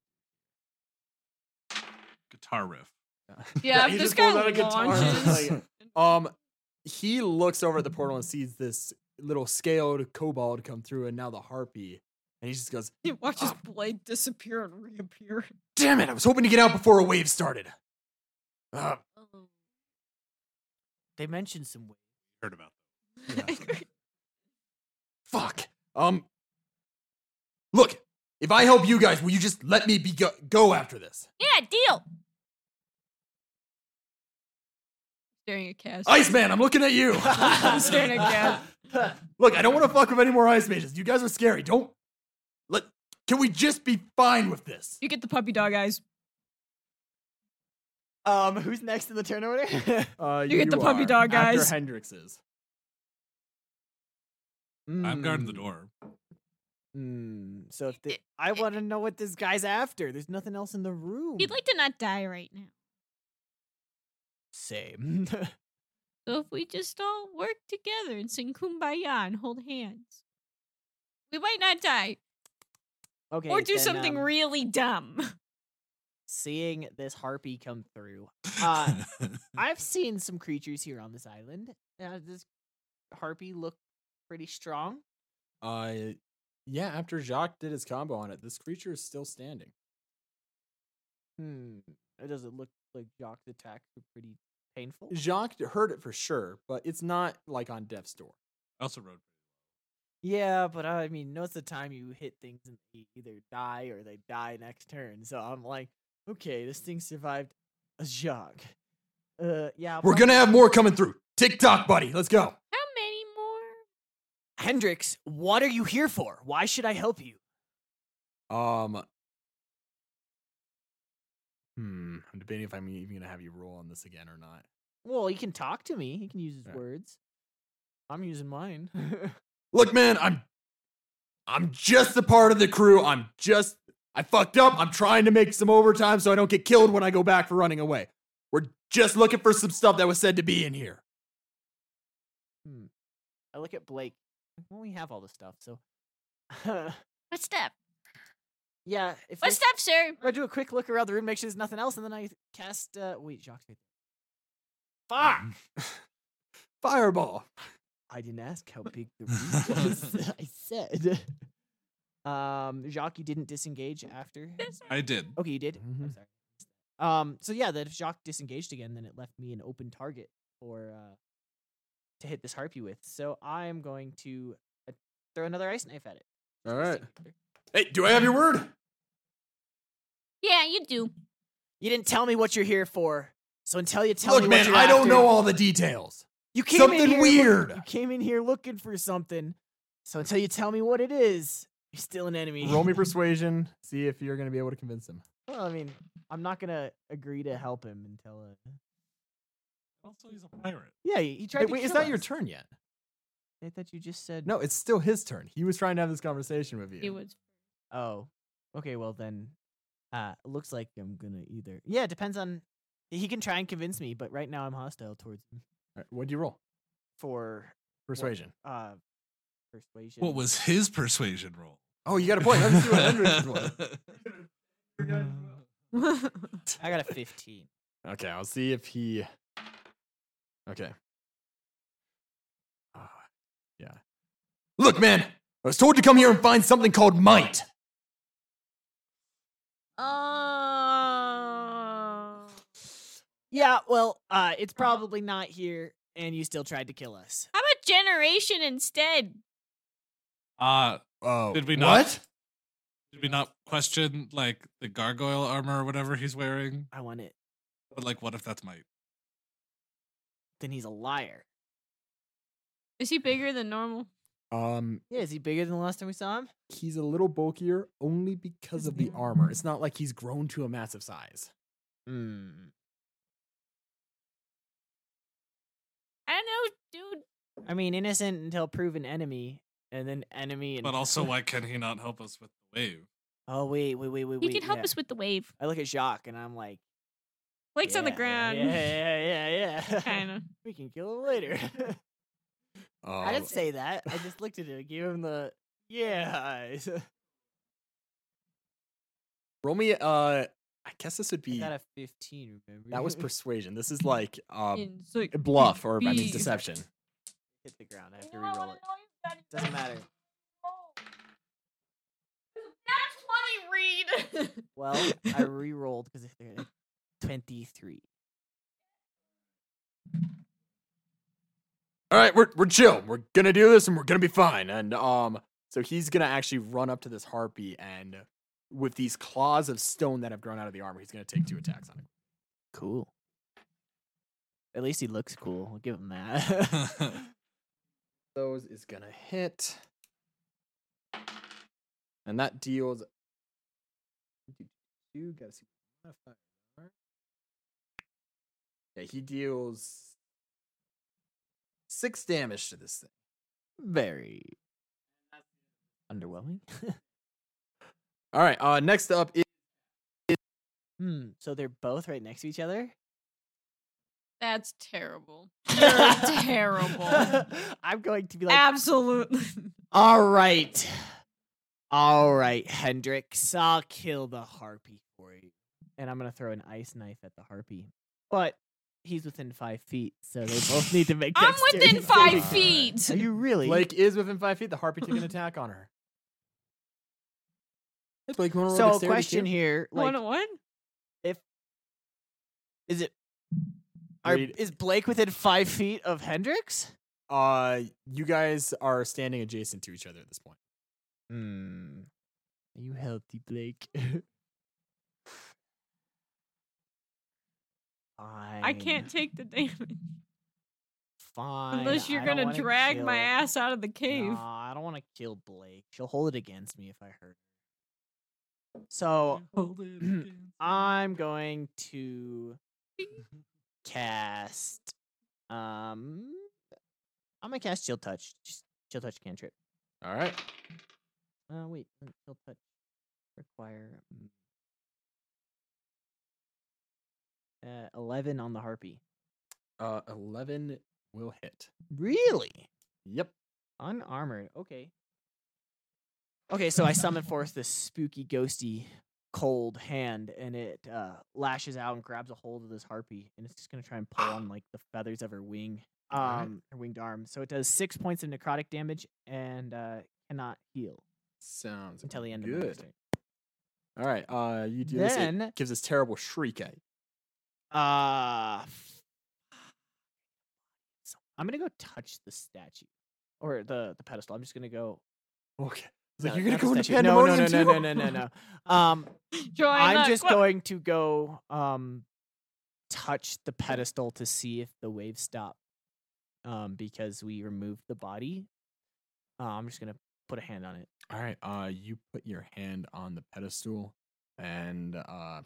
Speaker 4: Guitar riff.
Speaker 3: Yeah, if
Speaker 1: he
Speaker 3: this
Speaker 1: just pulls
Speaker 3: guy
Speaker 1: out a guitar.
Speaker 3: launches.
Speaker 1: Like, um, he looks over at the portal and sees this little scaled kobold come through, and now the harpy, and he just goes,
Speaker 3: He watches
Speaker 6: Oh.
Speaker 1: Ah.
Speaker 3: Blade disappear and reappear.
Speaker 1: "Damn it! I was hoping to get out before a wave started." Uh,
Speaker 6: Oh.
Speaker 2: They mentioned some ways.
Speaker 4: Heard about
Speaker 1: fuck. Um, look, if I help you guys, will you just let me be go, go after this?
Speaker 6: Yeah, deal.
Speaker 3: Staring at Cass.
Speaker 1: Iceman, I'm looking at you.
Speaker 3: I'm staring at
Speaker 2: Gab.
Speaker 1: Look, I don't want to fuck with any more ice mages. You guys are scary. Don't let. Can we just be fine with this?
Speaker 3: You get the puppy dog eyes.
Speaker 2: um, who's next in the turn order?
Speaker 1: Uh,
Speaker 3: You get the puppy dog
Speaker 1: after
Speaker 3: eyes.
Speaker 1: Hendrix's.
Speaker 4: I'm
Speaker 1: Hmm.
Speaker 4: guarding the
Speaker 2: Mm,
Speaker 4: door.
Speaker 2: Mm, so if the, I want to know what this guy's after, there's nothing else in the room.
Speaker 6: He'd like to not die right now.
Speaker 2: same.
Speaker 6: So if we just all work together and sing kumbaya and hold hands,
Speaker 3: We might not die.
Speaker 2: okay.
Speaker 3: or do
Speaker 2: then,
Speaker 3: something
Speaker 2: um,
Speaker 3: really dumb.
Speaker 2: Seeing this harpy come through, Uh, I've seen some creatures here on this island. Uh, this harpy looked pretty strong.
Speaker 1: Uh, yeah. After Jacques did his combo on it, this creature is still standing.
Speaker 2: Hmm. It doesn't look like Jock's attacks were pretty painful.
Speaker 1: Jacques heard it for sure, but it's not like on death's door.
Speaker 4: I also wrote.
Speaker 2: Yeah, but I mean, most of the time you hit things and they either die or they die next turn. So I'm like, okay, this thing survived a shock. Uh, yeah.
Speaker 1: We're
Speaker 2: prob-
Speaker 1: gonna have more coming through. Tick tock, buddy. Let's go.
Speaker 6: how many more?
Speaker 2: Hendrix, what are you here for? Why should I help you?
Speaker 1: Um. Hmm. I'm debating if I'm even gonna have you roll on this again or not.
Speaker 2: Well, he can talk to me. He can use his
Speaker 1: Yeah.
Speaker 2: words. I'm using mine.
Speaker 1: Look, man, I'm I'm just a part of the crew. I'm just I fucked up. I'm trying to make some overtime so I don't get killed when I go back for running away. We're just looking for some stuff that was said to be in here.
Speaker 2: I look at Blake. Well, we have all this stuff, so
Speaker 6: What's that?
Speaker 2: yeah. If there's-
Speaker 6: What's that, sir?
Speaker 2: I do a quick look around the room, make sure there's nothing else, and then I cast. Uh, wait, Jacques. right there.
Speaker 1: Ah!
Speaker 2: Fuck!
Speaker 1: Fireball.
Speaker 2: Ah! I didn't ask how big the room was. I said. Um, Jacques, you didn't disengage after.
Speaker 4: I did.
Speaker 2: Okay, you did. I'm
Speaker 1: Mhm.
Speaker 2: sorry. Um, so yeah, that if Jacques disengaged again, then it left me an open target for uh to hit this harpy with. So I'm going to uh, throw another ice knife at it.
Speaker 1: All
Speaker 2: Let's
Speaker 1: right.
Speaker 2: see.
Speaker 1: Hey, do I have your word?
Speaker 6: Yeah, you do.
Speaker 2: You didn't tell me what you're here for. So until you tell
Speaker 1: Look,
Speaker 2: me, what
Speaker 1: man,
Speaker 2: you're
Speaker 1: I don't
Speaker 2: after-
Speaker 1: know all the details.
Speaker 2: You came in
Speaker 1: Something
Speaker 2: here look-
Speaker 1: weird.
Speaker 2: you came in here looking for something. So until you tell me what it is, you're still an enemy.
Speaker 1: persuasion. See if you're gonna be able to convince him.
Speaker 2: Well, I mean, I'm not gonna agree to help him until. Uh...
Speaker 4: Also, he's a pirate.
Speaker 2: Yeah, he, he tried. to
Speaker 1: wait, it's
Speaker 2: kill
Speaker 1: not your
Speaker 2: us.
Speaker 1: turn yet.
Speaker 2: I thought you just said
Speaker 1: No, it's still his turn. He was trying to have this conversation with you.
Speaker 3: It was
Speaker 2: Oh, okay. Well then, uh, looks like I'm gonna either. Yeah, it depends on. He can try and convince me, but right now I'm hostile towards him
Speaker 1: All right, what'd you roll?
Speaker 2: for
Speaker 1: Persuasion.
Speaker 2: uh persuasion.
Speaker 4: What was his persuasion roll?
Speaker 1: Oh, you got a point. Let me see what Hendrix was.
Speaker 2: I got a 15.
Speaker 1: Okay, I'll see if he. Okay. Ah, yeah. Look, man, I was told to come here and find something called might.
Speaker 2: Oh. Yeah, well, uh, it's probably not here, and you still tried to kill us.
Speaker 6: How about generation instead?
Speaker 4: Uh,
Speaker 1: Oh,
Speaker 4: Did we not-
Speaker 1: What?
Speaker 4: did we not question like the gargoyle armor or whatever he's wearing?
Speaker 2: I want it.
Speaker 4: But like, what if that's might?
Speaker 2: Then he's a liar.
Speaker 3: Is he bigger than normal?
Speaker 1: Um,
Speaker 2: Yeah, is he bigger than the last time we saw him?
Speaker 1: he's a little bulkier only because of the
Speaker 2: Mm-hmm.
Speaker 1: armor. It's not like he's grown to a massive size.
Speaker 2: Hmm.
Speaker 6: I don't know, dude.
Speaker 2: I mean, innocent until proven enemy, and then enemy. And
Speaker 4: But also, why can he not help us with the wave?
Speaker 2: Oh wait, wait, wait, wait.
Speaker 6: He
Speaker 2: wait,
Speaker 6: can help
Speaker 2: yeah.
Speaker 6: us with the wave.
Speaker 2: I look at Jacques and I'm like,
Speaker 3: Blake's on the
Speaker 2: "Yeah,
Speaker 3: ground.
Speaker 2: Yeah, yeah, yeah. yeah.
Speaker 3: kind of.
Speaker 2: We can kill him later.
Speaker 1: Oh,
Speaker 2: I didn't say that. I just looked at him, gave him the yeah eyes.
Speaker 1: roll me. Uh, I guess this would
Speaker 2: I
Speaker 1: be
Speaker 2: got a 15. Remember
Speaker 1: that was persuasion. This is like um
Speaker 3: Insect-
Speaker 1: bluff or I mean
Speaker 3: bees.
Speaker 1: deception.
Speaker 2: hit the ground. I have to reroll it. Doesn't matter.
Speaker 3: That's funny, Reed.
Speaker 2: Well, I rerolled because it 23.
Speaker 1: all right, we're we're chill. We're gonna do this, and we're gonna be fine. And um, so he's gonna actually run up to this harpy, and with these claws of stone that have grown out of the armor, he's gonna take two attacks on it.
Speaker 2: Cool. At least he looks cool. I'll give him that.
Speaker 1: Those is gonna hit, and that deals. You gotta see. Yeah, he deals six damage to this thing.
Speaker 2: Very underwhelming.
Speaker 1: All right. Uh, next up is
Speaker 2: hmm. So they're both right next to each other.
Speaker 3: That's terrible. You're terrible.
Speaker 2: I'm going to be like,
Speaker 3: Absolutely.
Speaker 2: all right, all right, Hendrix, I'll kill the harpy for you, and I'm gonna throw an ice knife at the harpy. But he's within five feet, so they both need to make.
Speaker 3: I'm
Speaker 2: dexterity
Speaker 3: within five
Speaker 2: saving throws.
Speaker 3: feet.
Speaker 2: Are you really?
Speaker 1: Blake is within five feet. The harpy took an attack on her. Hey, Blake, you wanna roll
Speaker 2: so
Speaker 1: dexterity
Speaker 2: question
Speaker 1: too?
Speaker 2: here, like,
Speaker 3: One on one?
Speaker 2: is it? Are,
Speaker 1: Read-
Speaker 2: is Blake within five feet of Hendrix?
Speaker 1: Uh, you guys are standing adjacent to each other at this point.
Speaker 2: Hmm.
Speaker 3: Mm.
Speaker 2: Are you healthy, Blake? Fine.
Speaker 3: I can't take the damage.
Speaker 2: Fine.
Speaker 3: Unless you're
Speaker 2: I don't
Speaker 3: going to
Speaker 2: wanna
Speaker 3: drag my
Speaker 2: kill-
Speaker 3: ass out of the cave.
Speaker 2: Nah, I don't want to kill Blake. She'll hold it against me if I hurt her.
Speaker 3: Mm-hmm.
Speaker 2: So I'm going to cast. Um, I'm gonna cast Chill Touch. Just Chill Touch cantrip.
Speaker 1: All right.
Speaker 2: Uh, wait, doesn't Chill Touch require mm, uh, eleven on the harpy?
Speaker 1: Uh, eleven will hit.
Speaker 2: Really?
Speaker 1: Yep.
Speaker 2: Unarmored. Okay. Okay, so I summon forth this spooky, ghosty, cold hand, and it uh, lashes out and grabs a hold of this harpy, and it's just gonna try and pull on like the feathers of her wing, um,
Speaker 1: Alright.
Speaker 2: her winged arm. So it does six points of necrotic damage and uh, cannot heal
Speaker 1: Sounds
Speaker 2: until the end of the
Speaker 1: good.
Speaker 2: next turn.
Speaker 1: All right. Uh, you do this. It
Speaker 2: Then-
Speaker 1: gives this terrible shriek. At you.
Speaker 2: Uh, so I'm gonna go touch the statue or the the pedestal. I'm just gonna go.
Speaker 1: Okay. It's like
Speaker 2: no,
Speaker 1: you're gonna
Speaker 2: not the
Speaker 1: go into
Speaker 2: statue. no, no,
Speaker 1: pandemonium
Speaker 2: no, no,
Speaker 1: too?
Speaker 2: no, no, no, no. Um,
Speaker 3: Joy,
Speaker 2: I'm
Speaker 3: look,
Speaker 2: just
Speaker 3: look.
Speaker 2: going to go um touch the pedestal to see if the waves stop. Um, because we removed the body. Uh, I'm just gonna put a hand on it.
Speaker 1: All right. Uh, you put your hand on the pedestal, and uh,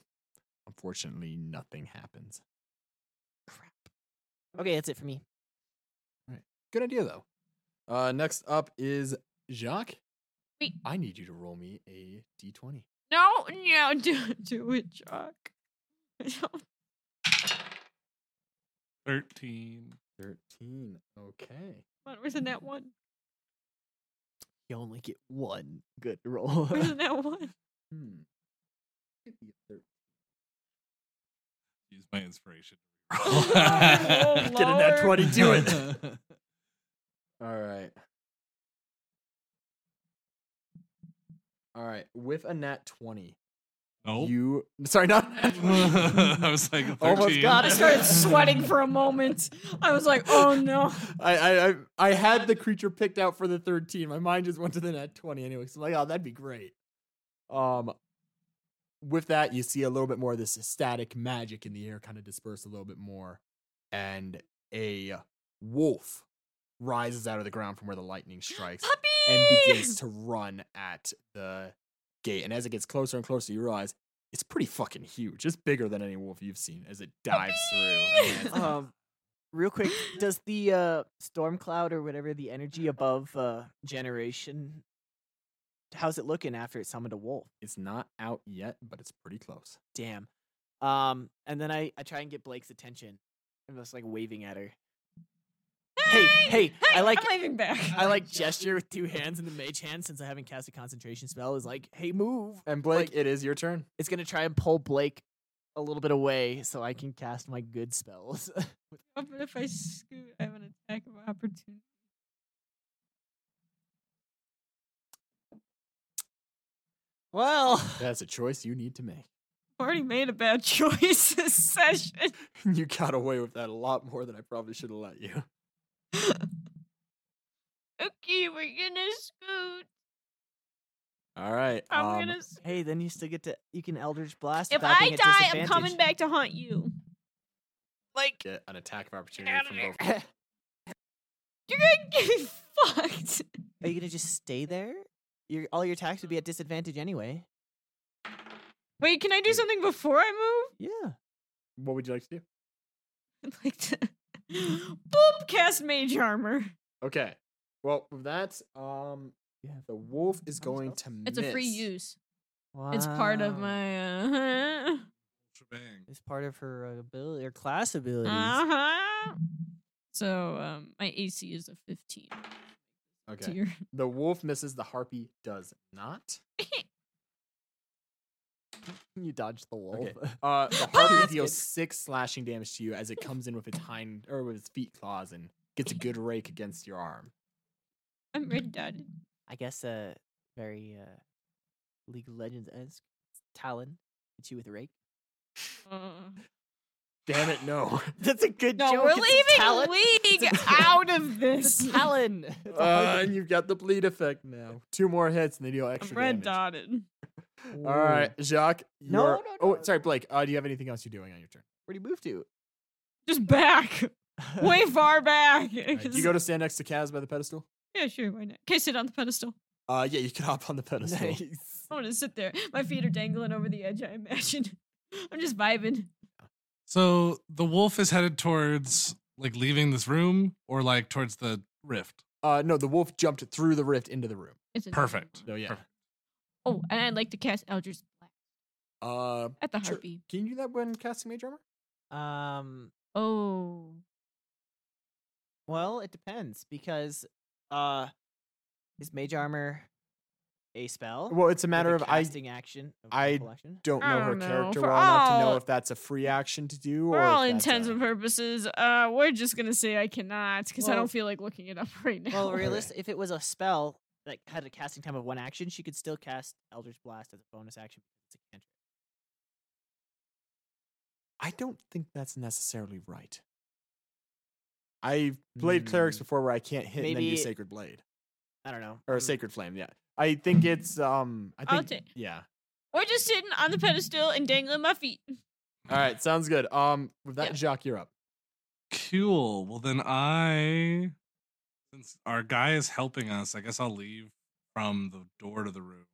Speaker 1: unfortunately, nothing happens.
Speaker 2: Crap. Okay, that's it for me.
Speaker 1: Good idea though. Uh, next up is Jacques.
Speaker 3: Wait.
Speaker 1: I need you to roll me a d20.
Speaker 3: No, no, do, do it, Jock.
Speaker 4: Thirteen.
Speaker 1: Thirteen. Okay.
Speaker 3: Where's the net one?
Speaker 2: You only get one good roll.
Speaker 3: Where's the net one?
Speaker 1: Hmm. Could be a thirteen.
Speaker 4: You use my inspiration.
Speaker 3: Oh,
Speaker 8: Get in that
Speaker 3: Lord.
Speaker 8: 22 and
Speaker 1: All right. All right. With a nat 20,
Speaker 4: nope.
Speaker 1: you. Sorry, not.
Speaker 4: I was like 13.
Speaker 1: Almost got
Speaker 3: I started sweating for a moment. I was like, oh no.
Speaker 1: I, I, I, I had the creature picked out for the 13. My mind just went to the net 20 anyway. So I'm like, oh, that'd be great. Um, with that, you see a little bit more of this static magic in the air kind of disperse a little bit more. And a wolf rises out of the ground from where the lightning strikes and begins
Speaker 3: Puppies!
Speaker 1: to run at the gate. And as it gets closer and closer, you realize it's pretty fucking huge. It's bigger than any wolf you've seen as it dives through. and
Speaker 3: Oh,
Speaker 1: lands-
Speaker 2: Um, real quick, does the uh, storm cloud or whatever the energy above uh, generation? How's it looking after it summoned a wolf?
Speaker 1: It's not out yet, but it's pretty close.
Speaker 2: Damn. Um, and then I, I try and get Blake's attention. I'm just like waving at her. Hey, hey! I like
Speaker 3: I'm waving back.
Speaker 2: I like gesture with two hands and the mage hand since I haven't cast a concentration spell is like, hey, move.
Speaker 1: And Blake,
Speaker 2: Like-
Speaker 1: it is your turn.
Speaker 2: It's gonna try and pull Blake a little bit away so I can cast my good spells.
Speaker 3: But if I scoot, I have an attack of opportunity.
Speaker 2: well,
Speaker 1: That's a choice you need to make.
Speaker 3: I've already made a bad choice this session.
Speaker 1: you got away with that a lot more than I probably should have let you.
Speaker 3: Okay, we're gonna scoot.
Speaker 1: All right.
Speaker 3: I'm
Speaker 1: um,
Speaker 3: gonna scoot.
Speaker 2: hey, then you still get to you can Eldritch Blast.
Speaker 3: If
Speaker 2: without
Speaker 3: I
Speaker 2: being at
Speaker 3: die, I'm coming
Speaker 2: disadvantage.
Speaker 3: back to haunt you. Like,
Speaker 1: get an attack of opportunity
Speaker 3: outta
Speaker 1: from
Speaker 3: there.
Speaker 1: both.
Speaker 3: you're gonna get me fucked.
Speaker 2: Are you gonna just stay there? Your all your attacks would be at disadvantage anyway.
Speaker 3: Wait, can I do something before I
Speaker 2: Yeah.
Speaker 1: What would you like to do?
Speaker 3: move? I'd Like, to... boop, cast mage armor.
Speaker 1: Okay. Well, with that, um,
Speaker 2: You have
Speaker 1: the wolf is
Speaker 2: How much
Speaker 1: going
Speaker 2: health?
Speaker 1: to.
Speaker 3: It's a free
Speaker 1: miss.
Speaker 3: use. It's part of
Speaker 2: Wow.
Speaker 3: my. Uh
Speaker 4: Shebang.
Speaker 2: It's part of her uh, ability, her class abilities.
Speaker 3: Ah. huh. uh-huh. So um, my AC is a 15.
Speaker 1: Okay.
Speaker 3: Dear.
Speaker 1: The wolf misses. The harpy does not.
Speaker 2: You dodged the wolf.
Speaker 1: Okay. Uh, the harpy deals six slashing damage to you as it comes in with its hind or with its feet claws and gets a good rake against your arm.
Speaker 3: I'm red dotted.
Speaker 2: I guess uh, very uh, League of Legends esque. Talon hits you with a rake.
Speaker 3: Uh,
Speaker 1: Damn it! No.
Speaker 2: That's a good
Speaker 3: no,
Speaker 2: joke.
Speaker 3: we're
Speaker 2: it's a Talon.
Speaker 3: leaving League
Speaker 2: It's a
Speaker 3: out of
Speaker 2: It's
Speaker 3: this.
Speaker 2: a Talon. It's a
Speaker 1: Uh,
Speaker 2: harpy.
Speaker 1: and you've got the bleed effect now. Two more hits and they deal extra
Speaker 3: red
Speaker 1: damage.
Speaker 3: dotted.
Speaker 1: All right, Jacques.
Speaker 2: No,
Speaker 1: you're-
Speaker 2: no,
Speaker 1: Oh,
Speaker 2: no.
Speaker 1: sorry, Blake. Uh, do you have anything else you're doing on your turn?
Speaker 2: Where do you move to?
Speaker 3: Just back. Way far back.
Speaker 1: All right, do you go to stand next to Kaz by the pedestal?
Speaker 3: yeah, sure, why not? Can I sit on the pedestal?
Speaker 1: Uh, yeah, you can hop on the pedestal.
Speaker 2: nice.
Speaker 3: I want to sit there. My feet are dangling over the edge, I imagine. I'm just vibing.
Speaker 4: So the wolf is headed towards like leaving this room or like towards the rift.
Speaker 1: Uh, no, the wolf jumped through the rift into the room.
Speaker 3: It's a-
Speaker 4: Perfect.
Speaker 1: So yeah.
Speaker 4: Perfect.
Speaker 3: Oh, and I'd like to cast Eldritch Blast
Speaker 1: Uh,
Speaker 3: at the
Speaker 1: Sure.
Speaker 3: harpy.
Speaker 1: can you do that when casting mage armor?
Speaker 2: Um.
Speaker 3: Oh.
Speaker 2: Well, it depends because uh, is mage armor a spell?
Speaker 1: Well, it's a
Speaker 2: With
Speaker 1: matter of I
Speaker 2: casting action. of
Speaker 1: I
Speaker 2: multiple action?
Speaker 1: don't know
Speaker 3: I
Speaker 1: her
Speaker 3: don't know.
Speaker 1: character
Speaker 3: For
Speaker 1: well enough to know
Speaker 3: all-
Speaker 1: if that's a free action to do.
Speaker 3: For
Speaker 1: or
Speaker 3: all
Speaker 1: if that's
Speaker 3: intents
Speaker 1: a-
Speaker 3: and purposes, uh, we're just gonna say I cannot because I
Speaker 2: Well-
Speaker 3: don't feel like looking it up right now.
Speaker 2: Well, realistic. If it was a spell that had a casting time of one action, she could still cast Eldritch Blast as a bonus action. It's a cantrip.
Speaker 1: I don't think that's necessarily right. I've played clerics
Speaker 2: Hmm.
Speaker 1: before where I can't hit and then do
Speaker 2: Maybe-
Speaker 1: sacred blade
Speaker 2: I don't know.
Speaker 1: or
Speaker 2: I'm-
Speaker 1: sacred flame. Yeah, I think it's um. I
Speaker 3: I'll
Speaker 1: think
Speaker 3: take-
Speaker 1: yeah.
Speaker 3: We're just sitting on the pedestal and dangling my feet.
Speaker 1: All right, sounds good. Um, with that,
Speaker 3: Yeah.
Speaker 1: Jacques, you're up.
Speaker 4: Cool. Well then I since our guy is helping us, I guess I'll leave from the door to the room.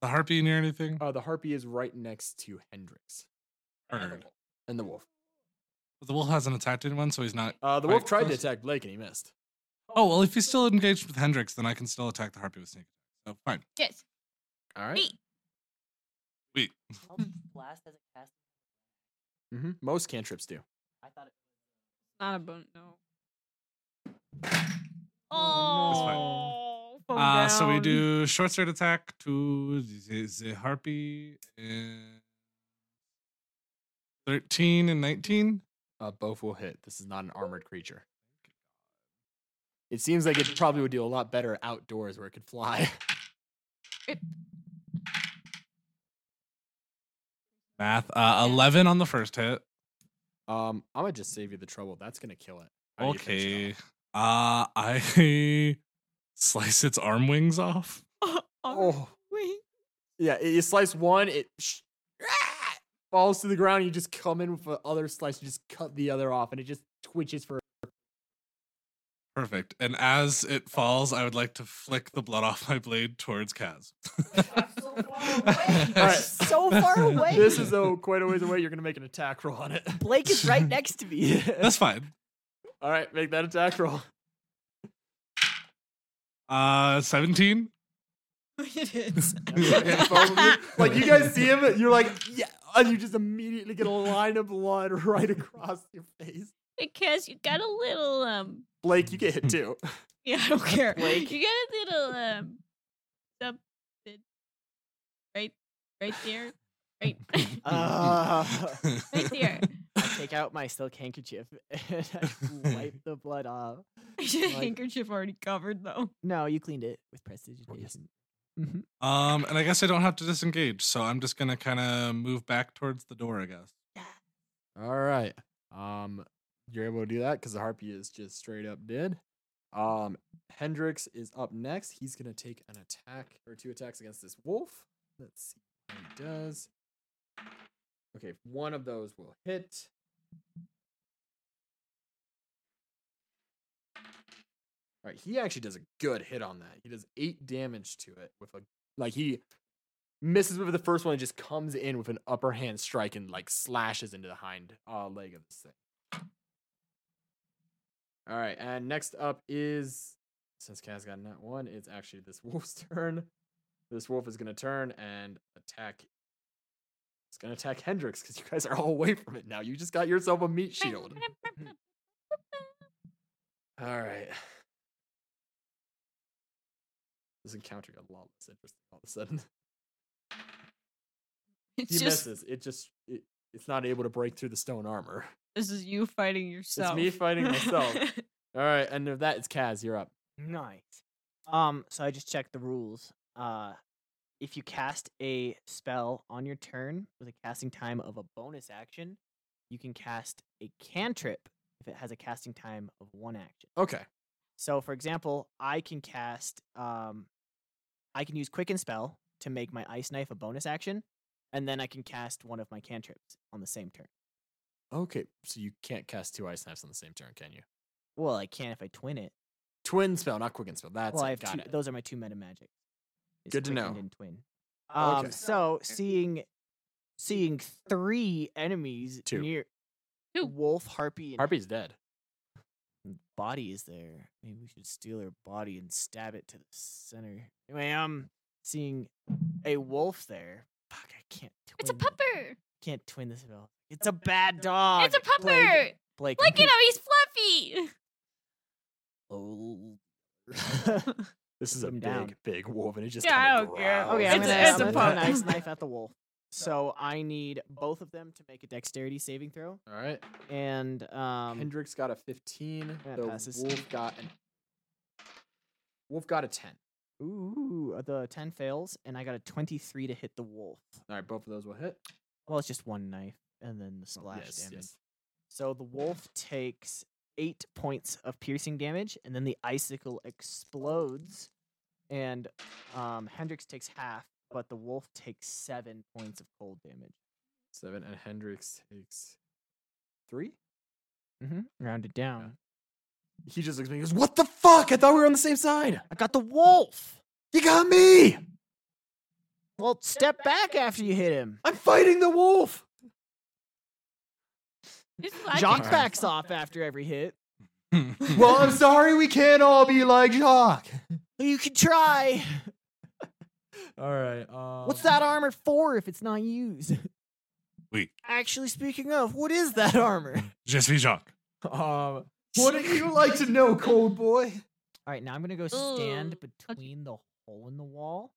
Speaker 4: The harpy near
Speaker 3: Oh,
Speaker 4: anything?
Speaker 1: Uh, the harpy is right next to Hendrix
Speaker 4: Heard.
Speaker 1: and the wolf.
Speaker 4: But the wolf hasn't attacked anyone, so he's not
Speaker 1: Uh, the
Speaker 4: Right,
Speaker 1: wolf tried to
Speaker 4: close.
Speaker 1: attack Blake and he missed.
Speaker 4: Oh well if he's still engaged with Hendrix, then I can still attack the harpy with sneak. So fine.
Speaker 3: Yes.
Speaker 1: All right.
Speaker 3: Neat.
Speaker 4: Wait.
Speaker 2: Eldritch Blast as a cast.
Speaker 1: Mm-hmm. Most cantrips do.
Speaker 2: I thought it.
Speaker 3: Not a bone. No.
Speaker 2: Oh,
Speaker 3: Oh. phone
Speaker 4: Uh, so we
Speaker 3: down.
Speaker 4: do short sword attack to the, the harpy and 13 and 19.
Speaker 1: Uh, both will hit. This is not an armored creature. It seems like it probably would do a lot better outdoors where it could fly.
Speaker 4: Math. Uh, 11 on the first hit.
Speaker 1: Um, I'm gonna just save you the trouble. That's gonna kill it. How do you finish it
Speaker 4: Okay.
Speaker 1: off?
Speaker 4: Uh, I slice its arm wings off.
Speaker 1: Oh, yeah. it- You slice one, it sh- ah, falls to the ground. You just come in with the other slice. You just cut the other off, and it just twitches for.
Speaker 4: Perfect. And as it falls, I would like to flick the blood off my blade towards Kaz.
Speaker 1: All right.
Speaker 2: So far away.
Speaker 1: This is though quite a ways away. You're gonna make an attack roll on it.
Speaker 2: Blake is right next to me.
Speaker 4: That's fine.
Speaker 1: All right, make that attack roll.
Speaker 4: Uh, 17.
Speaker 9: it is.
Speaker 1: Okay, both of you- like you guys see him, you're like, yeah, and you just immediately get a line of blood right across your face.
Speaker 6: Because you got a little um
Speaker 1: Blake, you get hit too.
Speaker 9: Yeah, I don't care.
Speaker 2: Blake.
Speaker 6: you got a little um something right right there. Right
Speaker 2: Uh,
Speaker 6: right there.
Speaker 2: I take out my silk handkerchief and I wipe the blood off.
Speaker 9: Your
Speaker 2: Like-
Speaker 9: handkerchief already covered though.
Speaker 2: No, you cleaned it with prestidigitation.
Speaker 4: Um, and I guess I don't have to disengage, so I'm just gonna kind of move back towards the door. I guess.
Speaker 1: All right. Um, you're able to do that because the harpy is just straight up dead. Um, Hendrix is up next. He's gonna take an attack or two attacks against this wolf. Let's see what he does. Okay, one of those will hit. All right, he actually does a good hit on that. He does eight damage to it with a like he misses with the first one and just comes in with an upper hand strike and like slashes into the hind uh, leg of this thing. All right, and next up is since Kaz got that one, it's actually this wolf's turn. This wolf is gonna turn and attack. It's gonna attack Hendrix because you guys are all away from it now. You just got yourself a meat shield. All right. This encounter got a lot less interesting all of a sudden.
Speaker 9: It's
Speaker 1: He
Speaker 9: just
Speaker 1: misses. It just it, it's not able to break through the stone armor.
Speaker 9: this is you fighting yourself.
Speaker 1: me fighting myself. All right, and of that, it's Kaz. You're up.
Speaker 2: Nice. Um, so I just checked the rules. Uh, if you cast a spell on your turn with a casting time of a bonus action, you can cast a cantrip if it has a casting time of one action.
Speaker 1: Okay.
Speaker 2: So, for example, I can cast, um, I can use Quicken Spell to make my Ice Knife a bonus action, and then I can cast one of my cantrips on the same turn.
Speaker 1: Okay, so you can't cast two ice knives on the same turn, can you?
Speaker 2: Well, I can if I twin it.
Speaker 1: Twin spell, not quicken spell. That's
Speaker 2: well,
Speaker 1: it.
Speaker 2: I have
Speaker 1: Got
Speaker 2: two,
Speaker 1: it.
Speaker 2: those are my two meta magic. is
Speaker 1: Good to know.
Speaker 2: quickened
Speaker 1: Oh,
Speaker 2: And twin.
Speaker 1: Okay.
Speaker 2: Um, so seeing seeing three enemies
Speaker 1: Two.
Speaker 2: near
Speaker 6: Two.
Speaker 2: Wolf Harpy and
Speaker 1: Harpy's dead.
Speaker 2: body is there. Maybe we should steal her body and stab it to the center. Anyway, um, seeing a wolf there. Fuck, I can't. Twin
Speaker 6: It's a
Speaker 2: th-
Speaker 6: pupper.
Speaker 2: Can't twin this at all. It's a bad dog.
Speaker 6: it's a pupper.
Speaker 2: Blake, Blake,
Speaker 6: Look at him, he's fluffy.
Speaker 2: Oh.
Speaker 1: This is a
Speaker 2: him
Speaker 1: big,
Speaker 2: down.
Speaker 1: big wolf, and it just
Speaker 9: Yeah, I
Speaker 1: kinda
Speaker 9: don't care.
Speaker 1: growls.
Speaker 2: Okay, I'm
Speaker 9: It's-
Speaker 2: gonna,
Speaker 9: it's
Speaker 2: I'm
Speaker 9: a
Speaker 2: gonna
Speaker 9: pun.
Speaker 2: throw an ice knife at the wolf. So I need both of them to make a dexterity saving throw,
Speaker 1: All right.
Speaker 2: and um,
Speaker 1: Hendrix got a 15.
Speaker 2: that
Speaker 1: the
Speaker 2: passes.
Speaker 1: wolf got an. Wolf got a 10.
Speaker 2: ooh, the ten fails, and I got a twenty-three to hit the wolf.
Speaker 1: All right, both of those will hit.
Speaker 2: Well, it's just one knife, and then the splash
Speaker 1: yes,
Speaker 2: damage.
Speaker 1: yes.
Speaker 2: So the wolf takes eight points of piercing damage, and then the icicle explodes, and um, Hendrix takes half, but the wolf takes seven points of cold damage.
Speaker 1: Seven, and Hendrix takes three.
Speaker 2: Mm-hmm. Rounded down.
Speaker 1: He just looks at me and goes, What the fuck? I thought we were on the same side.
Speaker 2: I got the wolf.
Speaker 1: You got me.
Speaker 2: Well, step back after you hit him.
Speaker 1: I'm fighting the wolf.
Speaker 6: His logic
Speaker 2: Jock
Speaker 6: is
Speaker 2: backs off after every hit.
Speaker 1: Well, I'm sorry we can't all be like Jacques.
Speaker 2: You can try.
Speaker 1: All right. Um,
Speaker 2: What's that armor for if it's not used?
Speaker 4: Wait.
Speaker 2: Actually, speaking of, what is that armor?
Speaker 4: Jesse Jacques.
Speaker 1: Um, what do you like to know, cold boy?
Speaker 2: All right, now I'm gonna go stand
Speaker 6: Ooh,
Speaker 2: between the hole in the wall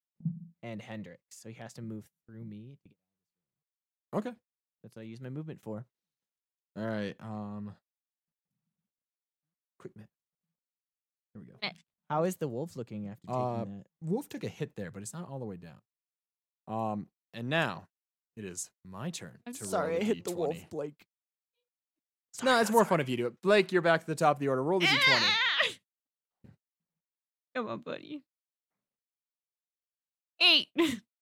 Speaker 2: and Hendrix, so he has to move through me. To get...
Speaker 1: Okay.
Speaker 2: That's what I use my movement for.
Speaker 1: All right. Um. Quick minute. Here we go.
Speaker 2: How is the wolf looking after taking
Speaker 1: Uh,
Speaker 2: that?
Speaker 1: Wolf took a hit there, but it's not all the way down. Um, and now it is my turn.
Speaker 3: I'm
Speaker 1: to roll
Speaker 2: Sorry,
Speaker 1: a
Speaker 2: I hit the wolf,
Speaker 1: D20.
Speaker 2: Blake.
Speaker 1: No, it's more fun if you do it. Blake, you're back to the top of the order. Roll the d20.
Speaker 6: Ah!
Speaker 3: Come on, buddy. Eight.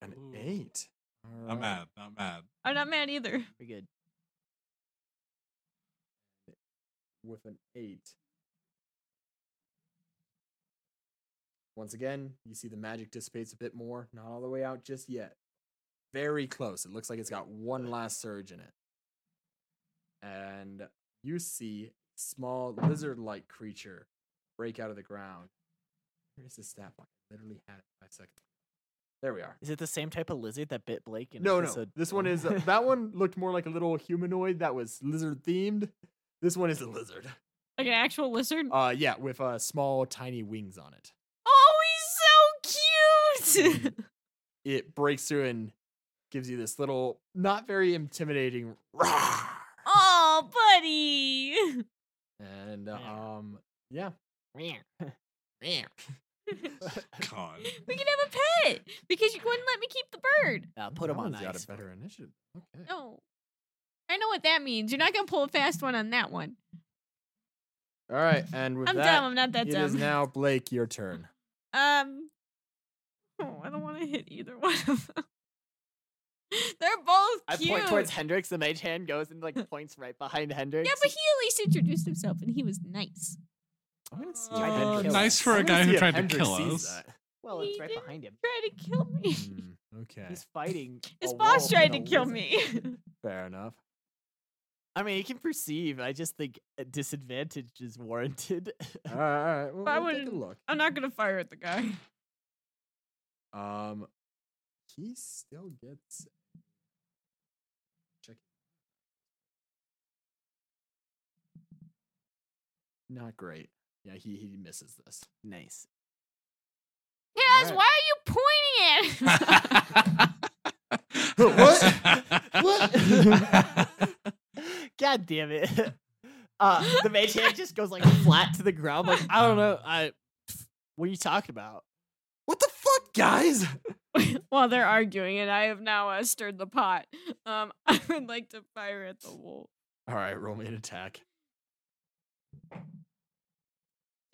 Speaker 1: An
Speaker 10: Ooh.
Speaker 1: eight.
Speaker 4: Not
Speaker 1: Alright.
Speaker 4: mad. Not mad.
Speaker 3: I'm not mad either.
Speaker 2: We're good.
Speaker 1: with an eight. Once again, you see the magic dissipates a bit more. Not all the way out just yet. Very close. It looks like it's got one last surge in it. And you see small lizard like creature break out of the ground. Where is the stat block? I literally had it five seconds. ago. There we are.
Speaker 2: Is it the same type of lizard that bit Blake? In
Speaker 1: No, no.
Speaker 2: episode
Speaker 1: This one
Speaker 2: one?
Speaker 1: is that one looked more like a little humanoid that was lizard themed. This one is a lizard.
Speaker 3: Like an actual lizard.
Speaker 1: Uh, yeah, with uh, small, tiny wings on it.
Speaker 3: Oh, he's so cute.
Speaker 1: It breaks through and gives you this little, not very intimidating roar.
Speaker 3: oh, buddy.
Speaker 1: And uh,
Speaker 2: Yeah.
Speaker 1: um, yeah,
Speaker 4: Con.
Speaker 3: we can have a pet because you wouldn't let me keep the bird.
Speaker 2: uh, put him
Speaker 1: That
Speaker 2: on
Speaker 1: one's got
Speaker 2: ice.
Speaker 1: a better initiative. Okay.
Speaker 3: No. I know what that means. You're not gonna pull a fast one on that one.
Speaker 1: All right, and with
Speaker 3: I'm
Speaker 1: that,
Speaker 3: dumb. I'm not that
Speaker 1: it
Speaker 3: dumb.
Speaker 1: is now Blake your turn.
Speaker 3: Um. Oh, I don't want to hit either one of them. They're both
Speaker 2: I
Speaker 3: cute.
Speaker 2: point towards Hendrix. The mage hand goes and like points right behind Hendrix.
Speaker 3: yeah, but he at least introduced himself and he was nice.
Speaker 1: I'm gonna see.
Speaker 3: Tried to
Speaker 1: if-
Speaker 3: kill
Speaker 4: Nice
Speaker 2: us.
Speaker 4: for a
Speaker 1: I'm gonna
Speaker 4: guy
Speaker 1: see
Speaker 4: who
Speaker 1: if
Speaker 4: tried to
Speaker 1: Hendrix
Speaker 4: kill
Speaker 1: sees
Speaker 4: us.
Speaker 1: that.
Speaker 2: well, it's
Speaker 3: He
Speaker 2: right
Speaker 3: didn't
Speaker 2: behind him.
Speaker 3: Try to kill me.
Speaker 1: Hmm, okay.
Speaker 2: He's fighting.
Speaker 3: His
Speaker 2: Mm. a
Speaker 3: boss
Speaker 2: wolf
Speaker 3: tried
Speaker 2: and
Speaker 3: to
Speaker 2: a
Speaker 3: kill
Speaker 2: lizard.
Speaker 3: me.
Speaker 1: Fair enough.
Speaker 2: I mean, he can perceive. I just think a disadvantage is warranted.
Speaker 1: All right, all right. Well,
Speaker 3: I
Speaker 1: we'll take a
Speaker 3: wouldn't-
Speaker 1: look.
Speaker 3: I'm not gonna fire at the guy.
Speaker 1: Um, he still gets. Check. Not great. Yeah, he he misses this.
Speaker 2: nice.
Speaker 3: Yes,
Speaker 1: Alright.
Speaker 3: why are you pointing at? him?
Speaker 1: What?
Speaker 2: God damn it. Uh, the mage hand just goes like flat to the ground. Like I don't know. I. What are you talking about?
Speaker 1: Um, What the fuck, guys?
Speaker 3: While they're arguing, and I have now uh, stirred the pot. Um, I would like to fire at the wolf.
Speaker 1: All right, roll me an attack.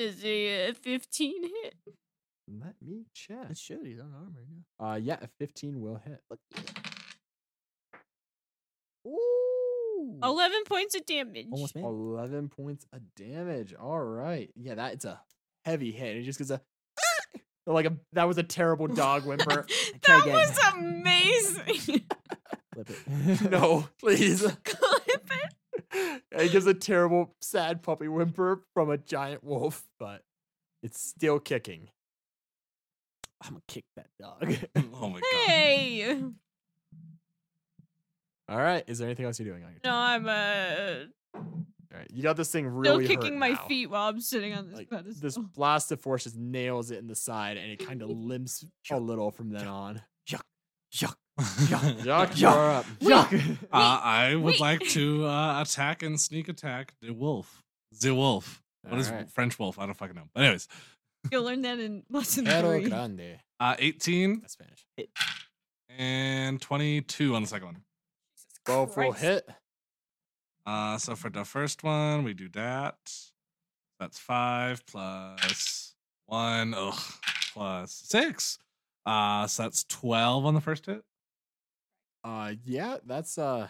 Speaker 3: Is a 15 hit?
Speaker 1: Let me check.
Speaker 2: It should. He's unarmored. Yeah.
Speaker 1: Uh, yeah, a fifteen will hit.
Speaker 2: Look at it. Ooh.
Speaker 3: 11 points of damage.
Speaker 2: Almost made it.
Speaker 1: Eleven points of damage. All right. Yeah, that's a heavy hit. It just gives a like a that was a terrible dog whimper.
Speaker 3: that
Speaker 2: again.
Speaker 3: was amazing.
Speaker 2: Flip it.
Speaker 1: no, please.
Speaker 3: Clip it.
Speaker 1: it gives a terrible, sad puppy whimper from a giant wolf, but it's still kicking.
Speaker 2: I'm gonna kick that dog.
Speaker 4: oh my god.
Speaker 3: Hey. No,
Speaker 1: All right. Is there anything else you're doing on your turn?
Speaker 3: I'm uh,
Speaker 1: All right. You got this thing
Speaker 3: still
Speaker 1: really
Speaker 3: kicking
Speaker 1: hurt
Speaker 3: my
Speaker 1: now.
Speaker 3: feet while I'm sitting on this
Speaker 1: Like,
Speaker 3: pedestal.
Speaker 1: this blast of force just nails it in the side, and it kind of limps a little from then on.
Speaker 2: Yuck.
Speaker 1: Yuck,
Speaker 2: Yuck.
Speaker 1: you're up.
Speaker 2: Yuck.
Speaker 4: Uh, I would
Speaker 3: wait.
Speaker 4: like to uh, attack and sneak attack the wolf. The wolf. What is
Speaker 1: Alright.
Speaker 4: French wolf? I don't fucking know. But anyways,
Speaker 3: You'll learn that in lesson
Speaker 1: Perro
Speaker 3: three.
Speaker 1: grande.
Speaker 4: uh, 18
Speaker 1: That's Spanish.
Speaker 4: and 22 on the second one.
Speaker 1: Go full
Speaker 3: Christ.
Speaker 1: hit.
Speaker 4: Uh, so for the first one, we do that. That's five plus one. Ugh, plus six. Uh, so that's 12 on the first hit.
Speaker 1: Uh, yeah, that's uh,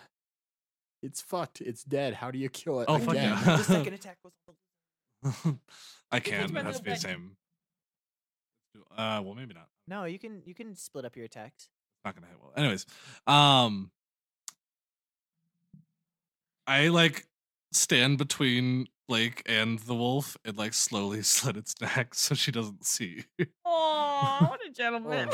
Speaker 1: it's fucked. It's dead. How do you kill it?
Speaker 4: Oh, fuck
Speaker 1: again?
Speaker 4: yeah.
Speaker 2: the second attack was.
Speaker 4: I can.
Speaker 3: my
Speaker 4: It has to be the
Speaker 3: little
Speaker 4: same. Uh, well, maybe not.
Speaker 2: No, you can you can split up your attacks.
Speaker 4: not gonna hit well. Anyways, um, I like stand between Blake and the wolf and like slowly slit its neck so she doesn't see.
Speaker 3: Aw, what
Speaker 1: Oh.
Speaker 3: a gentleman.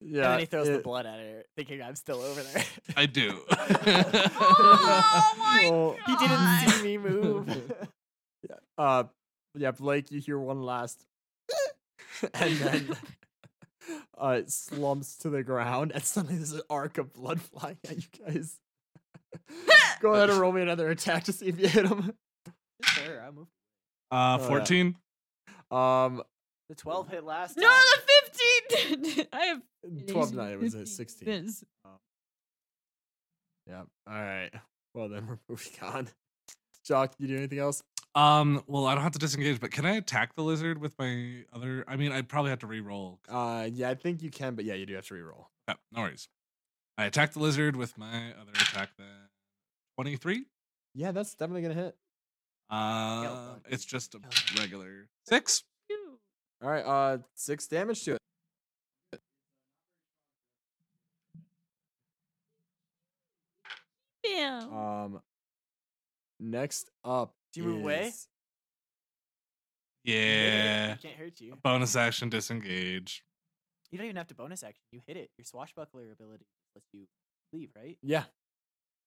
Speaker 1: yeah.
Speaker 2: and then he throws the
Speaker 1: it-
Speaker 2: blood at her, thinking I'm still over there.
Speaker 4: I do. Uh,
Speaker 3: oh my
Speaker 1: Well,
Speaker 3: god.
Speaker 2: he didn't see me move.
Speaker 1: Uh, yeah, Blake, you hear one last, and then uh, it slumps to the ground, and suddenly there's an arc of blood flying at you guys. Go ahead and roll me another attack to see if you hit him.
Speaker 2: Sure, I moved.
Speaker 4: Uh,
Speaker 1: yeah.
Speaker 4: 14.
Speaker 1: Um,
Speaker 2: The 12 hit last.
Speaker 3: No,
Speaker 2: time.
Speaker 3: the 15 did. I have.
Speaker 1: twelve nine. It was a
Speaker 3: 15
Speaker 1: sixteen.
Speaker 3: This.
Speaker 1: Yep. All right. Well, then we're moving on. Jock, you do anything else?
Speaker 4: Um, well, I don't have to disengage, but can I attack the lizard with my other? I mean, I probably have to re-roll.
Speaker 1: Uh, yeah, I think you can, but yeah, you do have to reroll.
Speaker 4: Yeah, Oh, no worries. I attack the lizard with my other attack then. 23.
Speaker 1: Yeah, that's definitely gonna hit.
Speaker 4: Uh,
Speaker 2: bug.
Speaker 4: it's just a
Speaker 2: Yellow bug.
Speaker 4: regular six.
Speaker 11: Ew.
Speaker 1: All right. Uh, six damage to it.
Speaker 11: Bill.
Speaker 1: Um, next up.
Speaker 2: Oh. Do you move away?
Speaker 1: is-
Speaker 2: You hit it,
Speaker 4: Yeah.
Speaker 2: I can't hurt you.
Speaker 4: Bonus action disengage.
Speaker 2: You don't even have to bonus action. You hit it. Your swashbuckler ability lets you leave, right?
Speaker 1: Yeah.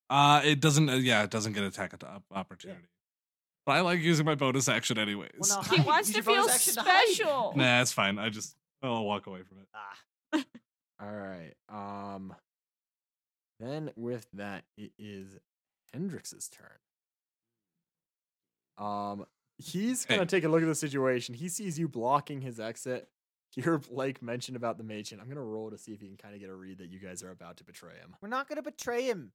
Speaker 4: Uh, it doesn't. Uh, yeah, it doesn't get attack at opportunity. But I like using my bonus action anyways.
Speaker 2: no,
Speaker 11: He
Speaker 2: hide.
Speaker 11: wants
Speaker 2: Use
Speaker 11: to
Speaker 2: your bonus
Speaker 11: feel
Speaker 2: action to hide.
Speaker 11: special.
Speaker 4: Nah, it's fine. I just I'll walk away from it.
Speaker 2: Ah,
Speaker 1: All right. Um, then with that, it is Hendrix's turn. Um, he's gonna
Speaker 4: Hey.
Speaker 1: take a look at the situation. He sees you blocking his exit. Hear Blake mention about the mage, and I'm gonna roll to see if he can kind of get a read that you guys are about to betray him.
Speaker 2: we're not gonna betray him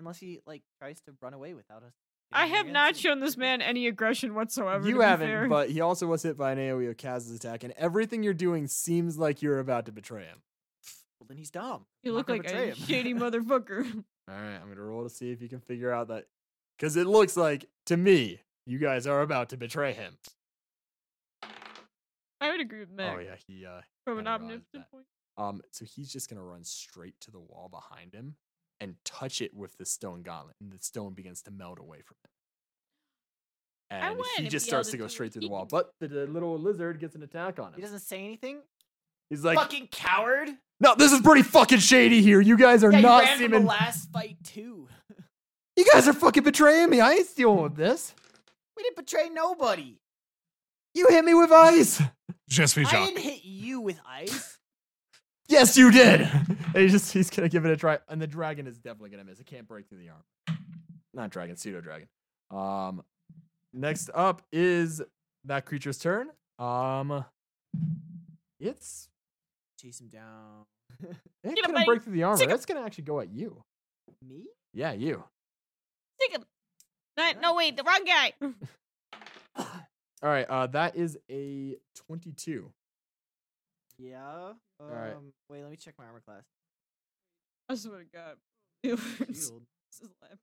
Speaker 2: unless he like tries to run away without us.
Speaker 12: I
Speaker 2: getting
Speaker 12: have
Speaker 2: there.
Speaker 12: not shown this man any aggression whatsoever. to
Speaker 1: you
Speaker 12: be
Speaker 1: haven't,
Speaker 12: fair.
Speaker 1: but he also was hit by an AoE of Kaz's attack, and everything you're doing seems like you're about to betray him.
Speaker 2: Well, then he's dumb.
Speaker 3: You
Speaker 2: I'm
Speaker 3: look
Speaker 2: not gonna
Speaker 3: like a
Speaker 2: betray
Speaker 3: shady
Speaker 2: him.
Speaker 3: motherfucker.
Speaker 1: All right, I'm gonna roll to see if you can figure out that, because it looks like to me you guys are about to betray him.
Speaker 12: I would agree with Mac
Speaker 1: Oh yeah, he uh,
Speaker 12: from an
Speaker 1: kinda realized
Speaker 12: omniscient
Speaker 1: that.
Speaker 12: point.
Speaker 1: Um, so he's just gonna run straight to the wall behind him and touch it with the stone gauntlet, and the stone begins to melt away from it.
Speaker 11: I
Speaker 1: And
Speaker 11: wanted
Speaker 1: he
Speaker 11: to
Speaker 1: just
Speaker 11: be able
Speaker 1: starts
Speaker 11: to
Speaker 1: to go
Speaker 11: do it.
Speaker 1: straight through the
Speaker 11: He
Speaker 1: wall,
Speaker 11: can-
Speaker 1: but the, the little lizard gets an attack on
Speaker 2: He
Speaker 1: him.
Speaker 2: doesn't say anything.
Speaker 1: He's like,
Speaker 2: Fucking coward.
Speaker 1: "No, this is pretty fucking shady here. You guys are
Speaker 2: yeah,
Speaker 1: not
Speaker 2: you ran from
Speaker 1: seeming.
Speaker 2: the last fight too.
Speaker 1: you guys are fucking betraying me. I ain't dealing with this.
Speaker 2: We didn't betray nobody.
Speaker 1: You hit me with ice.
Speaker 4: Just me,
Speaker 2: I
Speaker 4: Jock.
Speaker 2: didn't hit you with ice.
Speaker 1: Yes, you did. And he just he's gonna give it a try, and the dragon is definitely gonna miss. It can't break through the arm. Not dragon, pseudo dragon. Um, next up is that creature's turn. Um, it's
Speaker 2: Chase him down.
Speaker 1: it
Speaker 12: Get up,
Speaker 1: couldn't
Speaker 12: buddy.
Speaker 1: break through the armor.
Speaker 12: Sick 'em.
Speaker 1: It's gonna actually go at you.
Speaker 2: Me?
Speaker 1: Yeah, you.
Speaker 12: Think of- That- no, wait, the wrong guy.
Speaker 1: All right. Uh, that is a twenty-two.
Speaker 2: Yeah. Um,
Speaker 1: right.
Speaker 2: Wait, let me check my armor class.
Speaker 3: I swear to God. It works.
Speaker 2: Shield.
Speaker 3: This is laugh-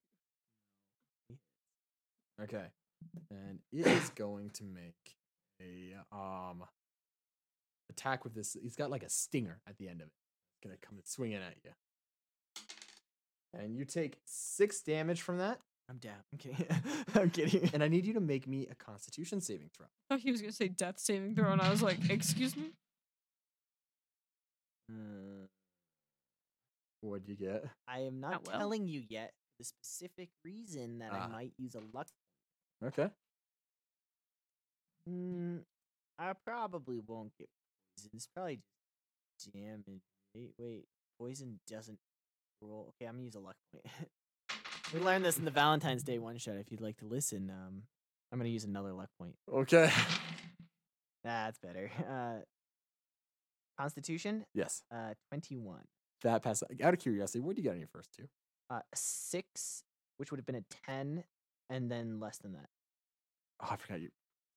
Speaker 1: Okay, and it is going to make a um attack with this. He's got like a stinger at the end of it. It's gonna come swinging at you, and you take six damage from that.
Speaker 2: I'm down. I'm kidding. I'm kidding.
Speaker 1: And I need you to make me a Constitution saving throw.
Speaker 3: I thought he was going to say death saving throw, and I was like, excuse me?
Speaker 2: Uh,
Speaker 1: Hmm. What'd you get?
Speaker 2: I am not
Speaker 12: well.
Speaker 2: telling you yet the specific reason that
Speaker 1: Ah.
Speaker 2: I might use a luck.
Speaker 1: Okay.
Speaker 2: Mm, I probably won't get poison. It's probably just damage. Wait, wait. Poison doesn't roll. Okay, I'm gonna use a luck point. we learned this in the Valentine's Day one shot. If you'd like to listen, um, I'm gonna use another luck point.
Speaker 1: Okay.
Speaker 2: That's better. Uh, Constitution,
Speaker 1: Yes,
Speaker 2: uh, 21.
Speaker 1: that passes. Out of curiosity, what do you get on your first two?
Speaker 2: Uh, 6, which would have been a 10, and then less than that.
Speaker 1: Oh, I forgot you.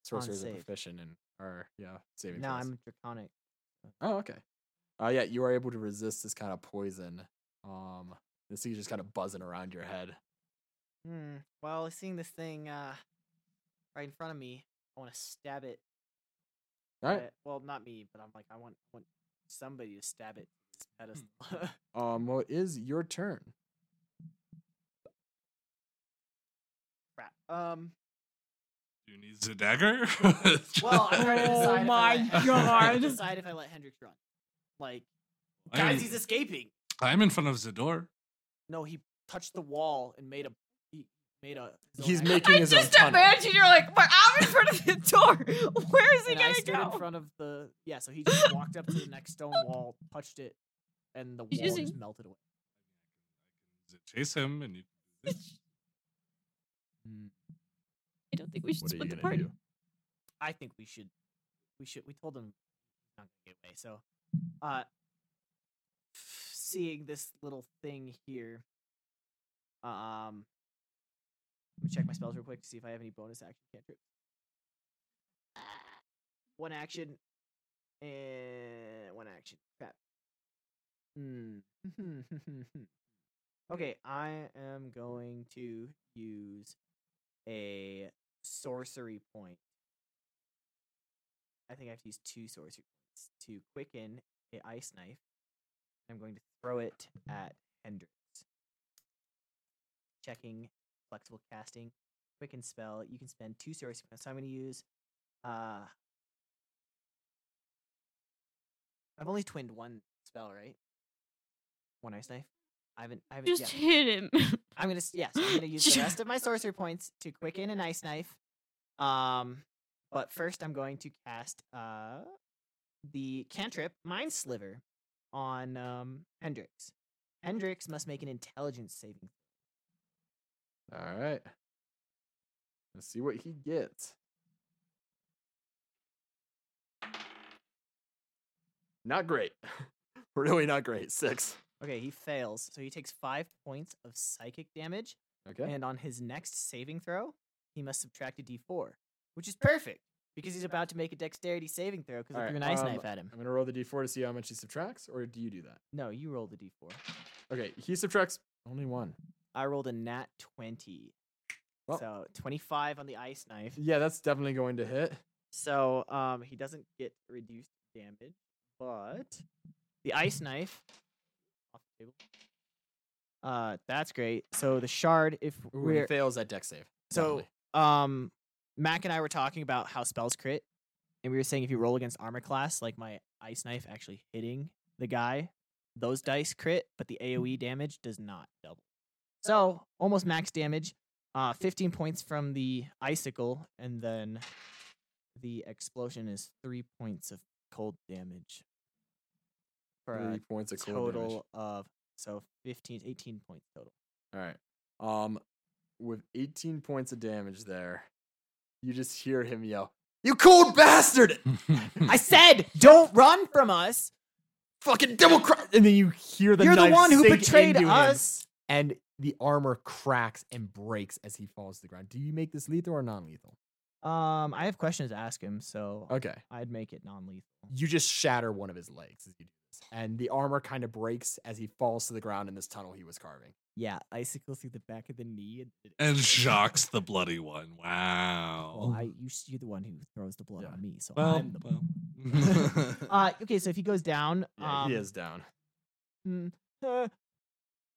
Speaker 1: Sorcerers are
Speaker 2: save.
Speaker 1: proficient and are yeah saving
Speaker 2: No,
Speaker 1: throws.
Speaker 2: I'm Draconic.
Speaker 1: Oh, okay. Uh, yeah, you are able to resist this kind of poison. Um, this thing's just kind of buzzing around your head.
Speaker 2: Hmm. Well, seeing this thing uh, right in front of me, I want to stab it.
Speaker 1: All right.
Speaker 2: at- well, not me, but I'm like, I want, want somebody to stab it. to its pedestal.
Speaker 1: Um, well, it is your turn.
Speaker 2: Crap. Um.
Speaker 4: You need a dagger.
Speaker 2: Well, I'm trying to
Speaker 3: Oh
Speaker 2: decide. if I
Speaker 3: my
Speaker 2: let Hendrix- I'm trying to
Speaker 3: God.
Speaker 2: decide if I let Hendrix run. Like,
Speaker 4: I
Speaker 2: guys,
Speaker 4: am,
Speaker 2: he's escaping.
Speaker 4: I am in front of Zador.
Speaker 2: No, he touched the wall and made a. He made a. his own
Speaker 1: He's
Speaker 2: exit.
Speaker 1: making his own tunnel.
Speaker 3: you're like, but I'm in front of the door. Where is
Speaker 2: and I stood in front of the yeah. So he just walked up to the next stone wall, touched it, and the wall
Speaker 3: He's
Speaker 2: just
Speaker 3: using-
Speaker 2: melted away.
Speaker 4: chase him and you
Speaker 3: I don't think we should
Speaker 1: What are you
Speaker 3: split the
Speaker 1: gonna
Speaker 3: party.
Speaker 1: do?
Speaker 2: I think we should. We should. We told him he's not gonna get away. So, uh, seeing this little thing here, um, let me check my spells real quick to see if I have any bonus action cantrips. One action, and one action. Crap. Hmm. okay, I am going to use a sorcery point. I think I have to use two sorcery points to quicken a ice knife. I'm going to throw it at Hendrix. Checking flexible casting, quicken spell. You can spend two sorcery points. So I'm going to use. Uh, I've only twinned one spell, right? One ice knife. I haven't. I haven't.
Speaker 3: Just
Speaker 2: yeah.
Speaker 3: hit him.
Speaker 2: I'm gonna s- yes, I'm gonna use the
Speaker 3: Sure.
Speaker 2: rest of my sorcery points to quicken an ice knife. Um, but first I'm going to cast uh the cantrip Mind Sliver on um Hendrix. Hendrix must make an intelligence saving.
Speaker 1: All right. Let's see what he gets. Not great. really not great. Six.
Speaker 2: Okay, he fails, so he takes five points of psychic damage,
Speaker 1: Okay.
Speaker 2: and on his next saving throw, he must subtract a d4, which is perfect because he's about to make a dexterity saving throw because I
Speaker 1: Alright,
Speaker 2: threw an ice
Speaker 1: um,
Speaker 2: knife at him.
Speaker 1: I'm gonna roll the d4 to see how much he subtracts, or do you do that?
Speaker 2: No, you roll the d4.
Speaker 1: Okay, he subtracts only one.
Speaker 2: I rolled a nat 20.
Speaker 1: Well-
Speaker 2: So 25 on the ice knife.
Speaker 1: Yeah, that's definitely going to hit.
Speaker 2: So um, he doesn't get reduced damage, but the ice knife off the table. Uh, that's great. So the shard, if
Speaker 1: Ooh, he
Speaker 2: we're
Speaker 1: fails at deck save.
Speaker 2: so
Speaker 1: definitely.
Speaker 2: um, Mac and I were talking about how spells crit, and we were saying if you roll against armor class, like my ice knife actually hitting the guy, those dice crit, but
Speaker 1: Mm.
Speaker 2: the AOE damage does not double.
Speaker 1: Oh.
Speaker 2: So almost max damage, uh, 15 points from the icicle, and then the explosion is three points of cold damage. For
Speaker 1: three
Speaker 2: a
Speaker 1: points of cold damage.
Speaker 2: total of so 15, 18 points total.
Speaker 1: All right. Um, with 18 points of damage there, you just hear him yell, "You cold bastard!
Speaker 4: can
Speaker 2: I said, don't run from us.
Speaker 1: Fucking double cross!" And then you hear the
Speaker 2: You're the
Speaker 1: knife
Speaker 2: one who
Speaker 1: sink
Speaker 2: betrayed
Speaker 1: into him,
Speaker 2: us.
Speaker 1: and the armor cracks and breaks as he falls to the ground. Do you make this lethal or non-lethal?
Speaker 2: Um, I have questions to ask him, so
Speaker 1: Okay.
Speaker 2: I'd make it non-lethal.
Speaker 1: You just shatter one of his legs as you do this, and the armor kind of breaks as he falls to the ground in this tunnel he was carving.
Speaker 2: Yeah, icicle through the back of the knee. And, it
Speaker 4: and
Speaker 2: explodes.
Speaker 4: Jacques the bloody one. Wow.
Speaker 2: Well, I, you, s- you're the one who throws the blood
Speaker 1: Yeah.
Speaker 2: on me, so
Speaker 4: Well,
Speaker 2: I'm the.
Speaker 4: well.
Speaker 2: Uh, okay, so if he goes down,
Speaker 1: Yeah,
Speaker 2: um,
Speaker 1: he is down.
Speaker 2: mm, uh,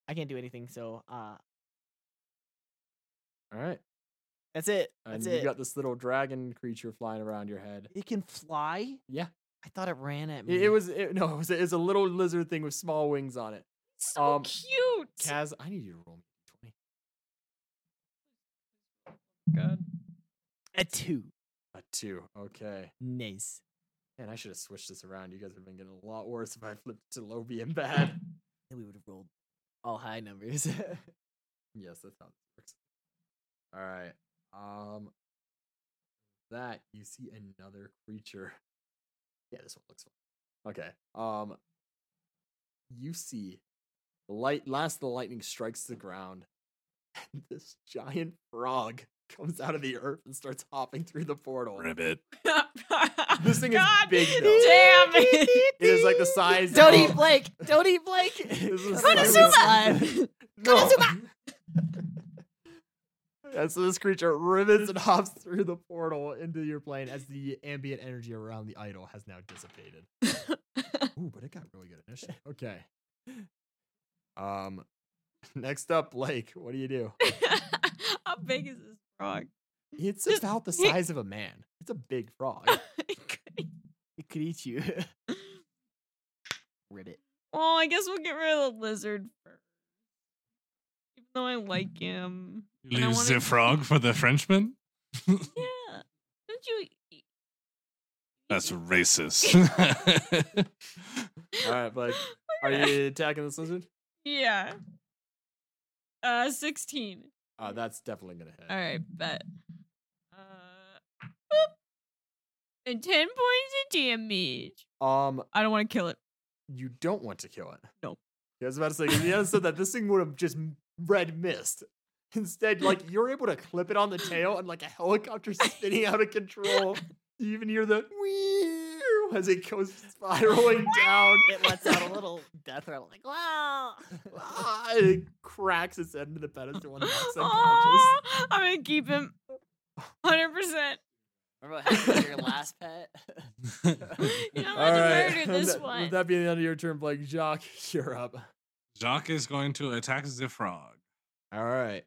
Speaker 2: I can't do anything. So, uh,
Speaker 1: All right,
Speaker 2: that's it.
Speaker 1: and
Speaker 2: That's
Speaker 1: you
Speaker 2: it.
Speaker 1: got this little dragon creature flying around your head.
Speaker 2: it can fly.
Speaker 1: Yeah.
Speaker 2: I thought it ran at me.
Speaker 1: It, it was it, no, it was, it was a little lizard thing with small wings on it.
Speaker 3: so
Speaker 1: Um,
Speaker 3: cute.
Speaker 1: Kaz, I need you to roll me twenty.
Speaker 9: God.
Speaker 2: a two.
Speaker 1: A two, okay.
Speaker 2: Nice.
Speaker 1: Man, I should have switched this around. You guys would have been getting a lot worse if I flipped to low and bad.
Speaker 2: Then we would have rolled all high numbers.
Speaker 1: yes, that's how this works. All right. Um, that you see another creature. Yeah, this one looks fun. Okay. Um, you see the light. Last of the lightning strikes the ground, and this giant frog comes out of the earth and starts hopping through the portal.
Speaker 4: Ribbit.
Speaker 1: This thing is
Speaker 3: God
Speaker 1: big, though.
Speaker 3: Damn it.
Speaker 1: It is like the size.
Speaker 2: Don't
Speaker 1: of,
Speaker 2: eat Blake. Don't eat Blake.
Speaker 1: This is
Speaker 2: Konnichiwa.
Speaker 1: No. Yeah, so this creature rivets and hops through the portal into your plane as the ambient energy around the idol has now dissipated. Ooh, but it got really good initiative. Okay. Um, next up, Blake. What do you do?
Speaker 3: How big is this frog?
Speaker 1: It's
Speaker 3: Just
Speaker 1: about the
Speaker 3: hit-
Speaker 1: size of a man. It's a big frog.
Speaker 2: It could eat you. Ribbit.
Speaker 3: well, I guess we'll get rid of the lizard first. Even though I like him.
Speaker 4: You
Speaker 3: And I
Speaker 4: leave
Speaker 3: wanna-
Speaker 4: the frog for the Frenchman?
Speaker 3: Yeah. Don't you? e eat-
Speaker 4: That's racist.
Speaker 1: All right, Blake.
Speaker 3: We're
Speaker 1: Are
Speaker 3: gonna-
Speaker 1: you attacking this lizard?
Speaker 3: Yeah. Uh, 16.
Speaker 1: Uh, that's definitely gonna hit.
Speaker 3: All right, bet.
Speaker 9: Uh,
Speaker 3: And 10 points of damage.
Speaker 1: Um,
Speaker 9: I don't want to kill it.
Speaker 1: you don't want to kill it.
Speaker 9: No.
Speaker 1: Yeah, I was about to say 'cause you said that this thing would have just m- red mist. Instead, like you're able to clip it on the tail, and like a helicopter spinning out of control. You even hear the wheeeew as it goes spiraling down.
Speaker 2: It lets out a little death rattle, like wow.
Speaker 1: Ah, and it cracks its end to the pedestal and knocks unconscious.
Speaker 3: Aw,
Speaker 9: Ah,
Speaker 3: I'm gonna keep him. 100%.
Speaker 13: Remember what happened to your last pet?
Speaker 3: You know, I'm
Speaker 1: All
Speaker 3: about
Speaker 1: right.
Speaker 3: to murder
Speaker 1: With
Speaker 3: this
Speaker 1: that-
Speaker 3: one.
Speaker 1: With that being the end of your turn, Blake, Jacques, you're up.
Speaker 4: Jacques is going to attack Zifrog.
Speaker 1: All right.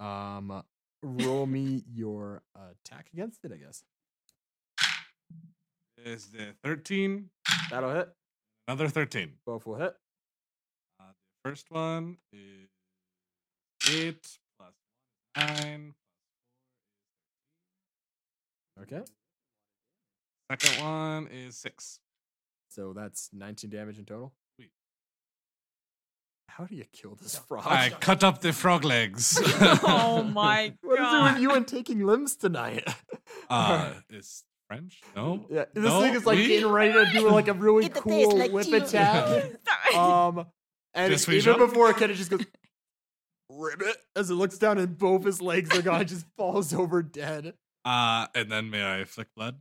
Speaker 1: Um, roll me your attack against it, I guess.
Speaker 4: Is the 13,
Speaker 1: That'll hit.
Speaker 4: another 13.
Speaker 1: Both will hit.
Speaker 4: Uh, the first one is 8 plus 9.
Speaker 1: Okay.
Speaker 4: Second one is 6.
Speaker 1: So that's 19 damage in total.
Speaker 4: Sweet.
Speaker 1: How do you kill this frog?
Speaker 4: I cut up the frog legs.
Speaker 9: oh my
Speaker 1: what is it
Speaker 9: god.
Speaker 1: with you and taking limbs tonight?
Speaker 4: Uh, it's French? No.
Speaker 1: yeah, this
Speaker 4: no,
Speaker 1: thing is like
Speaker 4: we-
Speaker 1: getting ready to do like a really
Speaker 13: Get the
Speaker 1: cool
Speaker 13: face like
Speaker 1: whip
Speaker 13: you.
Speaker 1: attack. Um, and
Speaker 4: Just we
Speaker 1: even
Speaker 4: jump.
Speaker 1: before it kind of just goes ribbit as it looks down and both his legs are gone, just falls over dead.
Speaker 4: Uh, and then may I flick blood?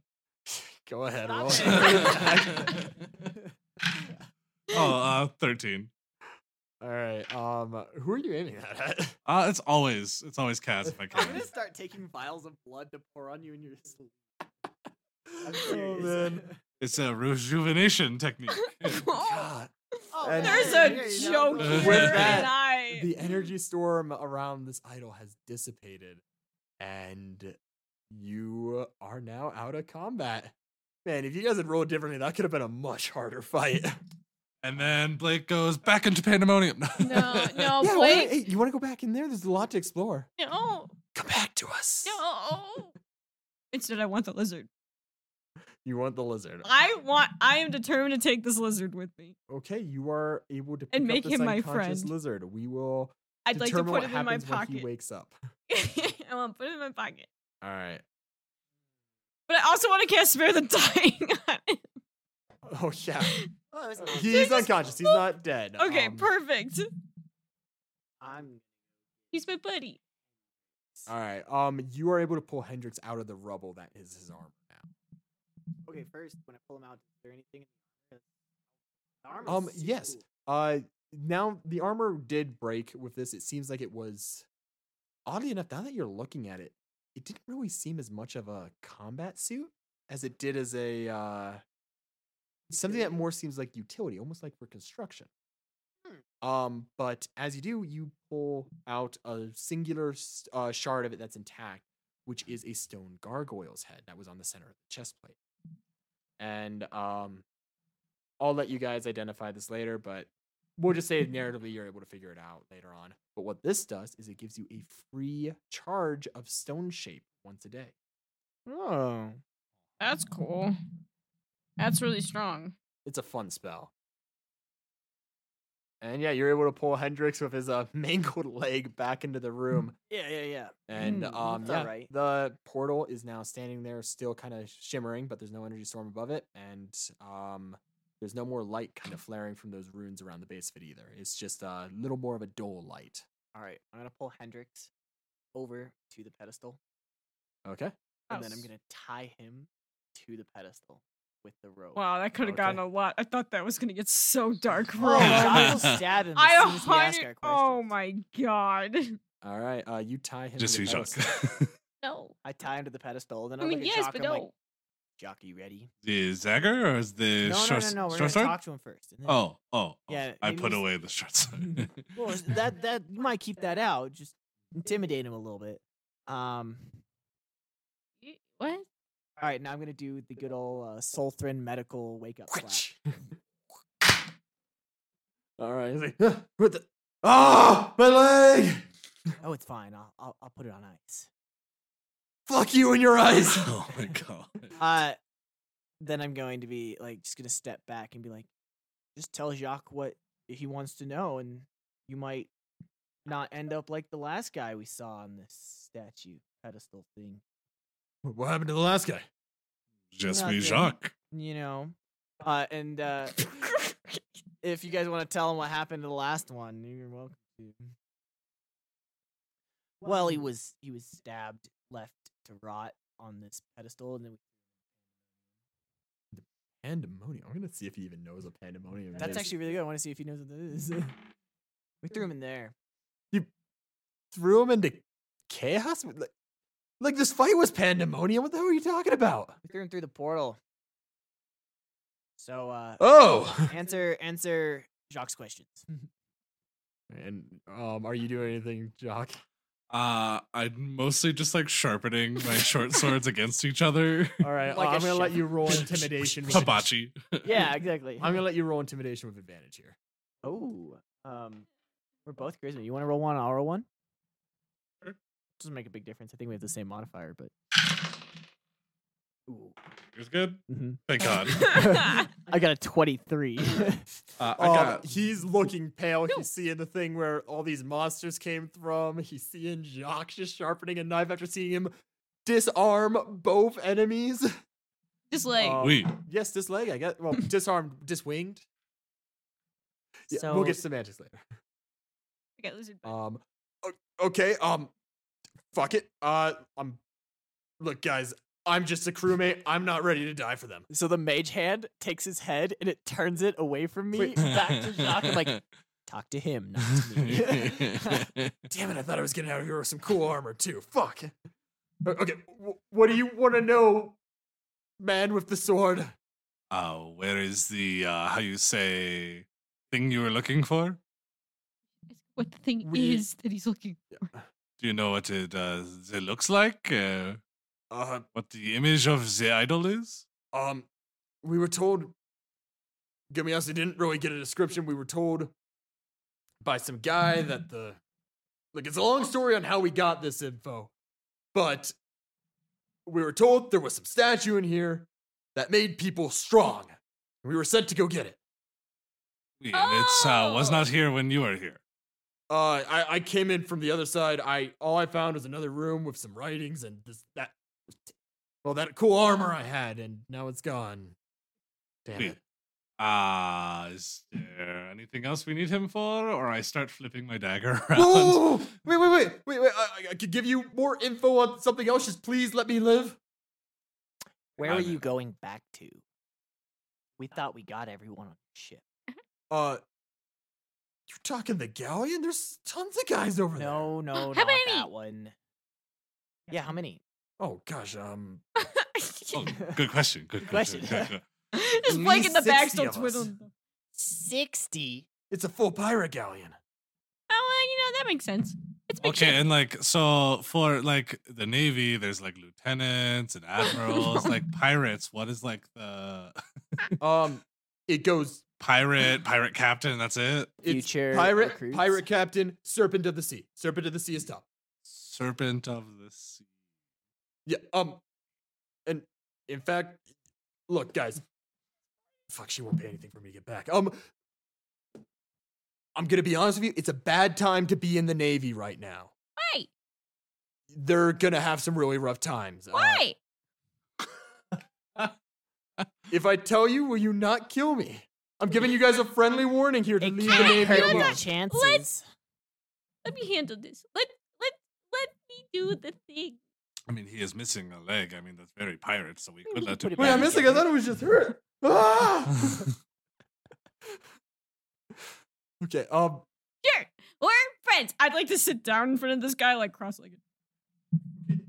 Speaker 1: Go ahead,
Speaker 2: Stop
Speaker 1: roll.
Speaker 2: it.
Speaker 4: Oh, uh, 13.
Speaker 1: All right. Um, who are you aiming that at?
Speaker 4: Uh, it's always, it's always Kaz if I
Speaker 13: I'm
Speaker 4: can.
Speaker 13: gonna start taking vials of blood to pour on you in your sleep. I'm
Speaker 1: oh
Speaker 13: serious.
Speaker 1: man.
Speaker 4: It's a rejuvenation technique.
Speaker 1: God.
Speaker 13: Oh, man,
Speaker 1: And-
Speaker 3: There's
Speaker 13: there
Speaker 3: a
Speaker 13: you go,
Speaker 3: joke
Speaker 4: With
Speaker 3: here,
Speaker 1: that,
Speaker 3: and I.
Speaker 1: the energy storm around this idol has dissipated and you are now out of combat man if you guys had rolled differently that could have been a much harder fight
Speaker 4: and then Blake goes back into pandemonium.
Speaker 3: No, no,
Speaker 1: yeah, why not?
Speaker 3: Blake.
Speaker 1: hey, you want to go back in there there's a lot to explore
Speaker 3: No,
Speaker 1: come back to us
Speaker 3: no.
Speaker 9: Instead, I want the lizard.
Speaker 1: you want the lizard
Speaker 9: I want. I am determined to take this lizard with me.
Speaker 1: okay you are able to pick
Speaker 9: And
Speaker 1: up
Speaker 9: make
Speaker 1: this
Speaker 9: him my
Speaker 1: unconscious
Speaker 9: friend.
Speaker 1: lizard we will
Speaker 9: I'd like to
Speaker 1: determine
Speaker 9: put
Speaker 1: what
Speaker 9: it in my
Speaker 1: happens when he
Speaker 9: pocket.
Speaker 1: wakes up
Speaker 9: I want to put it in my pocket.
Speaker 1: all right
Speaker 9: But I also want to cast spare the dying. on it.
Speaker 1: oh yeah
Speaker 13: Oh, it was nice.
Speaker 1: he's unconscious he's not dead
Speaker 9: okay,
Speaker 1: Um,
Speaker 9: perfect.
Speaker 13: I'm
Speaker 3: He's my buddy.
Speaker 1: all right um you are able to pull hendrix out of the rubble that is his armor now
Speaker 13: okay. First, when I pull him out, is there anything? in the armor?
Speaker 1: Um, yes. Uh, now the armor did break with this. It seems like it was, oddly enough, now that you're looking at it, it didn't really seem as much of a combat suit as it did as a uh, something that
Speaker 13: Utility?
Speaker 1: more seems like utility, almost like for construction.
Speaker 13: Hmm.
Speaker 1: Um, but as you do, you pull out a singular s- uh, shard of it that's intact, which is a stone gargoyle's head that was on the center of the chest plate. And um, I'll let you guys identify this later, but we'll just say narratively you're able to figure it out later on. But what this does is it gives you a free charge of stone shape once a day.
Speaker 2: Oh.
Speaker 3: That's cool. That's really strong.
Speaker 1: It's a fun spell. And yeah, you're able to pull Hendrix with his uh, mangled leg back into the room.
Speaker 13: Yeah, yeah, yeah.
Speaker 1: And
Speaker 2: Mm,
Speaker 1: um,
Speaker 13: that's
Speaker 1: yeah,
Speaker 13: alright.
Speaker 1: the portal is now standing there, still kind of shimmering, but there's no energy storm above it, and um, there's no more light kind of flaring from those runes around the base of it either. It's just a little more of a dull light.
Speaker 13: All right, I'm gonna pull Hendrix over to the pedestal,
Speaker 1: Okay.
Speaker 3: Oh,
Speaker 13: and then I'm
Speaker 9: House.
Speaker 13: gonna tie him to the pedestal with the rope.
Speaker 9: Wow, that could have
Speaker 1: Okay.
Speaker 9: gotten a lot. I thought that was gonna get so dark for
Speaker 13: Oh,
Speaker 9: a moment.
Speaker 4: God.
Speaker 13: I will stab him
Speaker 9: I
Speaker 13: as
Speaker 9: a
Speaker 13: soon as we ask our
Speaker 9: hundred. Oh
Speaker 13: questions.
Speaker 9: my god.
Speaker 1: All right. Uh, you tie him.
Speaker 4: Just
Speaker 1: to
Speaker 4: you,
Speaker 1: the
Speaker 4: Jacques.
Speaker 1: pedestal.
Speaker 3: No.
Speaker 13: I tie him to the pedestal, and then
Speaker 3: I
Speaker 13: I
Speaker 3: mean,
Speaker 13: look at
Speaker 3: yes,
Speaker 13: Jock,
Speaker 3: but
Speaker 13: I'm
Speaker 3: no.
Speaker 13: like, Jock, are you ready?
Speaker 4: the Zagger or is the
Speaker 13: no,
Speaker 4: short,
Speaker 13: no, no, no. We're
Speaker 4: short
Speaker 13: gonna
Speaker 4: sword?
Speaker 13: talk to him first. and then-
Speaker 4: Oh, oh,
Speaker 13: Yeah,
Speaker 4: yeah, I
Speaker 13: maybe
Speaker 4: put
Speaker 13: he's-
Speaker 4: away the short sword.
Speaker 13: Well, is- that that you might keep that out. Just intimidate him a little bit. Um.
Speaker 3: Y- What?
Speaker 13: All right, now I'm gonna do the good old uh, Solthrin medical wake up slap.
Speaker 1: All right. He's like, "Huh, what the? Ah, my leg!
Speaker 13: Oh, it's fine. I'll, I'll I'll put it on ice.
Speaker 1: Fuck you in your eyes.
Speaker 4: oh my god.
Speaker 13: Uh, then I'm going to be like just gonna step back and be like, just tell Jacques what he wants to know, and you might
Speaker 2: not end up like the last guy we saw on this statue pedestal thing.
Speaker 1: What happened to the last guy?
Speaker 4: Just me,
Speaker 2: Nothing.
Speaker 4: Jacques.
Speaker 2: You know, uh, and uh, if you guys want to tell him what happened to the last one, you're welcome to. Well, he was he was stabbed, left to rot on this pedestal, and then
Speaker 1: Pandemonium. I'm gonna see if he even knows what pandemonium
Speaker 2: that's
Speaker 1: is.
Speaker 2: actually really good. I want to see if he knows what that is. we threw him in there.
Speaker 1: threw him into chaos. Like, like this fight was pandemonium. What the hell are you talking about?
Speaker 2: We threw him through the portal. So uh,
Speaker 1: Oh.
Speaker 2: answer answer Jacques' questions.
Speaker 1: And um, are you doing anything, Jock?
Speaker 4: Uh, I'm mostly just like sharpening my short swords against each other.
Speaker 1: All right,
Speaker 2: Like
Speaker 1: uh,
Speaker 2: a
Speaker 1: I'm gonna let
Speaker 2: chef.
Speaker 1: you roll intimidation. with-
Speaker 4: Hibachi.
Speaker 2: yeah, exactly.
Speaker 1: I'm gonna let you roll intimidation with advantage here.
Speaker 2: Oh, um, we're both charisma. You want to roll one? I'll roll one.
Speaker 4: Sure.
Speaker 2: Doesn't make a big difference. I think we have the same modifier, but Ooh.
Speaker 4: It's good.
Speaker 2: Mhm.
Speaker 4: Thank Oh God.
Speaker 2: I got a twenty-three.
Speaker 4: Uh, I
Speaker 2: Oh,
Speaker 1: Um,
Speaker 4: got
Speaker 1: he's looking pale. He's seeing the thing where all these monsters came from. He's seeing Jacques just sharpening a knife after seeing him disarm both enemies.
Speaker 3: Just like
Speaker 13: Oh.
Speaker 1: Um,
Speaker 4: wait.
Speaker 1: yes, disleg. I guess. Well, disarmed, diswinged. Yeah,
Speaker 2: so
Speaker 1: we'll get semantics later.
Speaker 3: I got lizard
Speaker 13: Oh.
Speaker 3: butt.
Speaker 1: Um, o- okay. Um, fuck it. Uh, I'm. Look, guys, I'm just a crewmate. I'm not ready to die for them.
Speaker 2: so the mage hand takes his head and it turns it away from me back to Jacques. I'm like, talk to him, not to me.
Speaker 1: Damn it! I thought I was getting out of here with some cool armor too. Fuck. O- Okay, wh- what do you want to know, man with the sword?
Speaker 4: uh, where is the uh, how you say thing you were looking for?
Speaker 3: what the thing
Speaker 1: we-
Speaker 3: is that he's looking
Speaker 4: Do you know what it uh, they looks like? Uh,
Speaker 1: Uh,
Speaker 4: what the image of the idol is?
Speaker 1: um, we were told. Gummy honest, we didn't really get a description. We were told by some guy that the. Look, it's a long story on how we got this info, but we were told there was some statue in here that made people strong. We were sent to go get it.
Speaker 4: We- And it's uh, was
Speaker 2: Oh!
Speaker 4: not here when you were here.
Speaker 1: Uh, I, I came in from the other side. I all I found was another room with some writings and this that. Well, that cool armor I had, and now it's gone. Damn
Speaker 4: Wait.
Speaker 1: it!
Speaker 4: Uh, is there anything else we need him for? Or I start flipping my dagger around.
Speaker 1: Whoa! Wait, wait, wait, wait, wait! I, I- I could give you more info on something else. Just please let me live.
Speaker 2: Where are
Speaker 4: I'm
Speaker 2: you
Speaker 4: in.
Speaker 2: going back to? We thought we got everyone on the ship.
Speaker 1: Uh, you're talking the galleon? There's tons of guys over there.
Speaker 2: No, no,
Speaker 3: How
Speaker 2: not
Speaker 3: many?
Speaker 2: that one. Yeah, how many?
Speaker 1: Oh gosh, um,
Speaker 4: Oh, good question. Good question.
Speaker 2: Question.
Speaker 4: good question.
Speaker 3: Just Blake in the
Speaker 1: least
Speaker 3: back
Speaker 1: 60
Speaker 3: still
Speaker 1: of us.
Speaker 3: twiddling.
Speaker 2: Sixty.
Speaker 1: it's a full pirate galleon.
Speaker 3: Oh, well, you know that makes sense. It's a big
Speaker 4: Okay,
Speaker 3: ship.
Speaker 4: and like so for like the navy, there's like lieutenants and admirals, like pirates. What is like the
Speaker 1: Um, it goes.
Speaker 4: pirate pirate captain? That's it.
Speaker 1: It's
Speaker 2: Future
Speaker 1: pirate,
Speaker 2: recruits?
Speaker 1: pirate captain, serpent of the sea. Serpent of the sea is top.
Speaker 4: Serpent of the sea.
Speaker 1: Yeah. Um. And in fact, look, guys. Fuck, she won't pay anything for me to get back. Um. I'm gonna be honest with you. It's a bad time to be in the Navy right now.
Speaker 3: Why?
Speaker 1: They're gonna have some really rough times. Uh,
Speaker 3: Why?
Speaker 1: if I tell you, will you not kill me? I'm giving you guys a friendly warning here to
Speaker 2: It
Speaker 1: leave the
Speaker 2: can't
Speaker 1: Navy
Speaker 2: hurt
Speaker 3: no,
Speaker 2: your
Speaker 3: no.
Speaker 1: alone.
Speaker 2: chances.
Speaker 3: Let me handle this. Let let let me do the thing.
Speaker 4: I mean, he is missing a leg. I mean, that's very pirate. So we could let him.
Speaker 2: Put it Wait, I'm missing a-
Speaker 1: thought it was just her. Ah! okay. Um.
Speaker 3: Sure, we're friends. I'd like to sit down in front of this guy, like cross-legged,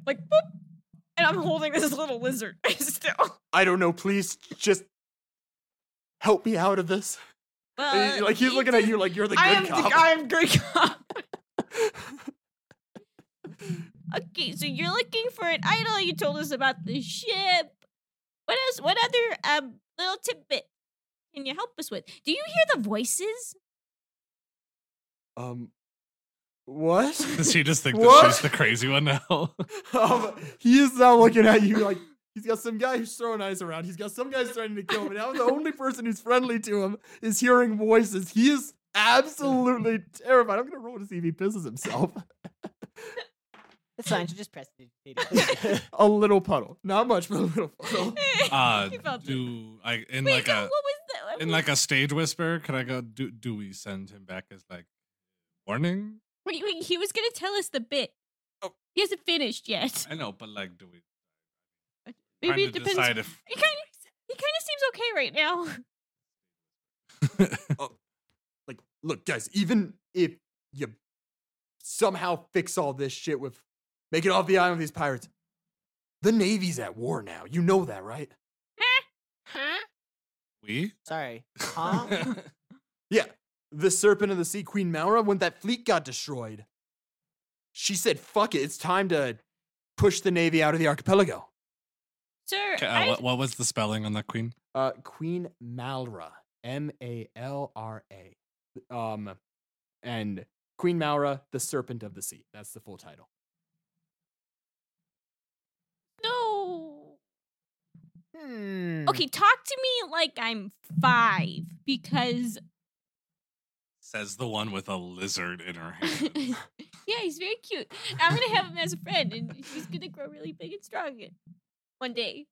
Speaker 3: like boop, and I'm holding this little lizard still.
Speaker 1: I don't know. Please just help me out of this. And he- like he's looking at you like you're the
Speaker 3: I
Speaker 1: good
Speaker 3: am
Speaker 1: cop.
Speaker 3: the I am good cop. okay, so you're looking for an idol. You told us about the ship. What else? What other um little tidbit can you help us with? Do you hear the voices?
Speaker 1: um, what?
Speaker 4: Does she just think that
Speaker 1: What?
Speaker 4: she's the crazy one now?
Speaker 1: um, he is not looking at you like he's got some guy who's throwing ice around. He's got some guy who's threatening to kill him. And now the only person who's friendly to him is hearing voices. He is absolutely terrified. I'm gonna roll to see if he pisses himself.
Speaker 13: That's fine. You just press
Speaker 1: a little puddle, not much, but a little puddle.
Speaker 4: Uh,
Speaker 3: He felt it.
Speaker 4: do I in
Speaker 6: Wait,
Speaker 4: like
Speaker 6: so
Speaker 4: a
Speaker 6: what was the? uh, I
Speaker 4: in
Speaker 6: mean,
Speaker 4: like a stage whisper? Could I go? Do do we send him back as like warning?
Speaker 6: wait, wait, he was gonna tell us the bit.
Speaker 4: Oh.
Speaker 6: He hasn't finished yet.
Speaker 4: I know, but like, do we?
Speaker 3: Maybe
Speaker 4: trying
Speaker 3: it
Speaker 4: to
Speaker 3: depends.
Speaker 4: decide if
Speaker 6: He kind of he kind of seems okay right now.
Speaker 1: Like, look, guys, even if you somehow fix all this shit with make it off the island with these pirates, the Navy's at war now. You know that, right?
Speaker 4: we.
Speaker 13: Sorry. Huh?
Speaker 1: Yeah. The Serpent of the Sea, Queen Malra, when that fleet got destroyed, she said, fuck it, it's time to push the Navy out of the archipelago.
Speaker 6: Sir,
Speaker 4: Okay,
Speaker 6: I,
Speaker 4: uh, what, what was the spelling on that queen?
Speaker 1: Uh, Queen Malra, M A L R A. Um, and Queen Malra, the Serpent of the Sea. That's the full title.
Speaker 6: no.
Speaker 13: Hmm.
Speaker 6: Okay, talk to me like I'm five because
Speaker 4: Says the one with a lizard in her hand.
Speaker 6: yeah, he's very cute. I'm gonna have him as a friend, and he's gonna grow really big and strong and- one day.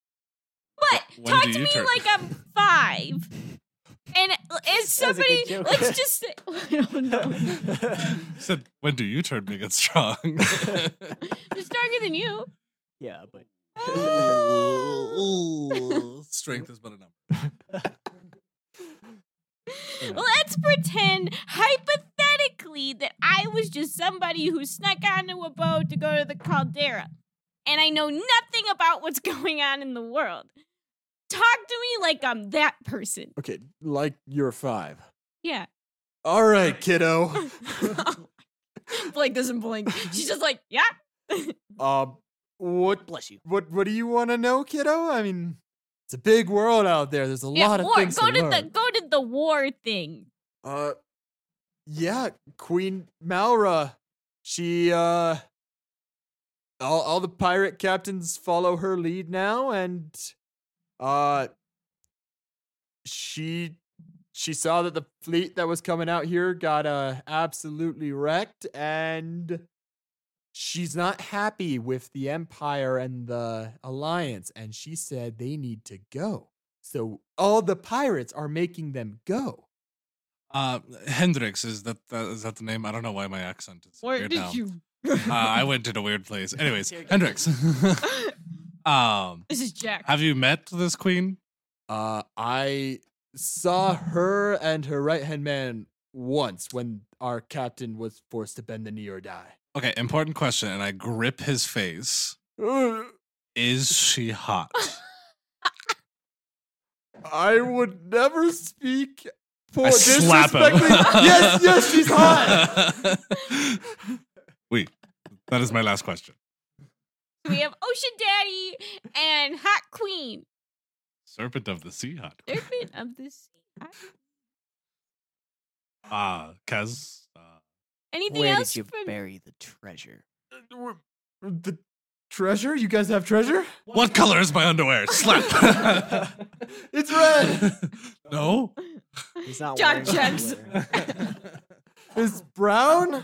Speaker 6: But
Speaker 4: Wh- when
Speaker 6: talk
Speaker 4: do
Speaker 6: to
Speaker 4: you
Speaker 6: me
Speaker 4: turn-
Speaker 6: like I'm five. And as somebody,
Speaker 13: joke.
Speaker 6: let's just say, I don't know.
Speaker 13: Hmm.
Speaker 4: Said, when do you turn big and strong?
Speaker 6: I'm stronger than you. Oh.
Speaker 13: yeah, but
Speaker 4: Strength is but a number.
Speaker 6: Let's pretend hypothetically that I was just somebody who snuck onto a boat to go to the caldera and I know nothing about what's going on in the world. Talk to me like I'm that person.
Speaker 1: Okay, like you're five.
Speaker 6: Yeah.
Speaker 1: All right, kiddo.
Speaker 6: Oh
Speaker 3: Blake doesn't blink.
Speaker 6: She's just like, yeah.
Speaker 1: Um, what,
Speaker 13: bless you.
Speaker 1: what, what do you want to know, kiddo? I mean, it's a big world out there. There's a
Speaker 6: yeah,
Speaker 1: lot of
Speaker 6: war.
Speaker 1: things
Speaker 6: go
Speaker 1: to,
Speaker 6: to
Speaker 1: learn.
Speaker 6: the go to the war thing.
Speaker 1: Uh, yeah, Queen Malra. She, uh, all, all the pirate captains follow her lead now, and, uh, she, she saw that the fleet that was coming out here got, uh, absolutely wrecked, and she's not happy with the Empire and the Alliance, and she said they need to go. So all the pirates are making them go.
Speaker 4: Uh, Hendrix is that, that is that the name? I don't know why my accent is
Speaker 9: Where
Speaker 4: weird
Speaker 9: did
Speaker 4: now.
Speaker 9: you?
Speaker 4: uh, I went to a weird place. Anyways,
Speaker 13: Here we go.
Speaker 4: Hendrix. um,
Speaker 3: This is Jack.
Speaker 4: have you met this queen?
Speaker 1: Uh, I saw her and her right hand man once when our captain was forced to bend the knee or die.
Speaker 4: Okay, important question. And I grip his face. Is she hot?
Speaker 1: I would never speak for
Speaker 4: I slap him.
Speaker 1: disrespectfully. yes, yes, she's hot.
Speaker 4: Wait, that is my last question.
Speaker 6: We have Ocean Daddy and Hot Queen.
Speaker 4: Serpent of the Sea hot.
Speaker 6: They're been of this.
Speaker 4: Ah, Kaz. Uh,
Speaker 6: Anything
Speaker 13: Where
Speaker 6: else
Speaker 13: did you
Speaker 6: from
Speaker 13: bury the treasure?
Speaker 1: The treasure? You guys have treasure?
Speaker 4: what color is my underwear? Slap.
Speaker 1: It's red.
Speaker 4: no.
Speaker 13: He's not wearing
Speaker 3: Jack checks.
Speaker 13: underwear.
Speaker 1: It's brown.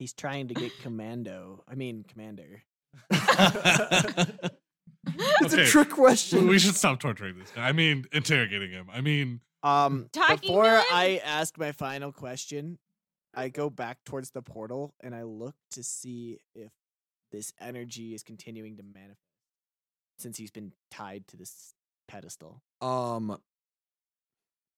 Speaker 13: He's trying to get commando. I mean, commander.
Speaker 1: It's
Speaker 4: Okay.
Speaker 1: a trick question.
Speaker 4: we should stop torturing this guy. I mean, interrogating him. I mean,
Speaker 13: Um,
Speaker 6: Talking to
Speaker 13: before
Speaker 6: him?
Speaker 13: I ask my final question, I go back towards the portal and I look to see if this energy is continuing to manifest since he's been tied to this pedestal.
Speaker 1: Um,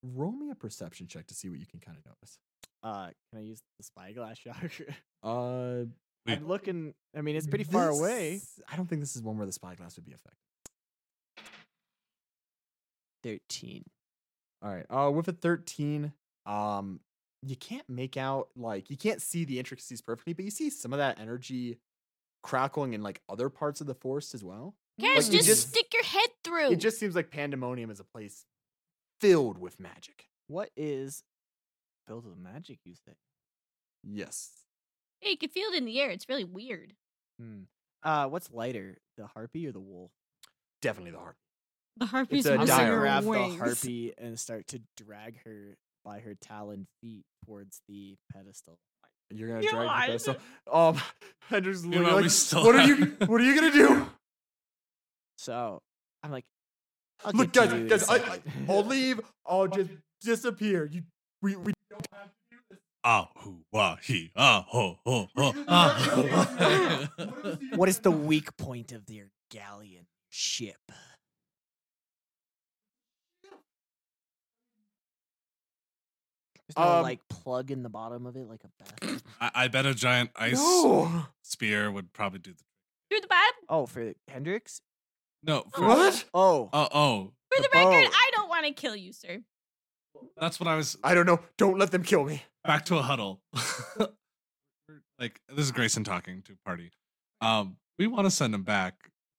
Speaker 1: roll me a perception check to see what you can kind of notice.
Speaker 13: Uh, can I use the spyglass shocker?
Speaker 1: Uh,
Speaker 4: Wait.
Speaker 13: I'm looking. I mean, it's pretty far away.
Speaker 1: this- I don't think this is one where the spyglass would be effective.
Speaker 13: Thirteen.
Speaker 1: All right. Uh, with a 13, um, you can't make out like you can't see the intricacies perfectly, but you see some of that energy crackling in like other parts of the forest as well.
Speaker 6: Kaz,
Speaker 1: Like, you
Speaker 6: just,
Speaker 1: just-
Speaker 6: stick your head through.
Speaker 1: It just seems like pandemonium is a place filled with magic.
Speaker 13: What is build of magic? You say?
Speaker 1: Yes.
Speaker 6: Yeah, you can feel it in the air. It's really weird.
Speaker 13: Hmm. Uh, what's lighter, the harpy or the wolf?
Speaker 1: Definitely the heart.
Speaker 3: The harpies
Speaker 1: a
Speaker 3: moving
Speaker 13: I'm
Speaker 1: dire.
Speaker 13: gonna
Speaker 3: her
Speaker 13: grab the
Speaker 3: wings.
Speaker 13: harpy and start to drag her
Speaker 2: by her taloned feet towards the pedestal.
Speaker 1: You're gonna drag the vessel. Um, Hendrix looking
Speaker 4: Meanwhile, we
Speaker 1: like,
Speaker 4: still
Speaker 1: what are you?
Speaker 4: have-
Speaker 1: What are you gonna do?
Speaker 2: So I'm like, I'll
Speaker 1: Look, guys,
Speaker 2: get to you in a
Speaker 1: guys, I, I,
Speaker 4: uh,
Speaker 2: second."
Speaker 1: I'll leave. I'll just disappear. You, we, we don't have to do this.
Speaker 4: Ah, hoo, wah, he, ah, ho, ho, ho, ah.
Speaker 2: what is the weak point of their galleon ship? There's no
Speaker 1: Um,
Speaker 2: like plug in the bottom of it, like a bathroom.
Speaker 4: I, I bet a giant ice
Speaker 1: No.
Speaker 4: spear would probably do the.
Speaker 6: Through the bottom.
Speaker 2: oh, for Hendrix?
Speaker 4: No. For,
Speaker 1: What?
Speaker 2: Oh,
Speaker 4: Oh, oh,
Speaker 6: For the,
Speaker 2: The
Speaker 6: record,
Speaker 2: boat.
Speaker 6: I don't want to kill you, sir.
Speaker 4: that's what I was.
Speaker 1: I don't know. Don't let them kill me.
Speaker 4: back to a huddle. like this is Grayson talking to party. Um, we want to send him back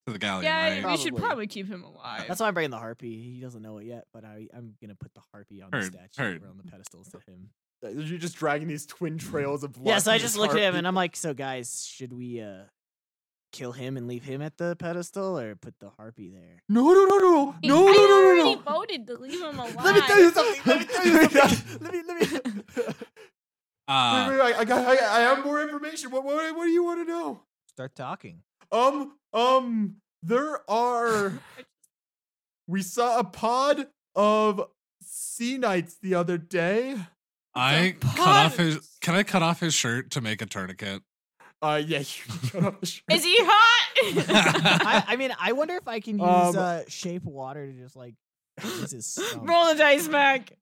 Speaker 4: to the galleon,
Speaker 3: Yeah,
Speaker 4: right?
Speaker 3: we should
Speaker 2: Probably.
Speaker 3: probably keep him
Speaker 4: Uh,
Speaker 3: alive.
Speaker 2: that's why I'm bringing the harpy. He doesn't know it yet, but I, I'm gonna put the harpy on
Speaker 4: Heard,
Speaker 2: the statue
Speaker 4: heard.
Speaker 2: or on the pedestal to him.
Speaker 1: Uh, You're just dragging these twin trails of blood.
Speaker 2: yeah, so I
Speaker 1: from
Speaker 2: just
Speaker 1: this
Speaker 2: looked at him
Speaker 1: heartbeat.
Speaker 2: and I'm like, so guys, should we uh kill him and leave him at the pedestal or put the harpy there?
Speaker 1: No, no, no, no,
Speaker 6: I-
Speaker 1: no, no,
Speaker 6: I
Speaker 1: no,
Speaker 6: already
Speaker 1: no, no.
Speaker 6: voted to leave him alive.
Speaker 1: Let me tell you something. Let me tell you something. let me, let me.
Speaker 4: Uh,
Speaker 1: wait, wait, I, I got. I, I have more information. What, what, what do you want to know?
Speaker 14: Start talking.
Speaker 1: Um, um, there are. we saw a pod of sea knights the other day.
Speaker 4: I cut off his. Can I cut off his shirt to make a tourniquet?
Speaker 1: Uh, yeah, you can cut off the shirt.
Speaker 6: Is he hot?
Speaker 4: Ah,
Speaker 2: I, I mean, I wonder if I can use
Speaker 1: Um,
Speaker 2: uh, shape water to just like use his stomach.
Speaker 6: Roll the dice, Mac.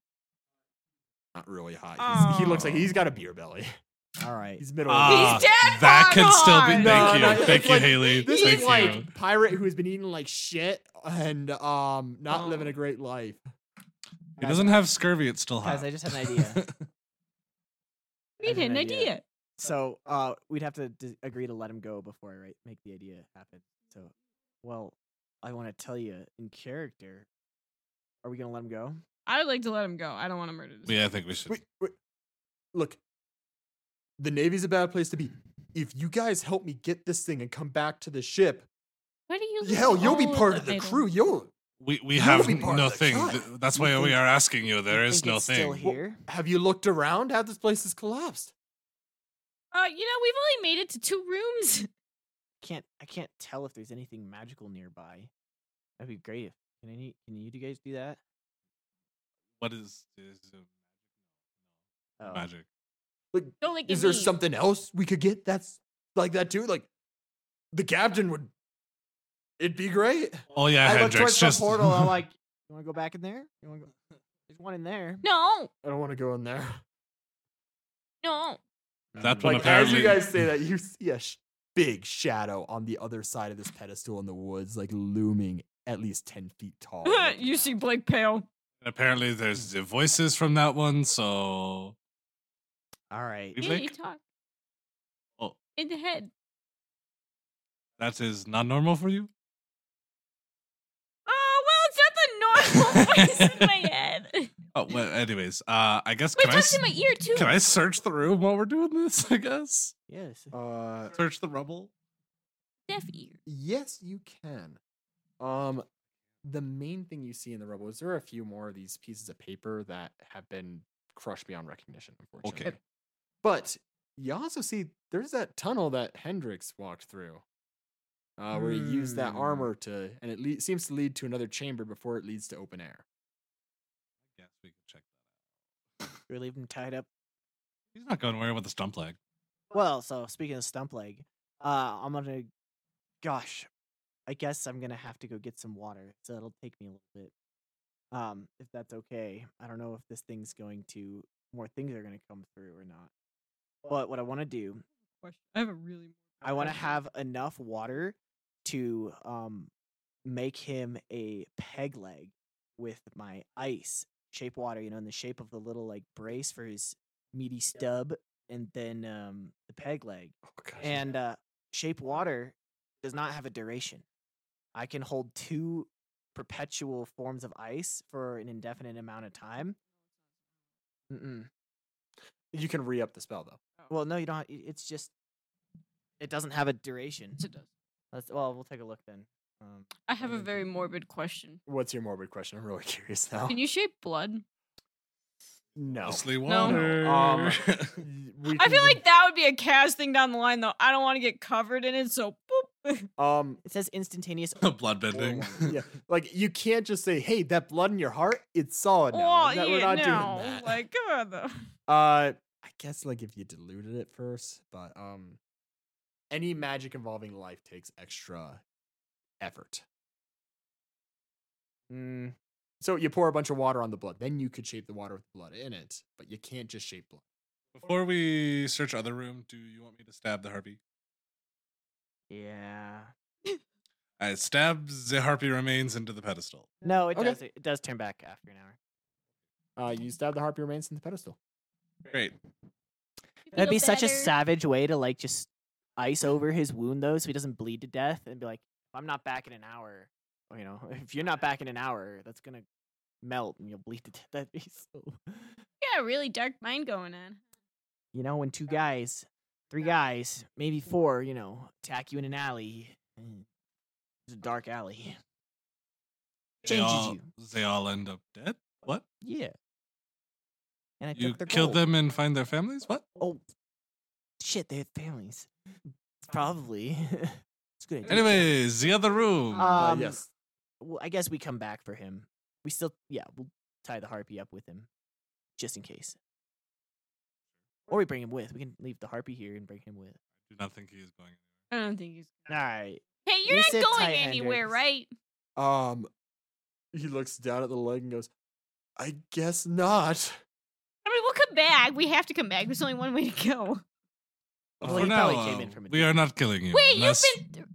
Speaker 1: Not really hot. He's, he looks like he's got a beer belly.
Speaker 2: All right.
Speaker 1: He's middle.
Speaker 4: Ah,
Speaker 6: dead,
Speaker 4: That could still be.
Speaker 6: Bonhorn!
Speaker 4: Thank
Speaker 1: No,
Speaker 4: you,
Speaker 1: no, it's
Speaker 4: thank you,
Speaker 1: like-
Speaker 4: Haley.
Speaker 1: this
Speaker 4: thank
Speaker 1: is
Speaker 4: you.
Speaker 1: like pirate who has been eating like shit and um not living a great life.
Speaker 4: he doesn't have scurvy. It's still hot.
Speaker 2: Guys, I just had an idea.
Speaker 6: We
Speaker 2: I
Speaker 6: had
Speaker 2: had an
Speaker 6: an idea.
Speaker 2: so uh, we'd have to d- agree to let him go before I write, make the idea happen. So, well, I want to tell you in character. Are we gonna let him go?
Speaker 3: I would like to let him go. I don't want to murder this.
Speaker 4: yeah, I think we should.
Speaker 1: Wait, wait. Look, the Navy's a bad place to be. If you guys help me get this thing and come back to the ship,
Speaker 6: What do you?
Speaker 1: hell, you'll be
Speaker 6: all
Speaker 1: part of the
Speaker 6: items?
Speaker 1: crew. You'll
Speaker 4: We we
Speaker 1: You
Speaker 4: have
Speaker 1: wanna be part of
Speaker 4: no
Speaker 1: the
Speaker 4: thing.
Speaker 1: tribe.
Speaker 4: Th- That's
Speaker 2: You
Speaker 4: why we
Speaker 2: think-
Speaker 4: are asking you. There
Speaker 2: You
Speaker 4: is
Speaker 2: think
Speaker 4: no
Speaker 2: it's Still
Speaker 4: thing.
Speaker 2: here.
Speaker 1: have you looked around? How this place has collapsed?
Speaker 6: Uh, you know, we've only made it to two rooms.
Speaker 2: can't I can't tell if there's anything magical nearby. That'd be great. If, can any can you two guys do that?
Speaker 4: What is, is uh,
Speaker 2: Oh.
Speaker 4: magic?
Speaker 1: Like,
Speaker 6: Don't like.
Speaker 1: is there something else we could get that's like that too? Like, the captain would. It'd be great.
Speaker 4: Oh yeah,
Speaker 2: I look
Speaker 4: Hendrix.
Speaker 2: towards
Speaker 4: just
Speaker 2: the portal. I'm like, you want to go back in there? You want to go? There's one in there.
Speaker 6: No,
Speaker 1: I don't want to go in there.
Speaker 6: no.
Speaker 2: Um,
Speaker 4: that one
Speaker 1: Like as
Speaker 4: apparently.
Speaker 1: you guys say that, you see a sh- big shadow on the other side of this pedestal in the woods, like looming at least ten feet tall. looking
Speaker 3: you
Speaker 1: down.
Speaker 3: see Blake pale.
Speaker 4: And apparently, there's the voices from that one.
Speaker 2: All
Speaker 4: So
Speaker 2: right.
Speaker 4: We
Speaker 6: Yeah,
Speaker 4: make-
Speaker 6: you talk.
Speaker 4: Oh.
Speaker 6: In the head.
Speaker 4: that is not normal for you.
Speaker 6: Oh well, it's not the normal voice in my head.
Speaker 4: Oh well. Anyways, uh, I guess
Speaker 6: Wait,
Speaker 4: can I
Speaker 6: talks
Speaker 4: s-
Speaker 6: in my ear too.
Speaker 4: can I search the room while we're doing this? I guess
Speaker 2: Yes.
Speaker 1: Uh,
Speaker 4: search the rubble.
Speaker 6: Deaf ear.
Speaker 1: yes, you can. Um, the main thing you see in the rubble is there are a few more of these pieces of paper that have been crushed beyond recognition, unfortunately. But you also see there's that tunnel that Hendrix walked through, uh, where he used that
Speaker 2: Hmm.
Speaker 1: armor to, and it le- seems to lead to another chamber before it leads to open air.
Speaker 4: Yes, we can check.
Speaker 2: You're leaving him tied up.
Speaker 4: He's not going anywhere with a stump leg.
Speaker 2: Well, so speaking of stump leg, uh, I'm gonna. Gosh, I guess I'm gonna have to go get some water. So it'll take me a little bit. Um, if that's okay. I don't know if this thing's going to more things are gonna come through or not. But what I want to do
Speaker 3: Question. I have a really.
Speaker 2: I want to
Speaker 3: question.
Speaker 2: have enough water to um make him a peg leg with my ice shape water, you know, in the shape of the little like brace for his meaty stub and then um the peg leg.
Speaker 1: Oh, gosh.
Speaker 2: And uh shape water does not have a duration. I can hold two perpetual forms of ice for an indefinite amount of time. Mm-mm.
Speaker 1: you can re up the spell though.
Speaker 2: Well, no, you don't. It's just it doesn't have a duration.
Speaker 3: Yes, it does.
Speaker 2: Let's, well, we'll take a look then. Um,
Speaker 3: I
Speaker 1: Oh,
Speaker 3: have a
Speaker 2: Amazing.
Speaker 3: very morbid question.
Speaker 1: What's your morbid question? I'm really curious now.
Speaker 3: Can you shape blood?
Speaker 1: No.
Speaker 4: Mostly
Speaker 3: No.
Speaker 4: water.
Speaker 1: Um, We
Speaker 3: I
Speaker 1: can
Speaker 3: feel like that would be a Kaz thing down the line, though. I don't want to get covered in it, so boop.
Speaker 1: do- um
Speaker 2: It says instantaneous.
Speaker 4: Bloodbending.
Speaker 1: yeah, like you can't just say, "Hey, that blood in your heart, it's solid now."
Speaker 3: oh,
Speaker 1: That-
Speaker 3: yeah,
Speaker 1: we're not
Speaker 3: no.
Speaker 1: doing that.
Speaker 3: Like, come on, though.
Speaker 1: Uh, I guess like if you diluted it first, but um, any magic involving life takes extra effort. Mm. So you pour a bunch of water on the blood, then you could shape the water with blood in it, but you can't just shape blood.
Speaker 4: Before we search other room, do you want me to stab the harpy?
Speaker 2: Yeah.
Speaker 4: I stab the harpy remains into the pedestal.
Speaker 2: No, it
Speaker 1: Okay.
Speaker 2: does. It does turn back after an hour.
Speaker 1: Uh, you stab the harpy remains in the pedestal.
Speaker 4: Great.
Speaker 2: That'd be such a
Speaker 6: better.
Speaker 2: savage way to like just ice over his wound though, so he doesn't bleed to death, and be like, "If I'm not back in an hour, or, you know, if you're not back in an hour, that's gonna melt and you'll bleed to death." That'd be so.
Speaker 6: Yeah, really dark mind going on.
Speaker 2: You know, when two guys, three guys, maybe four, you know, attack you in an alley, mm, it's a dark alley.
Speaker 4: They
Speaker 2: Changes
Speaker 4: all,
Speaker 2: you.
Speaker 4: They all end up dead. What?
Speaker 2: Yeah. And I
Speaker 4: You
Speaker 2: took their
Speaker 4: kill
Speaker 2: gold.
Speaker 4: them and find their families? What?
Speaker 2: Oh, shit! They have families. Probably. it's a good. idea.
Speaker 4: Anyways, the other room.
Speaker 1: Uh,
Speaker 2: Um,
Speaker 1: yes.
Speaker 2: well, I guess we come back for him. We still, yeah, we'll tie the harpy up with him, just in case. Or we bring him with. We can leave the harpy here and bring him with.
Speaker 4: do not think he is going.
Speaker 3: I don't think he's.
Speaker 2: All right.
Speaker 6: Hey, you're
Speaker 2: You
Speaker 6: not
Speaker 2: said
Speaker 6: going
Speaker 2: tight-handed.
Speaker 6: anywhere, right?
Speaker 1: Um, he looks down at the leg and goes, "I guess not."
Speaker 6: I mean, we'll come back. We have to come back. There's only one way to go.
Speaker 4: But
Speaker 2: Well,
Speaker 4: for
Speaker 2: he
Speaker 4: now,
Speaker 2: probably came in
Speaker 4: uh,
Speaker 2: from a
Speaker 4: we are not killing you.
Speaker 6: Wait,
Speaker 4: unless-
Speaker 6: you've been.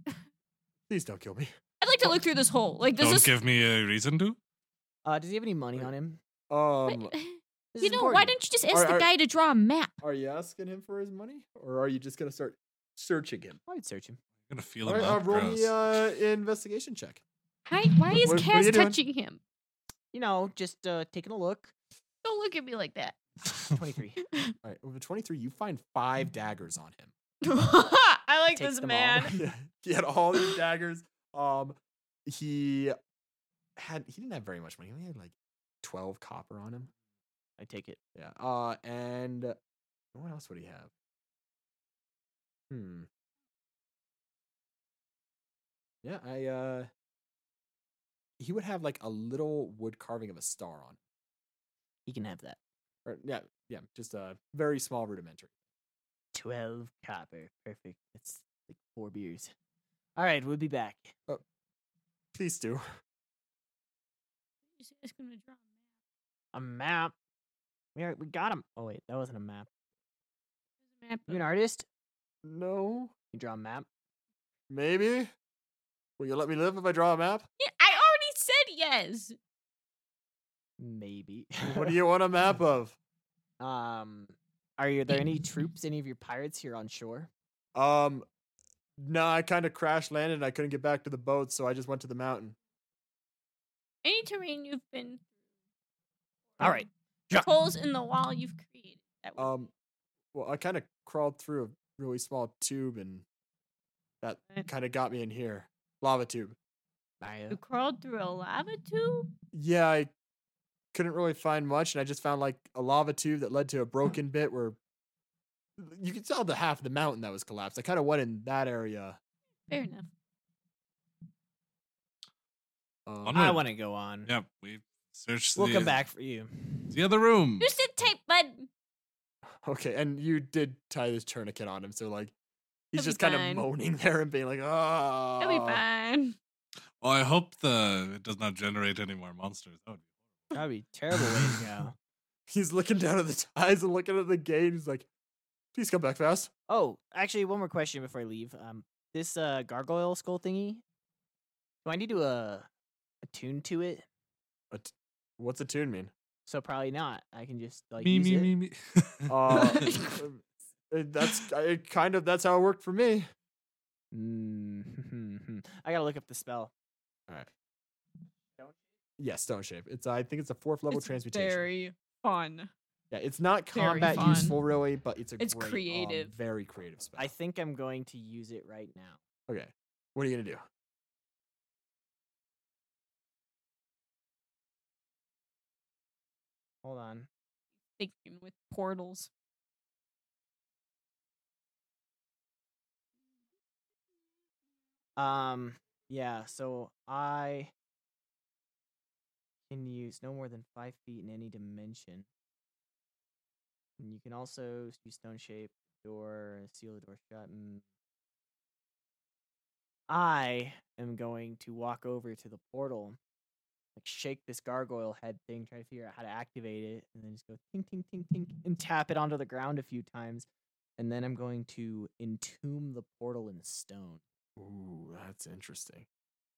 Speaker 1: Please don't kill me.
Speaker 3: I'd like to look through this hole. Like, does
Speaker 4: Don't
Speaker 3: this
Speaker 4: give me a reason to.
Speaker 2: Uh, does he have any money on him?
Speaker 1: Um,
Speaker 6: Wait,
Speaker 2: This
Speaker 6: you
Speaker 2: is
Speaker 6: know, why
Speaker 2: important.
Speaker 6: don't you just ask
Speaker 1: Are-
Speaker 6: the
Speaker 1: are-
Speaker 6: guy to draw a map?
Speaker 1: are you asking him for his money, or are you just gonna start searching him?
Speaker 2: I'd search him.
Speaker 4: I'm gonna feel
Speaker 1: All
Speaker 4: him
Speaker 1: right, uh,
Speaker 4: up.
Speaker 1: roll
Speaker 4: Gross.
Speaker 1: me uh, investigation check.
Speaker 6: Why, why is
Speaker 1: What- what are you
Speaker 6: Cass
Speaker 1: doing?
Speaker 6: touching him?
Speaker 2: You know, just uh, taking a look.
Speaker 6: Don't look at me like that.
Speaker 1: uh,
Speaker 2: Twenty-three.
Speaker 1: All right, over 23, you find five daggers on him.
Speaker 3: I like
Speaker 2: Takes
Speaker 3: this
Speaker 2: them all.
Speaker 3: man.
Speaker 1: Yeah, he had all these daggers. Um, he had he didn't have very much money. He only had like 12 copper on him.
Speaker 2: I take it.
Speaker 1: Yeah. Uh, and uh, what else would he have? Hmm. Yeah, I uh, he would have like a little wood carving of a star on.
Speaker 2: He can have that.
Speaker 1: Or yeah, yeah, just a very small rudimentary.
Speaker 2: Twelve copper. Perfect. That's like four beers. All right, we'll be back.
Speaker 1: Please do.
Speaker 6: Just ask him to draw.
Speaker 2: A map. We are, we got him. Oh wait, that wasn't a map.
Speaker 6: a map.
Speaker 2: You an artist?
Speaker 1: No.
Speaker 2: You draw a map.
Speaker 1: Maybe. Will you let me live if I draw a map?
Speaker 6: Yeah, I already said yes.
Speaker 2: Maybe.
Speaker 1: What do you want a map of?
Speaker 2: Um, are you, there any troops, any of your pirates here on shore?
Speaker 1: Um, no, I kind of crash landed and I couldn't get back to the boat, so I just went to the mountain.
Speaker 6: Any terrain you've been
Speaker 2: All right.
Speaker 6: holes in the wall you've created. That would
Speaker 1: Um, well, I kind of crawled through a really small tube and that kind of got me in here. Lava tube.
Speaker 2: Naya.
Speaker 6: you crawled through a lava tube.
Speaker 1: Yeah, I couldn't really find much, and I just found like a lava tube that led to a broken bit where you could tell the half of the mountain that was collapsed. I kind of went in that area.
Speaker 6: Fair enough.
Speaker 1: Um,
Speaker 4: Onward.
Speaker 2: I want to go on.
Speaker 4: Yep, we searched.
Speaker 2: We'll
Speaker 4: the,
Speaker 2: come back for you.
Speaker 4: The other room.
Speaker 6: You sit tight, bud.
Speaker 1: Okay, and you did tie this tourniquet on him, so like he's
Speaker 3: He'll be
Speaker 1: just kind of
Speaker 3: fine.
Speaker 1: moaning there and being like, "Ah."
Speaker 3: He'll be fine.
Speaker 4: Oh, I hope the it does not generate any more monsters. That would be-
Speaker 2: That'd be a terrible way to go.
Speaker 1: He's looking down at the ties and looking at the gate. He's like, "Please come back fast."
Speaker 2: Oh, actually, one more question before I leave. Um, this uh gargoyle skull thingy. Do I need to uh attune to it?
Speaker 1: What's a tune mean?
Speaker 2: So probably not. I can just like
Speaker 4: me,
Speaker 2: use
Speaker 4: me,
Speaker 2: it.
Speaker 4: me, me,
Speaker 1: Uh, it- that's I- it kind of that's how it worked for me.
Speaker 2: Mm, I gotta look up the spell.
Speaker 1: Yeah, stone shape. It's I think it's a fourth level
Speaker 3: It's
Speaker 1: transmutation.
Speaker 3: Very fun.
Speaker 1: yeah, it's not
Speaker 3: very
Speaker 1: combat useful
Speaker 3: fun.
Speaker 1: really, but it's a
Speaker 3: It's
Speaker 1: great, um,
Speaker 3: creative.
Speaker 1: very creative spell.
Speaker 2: I think I'm going to use it right now.
Speaker 1: okay, what are you gonna do?
Speaker 2: Hold on.
Speaker 6: thinking with portals.
Speaker 2: Um, yeah, so I can use no more than five feet in any dimension. And you can also s- use stone shape, door, seal the door shut. And I am going to walk over to the portal, like shake this gargoyle head thing, try to figure out how to activate it, and then just go ting, ting, ting, ting, and tap it onto the ground a few times. And then I'm going to entomb the portal in stone.
Speaker 1: Ooh, that's interesting.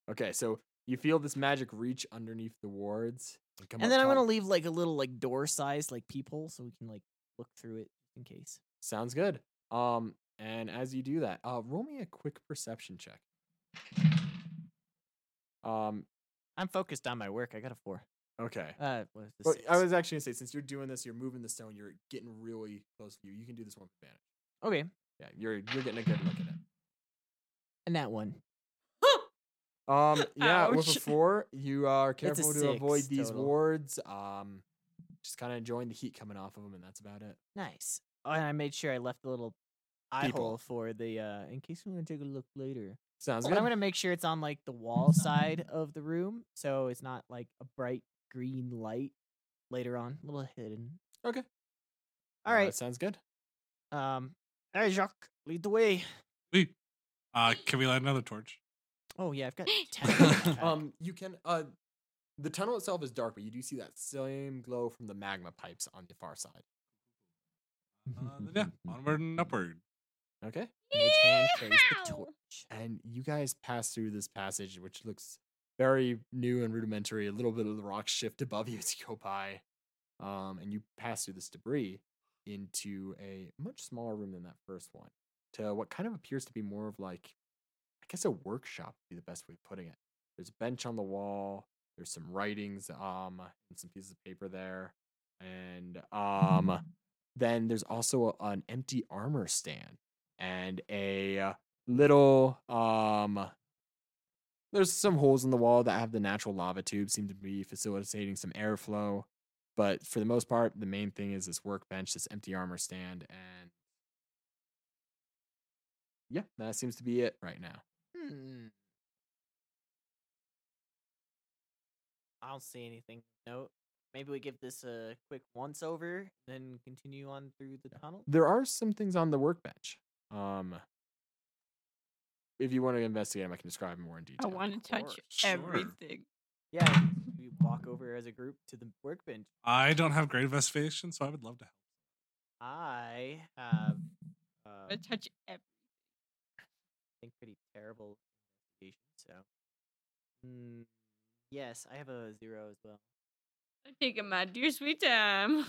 Speaker 1: Okay, so you feel this magic reach underneath the wards. come
Speaker 2: and
Speaker 1: up
Speaker 2: then I'm gonna
Speaker 1: top.
Speaker 2: leave like a little like door sized like peephole so we can like look through it in case.
Speaker 1: Sounds good. Um, and as you do that, uh, roll me a quick perception check. Um,
Speaker 2: I'm focused on my work. I got a four.
Speaker 1: okay.
Speaker 2: Uh, what is this?
Speaker 1: Well, I was actually gonna say since you're doing this, you're moving the stone, you're getting really close to you. You can do this one with advantage.
Speaker 2: okay,
Speaker 1: Yeah, you're you're getting a good look at it.
Speaker 2: and that one.
Speaker 1: Um, yeah, with a
Speaker 3: Ouch.
Speaker 1: four, you are
Speaker 2: a
Speaker 1: careful to
Speaker 2: six
Speaker 1: avoid these
Speaker 2: total.
Speaker 1: wards. Um, just kind of enjoying the heat coming off of them, and that's about it.
Speaker 2: Nice. Oh, and I made sure I left a little eye
Speaker 1: Peephole.
Speaker 2: hole for the uh in case we want to take a look later.
Speaker 1: Sounds
Speaker 2: And
Speaker 1: good.
Speaker 2: I'm gonna make sure it's on like the wall side of the room, so it's not like a bright green light later on. A little hidden.
Speaker 1: Okay.
Speaker 2: All
Speaker 1: Uh,
Speaker 2: right.
Speaker 1: sounds good.
Speaker 2: Um. All right, Jacques, lead the way.
Speaker 4: Sweet. Uh, can we light another torch?
Speaker 2: Oh yeah, I've got ten.
Speaker 1: Um, you can uh, the tunnel itself is dark, but you do see that same glow from the magma pipes on the far side.
Speaker 2: Mm-hmm.
Speaker 4: Uh, then yeah, onward and upward.
Speaker 1: Okay.
Speaker 2: Mage hand carries
Speaker 6: Yeehaw!
Speaker 2: the torch.
Speaker 1: And you guys pass through this passage, which looks very new and rudimentary. A little bit of the rocks shift above you as you go by, um, and you pass through this debris into a much smaller room than that first one, to what kind of appears to be more of like, I guess, a workshop would be the best way of putting it. There's a bench on the wall. There's some writings um, and some pieces of paper there, and um, then there's also a, an empty armor stand and a little um there's some holes in the wall that have the natural lava tube seem to be facilitating some airflow but for the most part the main thing is this workbench this empty armor stand and yeah that seems to be it right now
Speaker 2: Hmm. I don't see anything. No. Maybe we give this a quick once over, then continue on through the tunnel.
Speaker 1: there are some things on the workbench um if you want to investigate them i can describe 'em more in
Speaker 3: I
Speaker 1: detail
Speaker 3: want to touch
Speaker 4: course, sure.
Speaker 3: everything.
Speaker 2: Yeah, we walk over as a group to the workbench.
Speaker 4: I don't have great investigation, so I would love to help.
Speaker 2: I have, uh,
Speaker 3: I
Speaker 2: I
Speaker 3: touch everything.
Speaker 2: think, pretty terrible investigation. So, mm, yes, I have a zero as well.
Speaker 3: I'm taking my dear sweet time.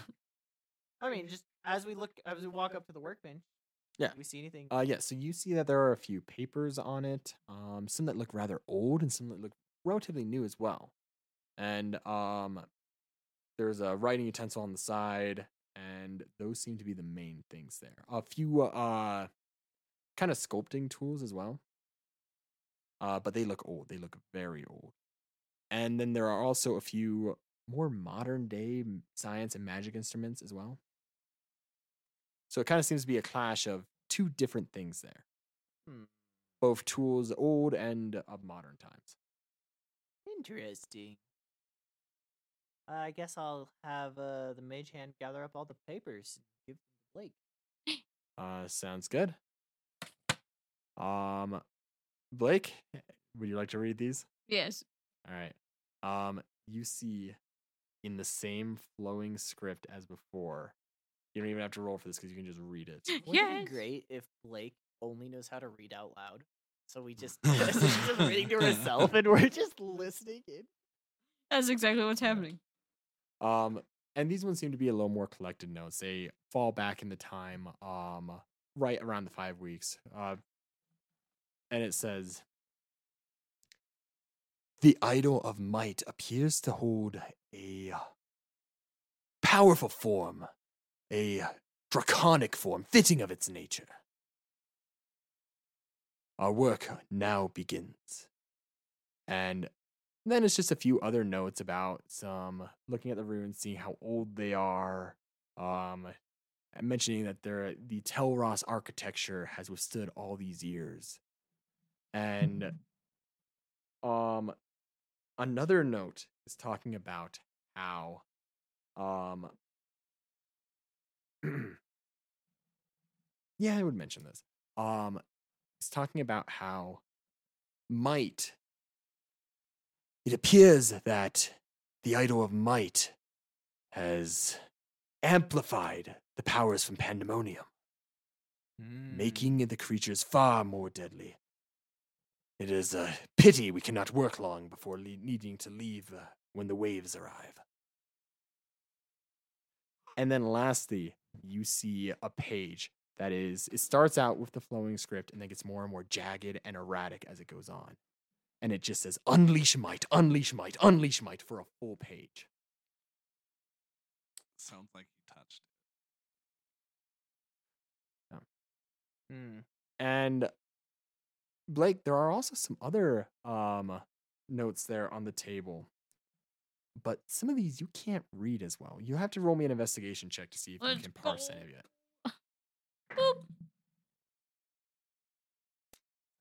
Speaker 2: I mean, just as we look, as we walk up to the workbench,
Speaker 1: Yeah.
Speaker 2: do we see anything?
Speaker 1: Uh, yeah, so you see that there are a few papers on it, um, some that look rather old and some that look relatively new as well. And um, there's a writing utensil on the side, and those seem to be the main things there. A few uh, kind of sculpting tools as well, uh, but they look old. They look very old. And then there are also a few more modern day m- science and magic instruments as well. So it kind of seems to be a clash of two different things there.
Speaker 2: Hmm.
Speaker 1: Both tools old and of modern times.
Speaker 2: Interesting. I guess I'll have uh, the mage hand gather up all the papers and give them to Blake.
Speaker 1: Uh sounds good. Um Blake, would you like to read these?
Speaker 3: Yes.
Speaker 1: All right. Um, you see in the same flowing script as before. You don't even have to roll for this because you can just read it.
Speaker 2: Wouldn't it
Speaker 3: Yes.
Speaker 2: be great if Blake only knows how to read out loud? So we just she's just reading to herself and we're just listening in.
Speaker 3: That's exactly what's happening.
Speaker 1: Um, and these ones seem to be a little more collected notes. They fall back in the time, um, right around the five weeks. Uh, and it says, "The idol of might appears to hold a powerful form, a draconic form, fitting of its nature. Our work now begins." And and then it's just a few other notes about some looking at the ruins, seeing how old they are, Um, and mentioning that there the Telros architecture has withstood all these years, and um, another note is talking about how um. yeah, I would mention this. Um, it's talking about how might. It appears that the idol of might has amplified the powers from pandemonium, making the creatures far more deadly. It is a pity we cannot work long before le- needing to leave uh, when the waves arrive. And then lastly, you see a page that is, it starts out with the flowing script and then gets more and more jagged and erratic as it goes on. And it just says, Unleash might, unleash might, unleash might for a full page.
Speaker 4: Sounds like he touched.
Speaker 2: Hmm,
Speaker 1: And Blake, there are also some other um, notes there on the table. But some of these you can't read as well. You have to roll me an investigation check to see if
Speaker 6: Let's
Speaker 1: you can parse any
Speaker 6: go.
Speaker 1: of it.
Speaker 6: Boop.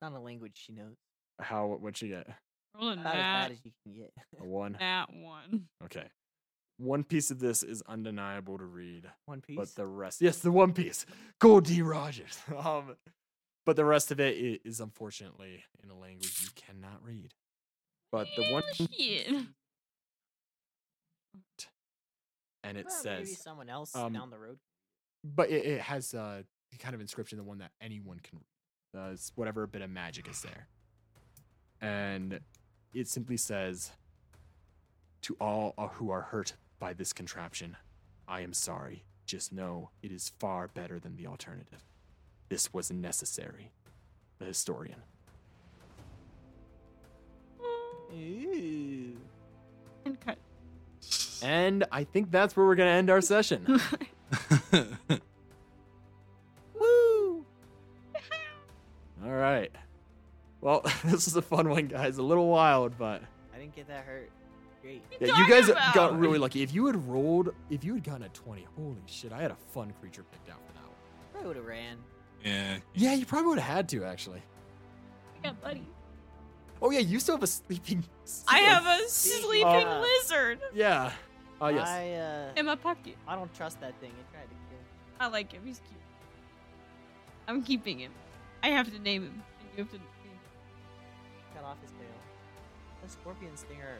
Speaker 2: Not a language she knows.
Speaker 1: How? What'd you get?
Speaker 3: Rolling
Speaker 2: About as bad
Speaker 3: that,
Speaker 2: as you can get.
Speaker 1: A one.
Speaker 3: that one.
Speaker 1: Okay. One piece of this is undeniable to read,
Speaker 2: One piece.
Speaker 1: but the rest, yes, the One Piece, Goldie Rogers. um, but the rest of it i- is unfortunately in a language you cannot read. But the one,
Speaker 6: Well, shit.
Speaker 1: and it
Speaker 2: Well,
Speaker 1: says,
Speaker 2: maybe someone else
Speaker 1: um,
Speaker 2: down the road.
Speaker 1: but it, it has uh, the kind of inscription, the one that anyone can read. Uh, it's whatever bit of magic is there. And it simply says, To all uh, who are hurt by this contraption, I am sorry. Just know it is far better than the alternative. This was necessary. The historian.
Speaker 3: And cut.
Speaker 1: And I think that's where we're going to end our session.
Speaker 4: it.
Speaker 1: all right. Well, this was a fun one, guys. A little wild, but.
Speaker 2: I didn't get that hurt. Great.
Speaker 1: Yeah, you guys
Speaker 6: talking
Speaker 1: got
Speaker 6: about?
Speaker 1: really lucky. If you had rolled, if you had gotten a 20, holy shit, I had a fun creature picked out for that one.
Speaker 2: Probably would have ran.
Speaker 4: yeah.
Speaker 1: Yeah, you probably would have had to, actually.
Speaker 6: I got buddy.
Speaker 1: Oh, yeah, you still have a sleeping.
Speaker 3: I have
Speaker 1: a.
Speaker 3: a sleeping
Speaker 2: Uh,
Speaker 3: lizard
Speaker 1: Yeah. Oh, yes.
Speaker 2: I uh,
Speaker 3: in my pocket.
Speaker 2: I don't trust that thing. It tried to kill. me.
Speaker 3: I like him. He's cute. I'm keeping him. I have to name him. And you have to.
Speaker 2: Cut off his tail. The scorpion stinger.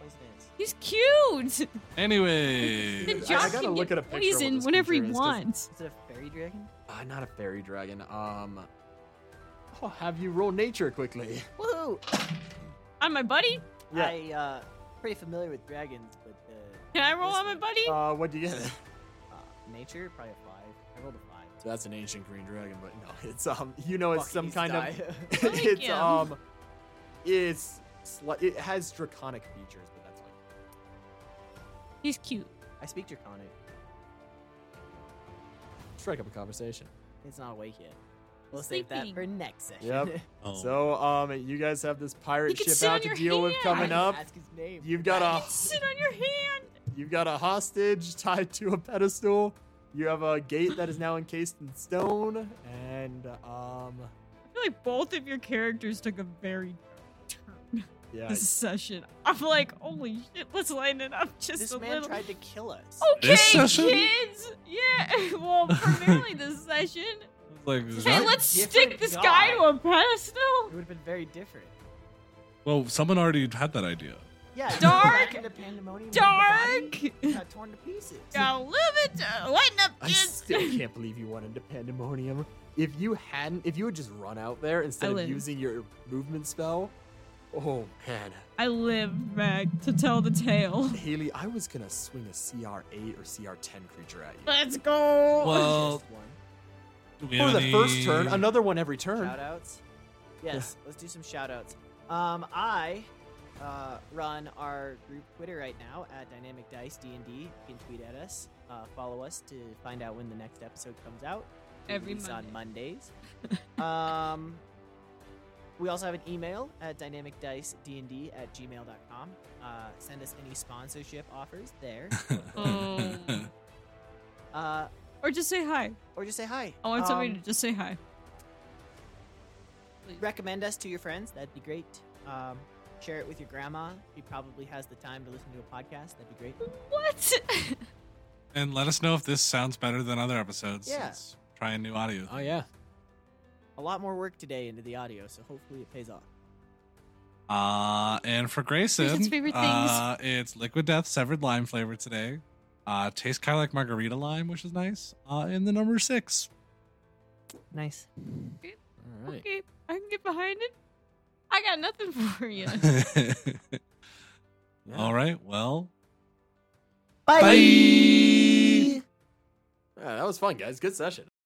Speaker 2: Poisonous.
Speaker 3: He's cute.
Speaker 4: Anyway,
Speaker 3: The
Speaker 1: I- I
Speaker 3: jock
Speaker 1: gotta
Speaker 3: can
Speaker 1: look at
Speaker 3: get
Speaker 1: a picture of what
Speaker 3: poisoned
Speaker 1: this
Speaker 3: whenever he
Speaker 1: creature is, 'cause-
Speaker 3: wants.
Speaker 2: Is it a fairy dragon?
Speaker 1: Uh, not a fairy dragon. Um. I'll have you roll nature quickly.
Speaker 2: Woohoo!
Speaker 3: On my buddy?
Speaker 1: Yeah.
Speaker 2: I uh, pretty familiar with dragons, but uh,
Speaker 3: Can I roll
Speaker 2: This
Speaker 3: on my
Speaker 2: one.
Speaker 3: buddy?
Speaker 1: Uh, what'd you get?
Speaker 2: uh, nature probably a five. I rolled a five.
Speaker 1: So that's an ancient green dragon, but no, it's, um, you know, it's
Speaker 2: Fuck,
Speaker 1: some
Speaker 2: he's
Speaker 1: kind of.
Speaker 2: die.
Speaker 3: Thank
Speaker 1: it's,
Speaker 3: you.
Speaker 1: um, it's. Sli- it has draconic features, but that's like.
Speaker 3: He's cute.
Speaker 2: I speak draconic.
Speaker 1: Strike up a conversation.
Speaker 2: It's not awake yet. We'll save that
Speaker 3: Sleeping.
Speaker 2: for next session.
Speaker 1: Yep.
Speaker 4: Oh.
Speaker 1: So, um, you guys have this pirate
Speaker 3: You can
Speaker 1: ship
Speaker 3: sit on
Speaker 1: out to
Speaker 3: your
Speaker 1: deal with
Speaker 3: hand.
Speaker 1: coming up.
Speaker 2: Ask his name.
Speaker 1: You've got a
Speaker 3: Sit on your hand.
Speaker 1: you've got a hostage tied to a pedestal. You have a gate that is now encased in stone, and um,
Speaker 3: I feel like both of your characters took a very dark turn
Speaker 1: yeah,
Speaker 3: this session. I'm like, holy shit, let's lighten it up just
Speaker 2: This
Speaker 3: a
Speaker 2: man
Speaker 3: little. Oh,
Speaker 2: tried to kill us.
Speaker 3: okay,
Speaker 4: This session?
Speaker 3: kids. Yeah. Well, primarily this session.
Speaker 4: like,
Speaker 3: Hey,
Speaker 4: Jacques-
Speaker 3: let's
Speaker 2: Different
Speaker 3: stick this guy
Speaker 2: guy.
Speaker 3: to a pedestal.
Speaker 2: It would have been very different.
Speaker 4: well, someone already had that idea.
Speaker 2: Yeah. you go
Speaker 3: Dark,
Speaker 2: back into pandemonium with the
Speaker 3: Dark.
Speaker 2: body, you Got torn to pieces.
Speaker 3: Gotta live it. uh, Lighten up,
Speaker 1: I
Speaker 3: kids.
Speaker 1: still can't believe you went into pandemonium. If you hadn't, if you had just run out there instead
Speaker 3: I
Speaker 1: of
Speaker 3: live.
Speaker 1: using your movement spell, oh man,
Speaker 3: I live back to tell the tale.
Speaker 1: Haley, I was gonna swing a CR eight or CR ten creature at you
Speaker 3: Let's go.
Speaker 4: Well,
Speaker 2: Just one.
Speaker 4: do we
Speaker 1: for
Speaker 4: have
Speaker 1: the first turn.
Speaker 4: any-
Speaker 1: Another one every turn.
Speaker 2: Shout outs. Yes, let's do some shout outs. Um, I uh, run our group Twitter right now at Dynamic Dice D&D. You can tweet at us, uh, follow us to find out when the next episode comes out. We
Speaker 3: Every
Speaker 2: release on Mondays. um, we also have an email at dynamicdicednd at gmail.com. Uh, send us any sponsorship offers there.
Speaker 3: Oh.
Speaker 15: Uh,
Speaker 3: Or just say hi.
Speaker 2: Or just say hi.
Speaker 3: I want somebody
Speaker 2: Um,
Speaker 3: to just say hi.
Speaker 2: recommend us to your friends. That'd be great. Um, share it with your grandma. She probably has the time to listen to a podcast. That'd be great.
Speaker 3: What?
Speaker 4: And let us know if this sounds better than other episodes.
Speaker 2: Yeah.
Speaker 4: Let's try a new audio.
Speaker 1: Oh yeah.
Speaker 2: A lot more work today into the audio, so hopefully it pays off.
Speaker 4: Uh, and for Grayson,
Speaker 3: Grayson's favorite things.
Speaker 4: uh, it's Liquid Death Severed Lime flavor today. Uh, tastes kind of like margarita lime, which is nice. Uh, and the number six.
Speaker 2: Nice.
Speaker 1: All right.
Speaker 3: okay, I can get behind it. I got nothing for you.
Speaker 1: Yeah.
Speaker 4: All right. Well,
Speaker 2: Bye.
Speaker 1: Yeah, that was fun, guys. Good session.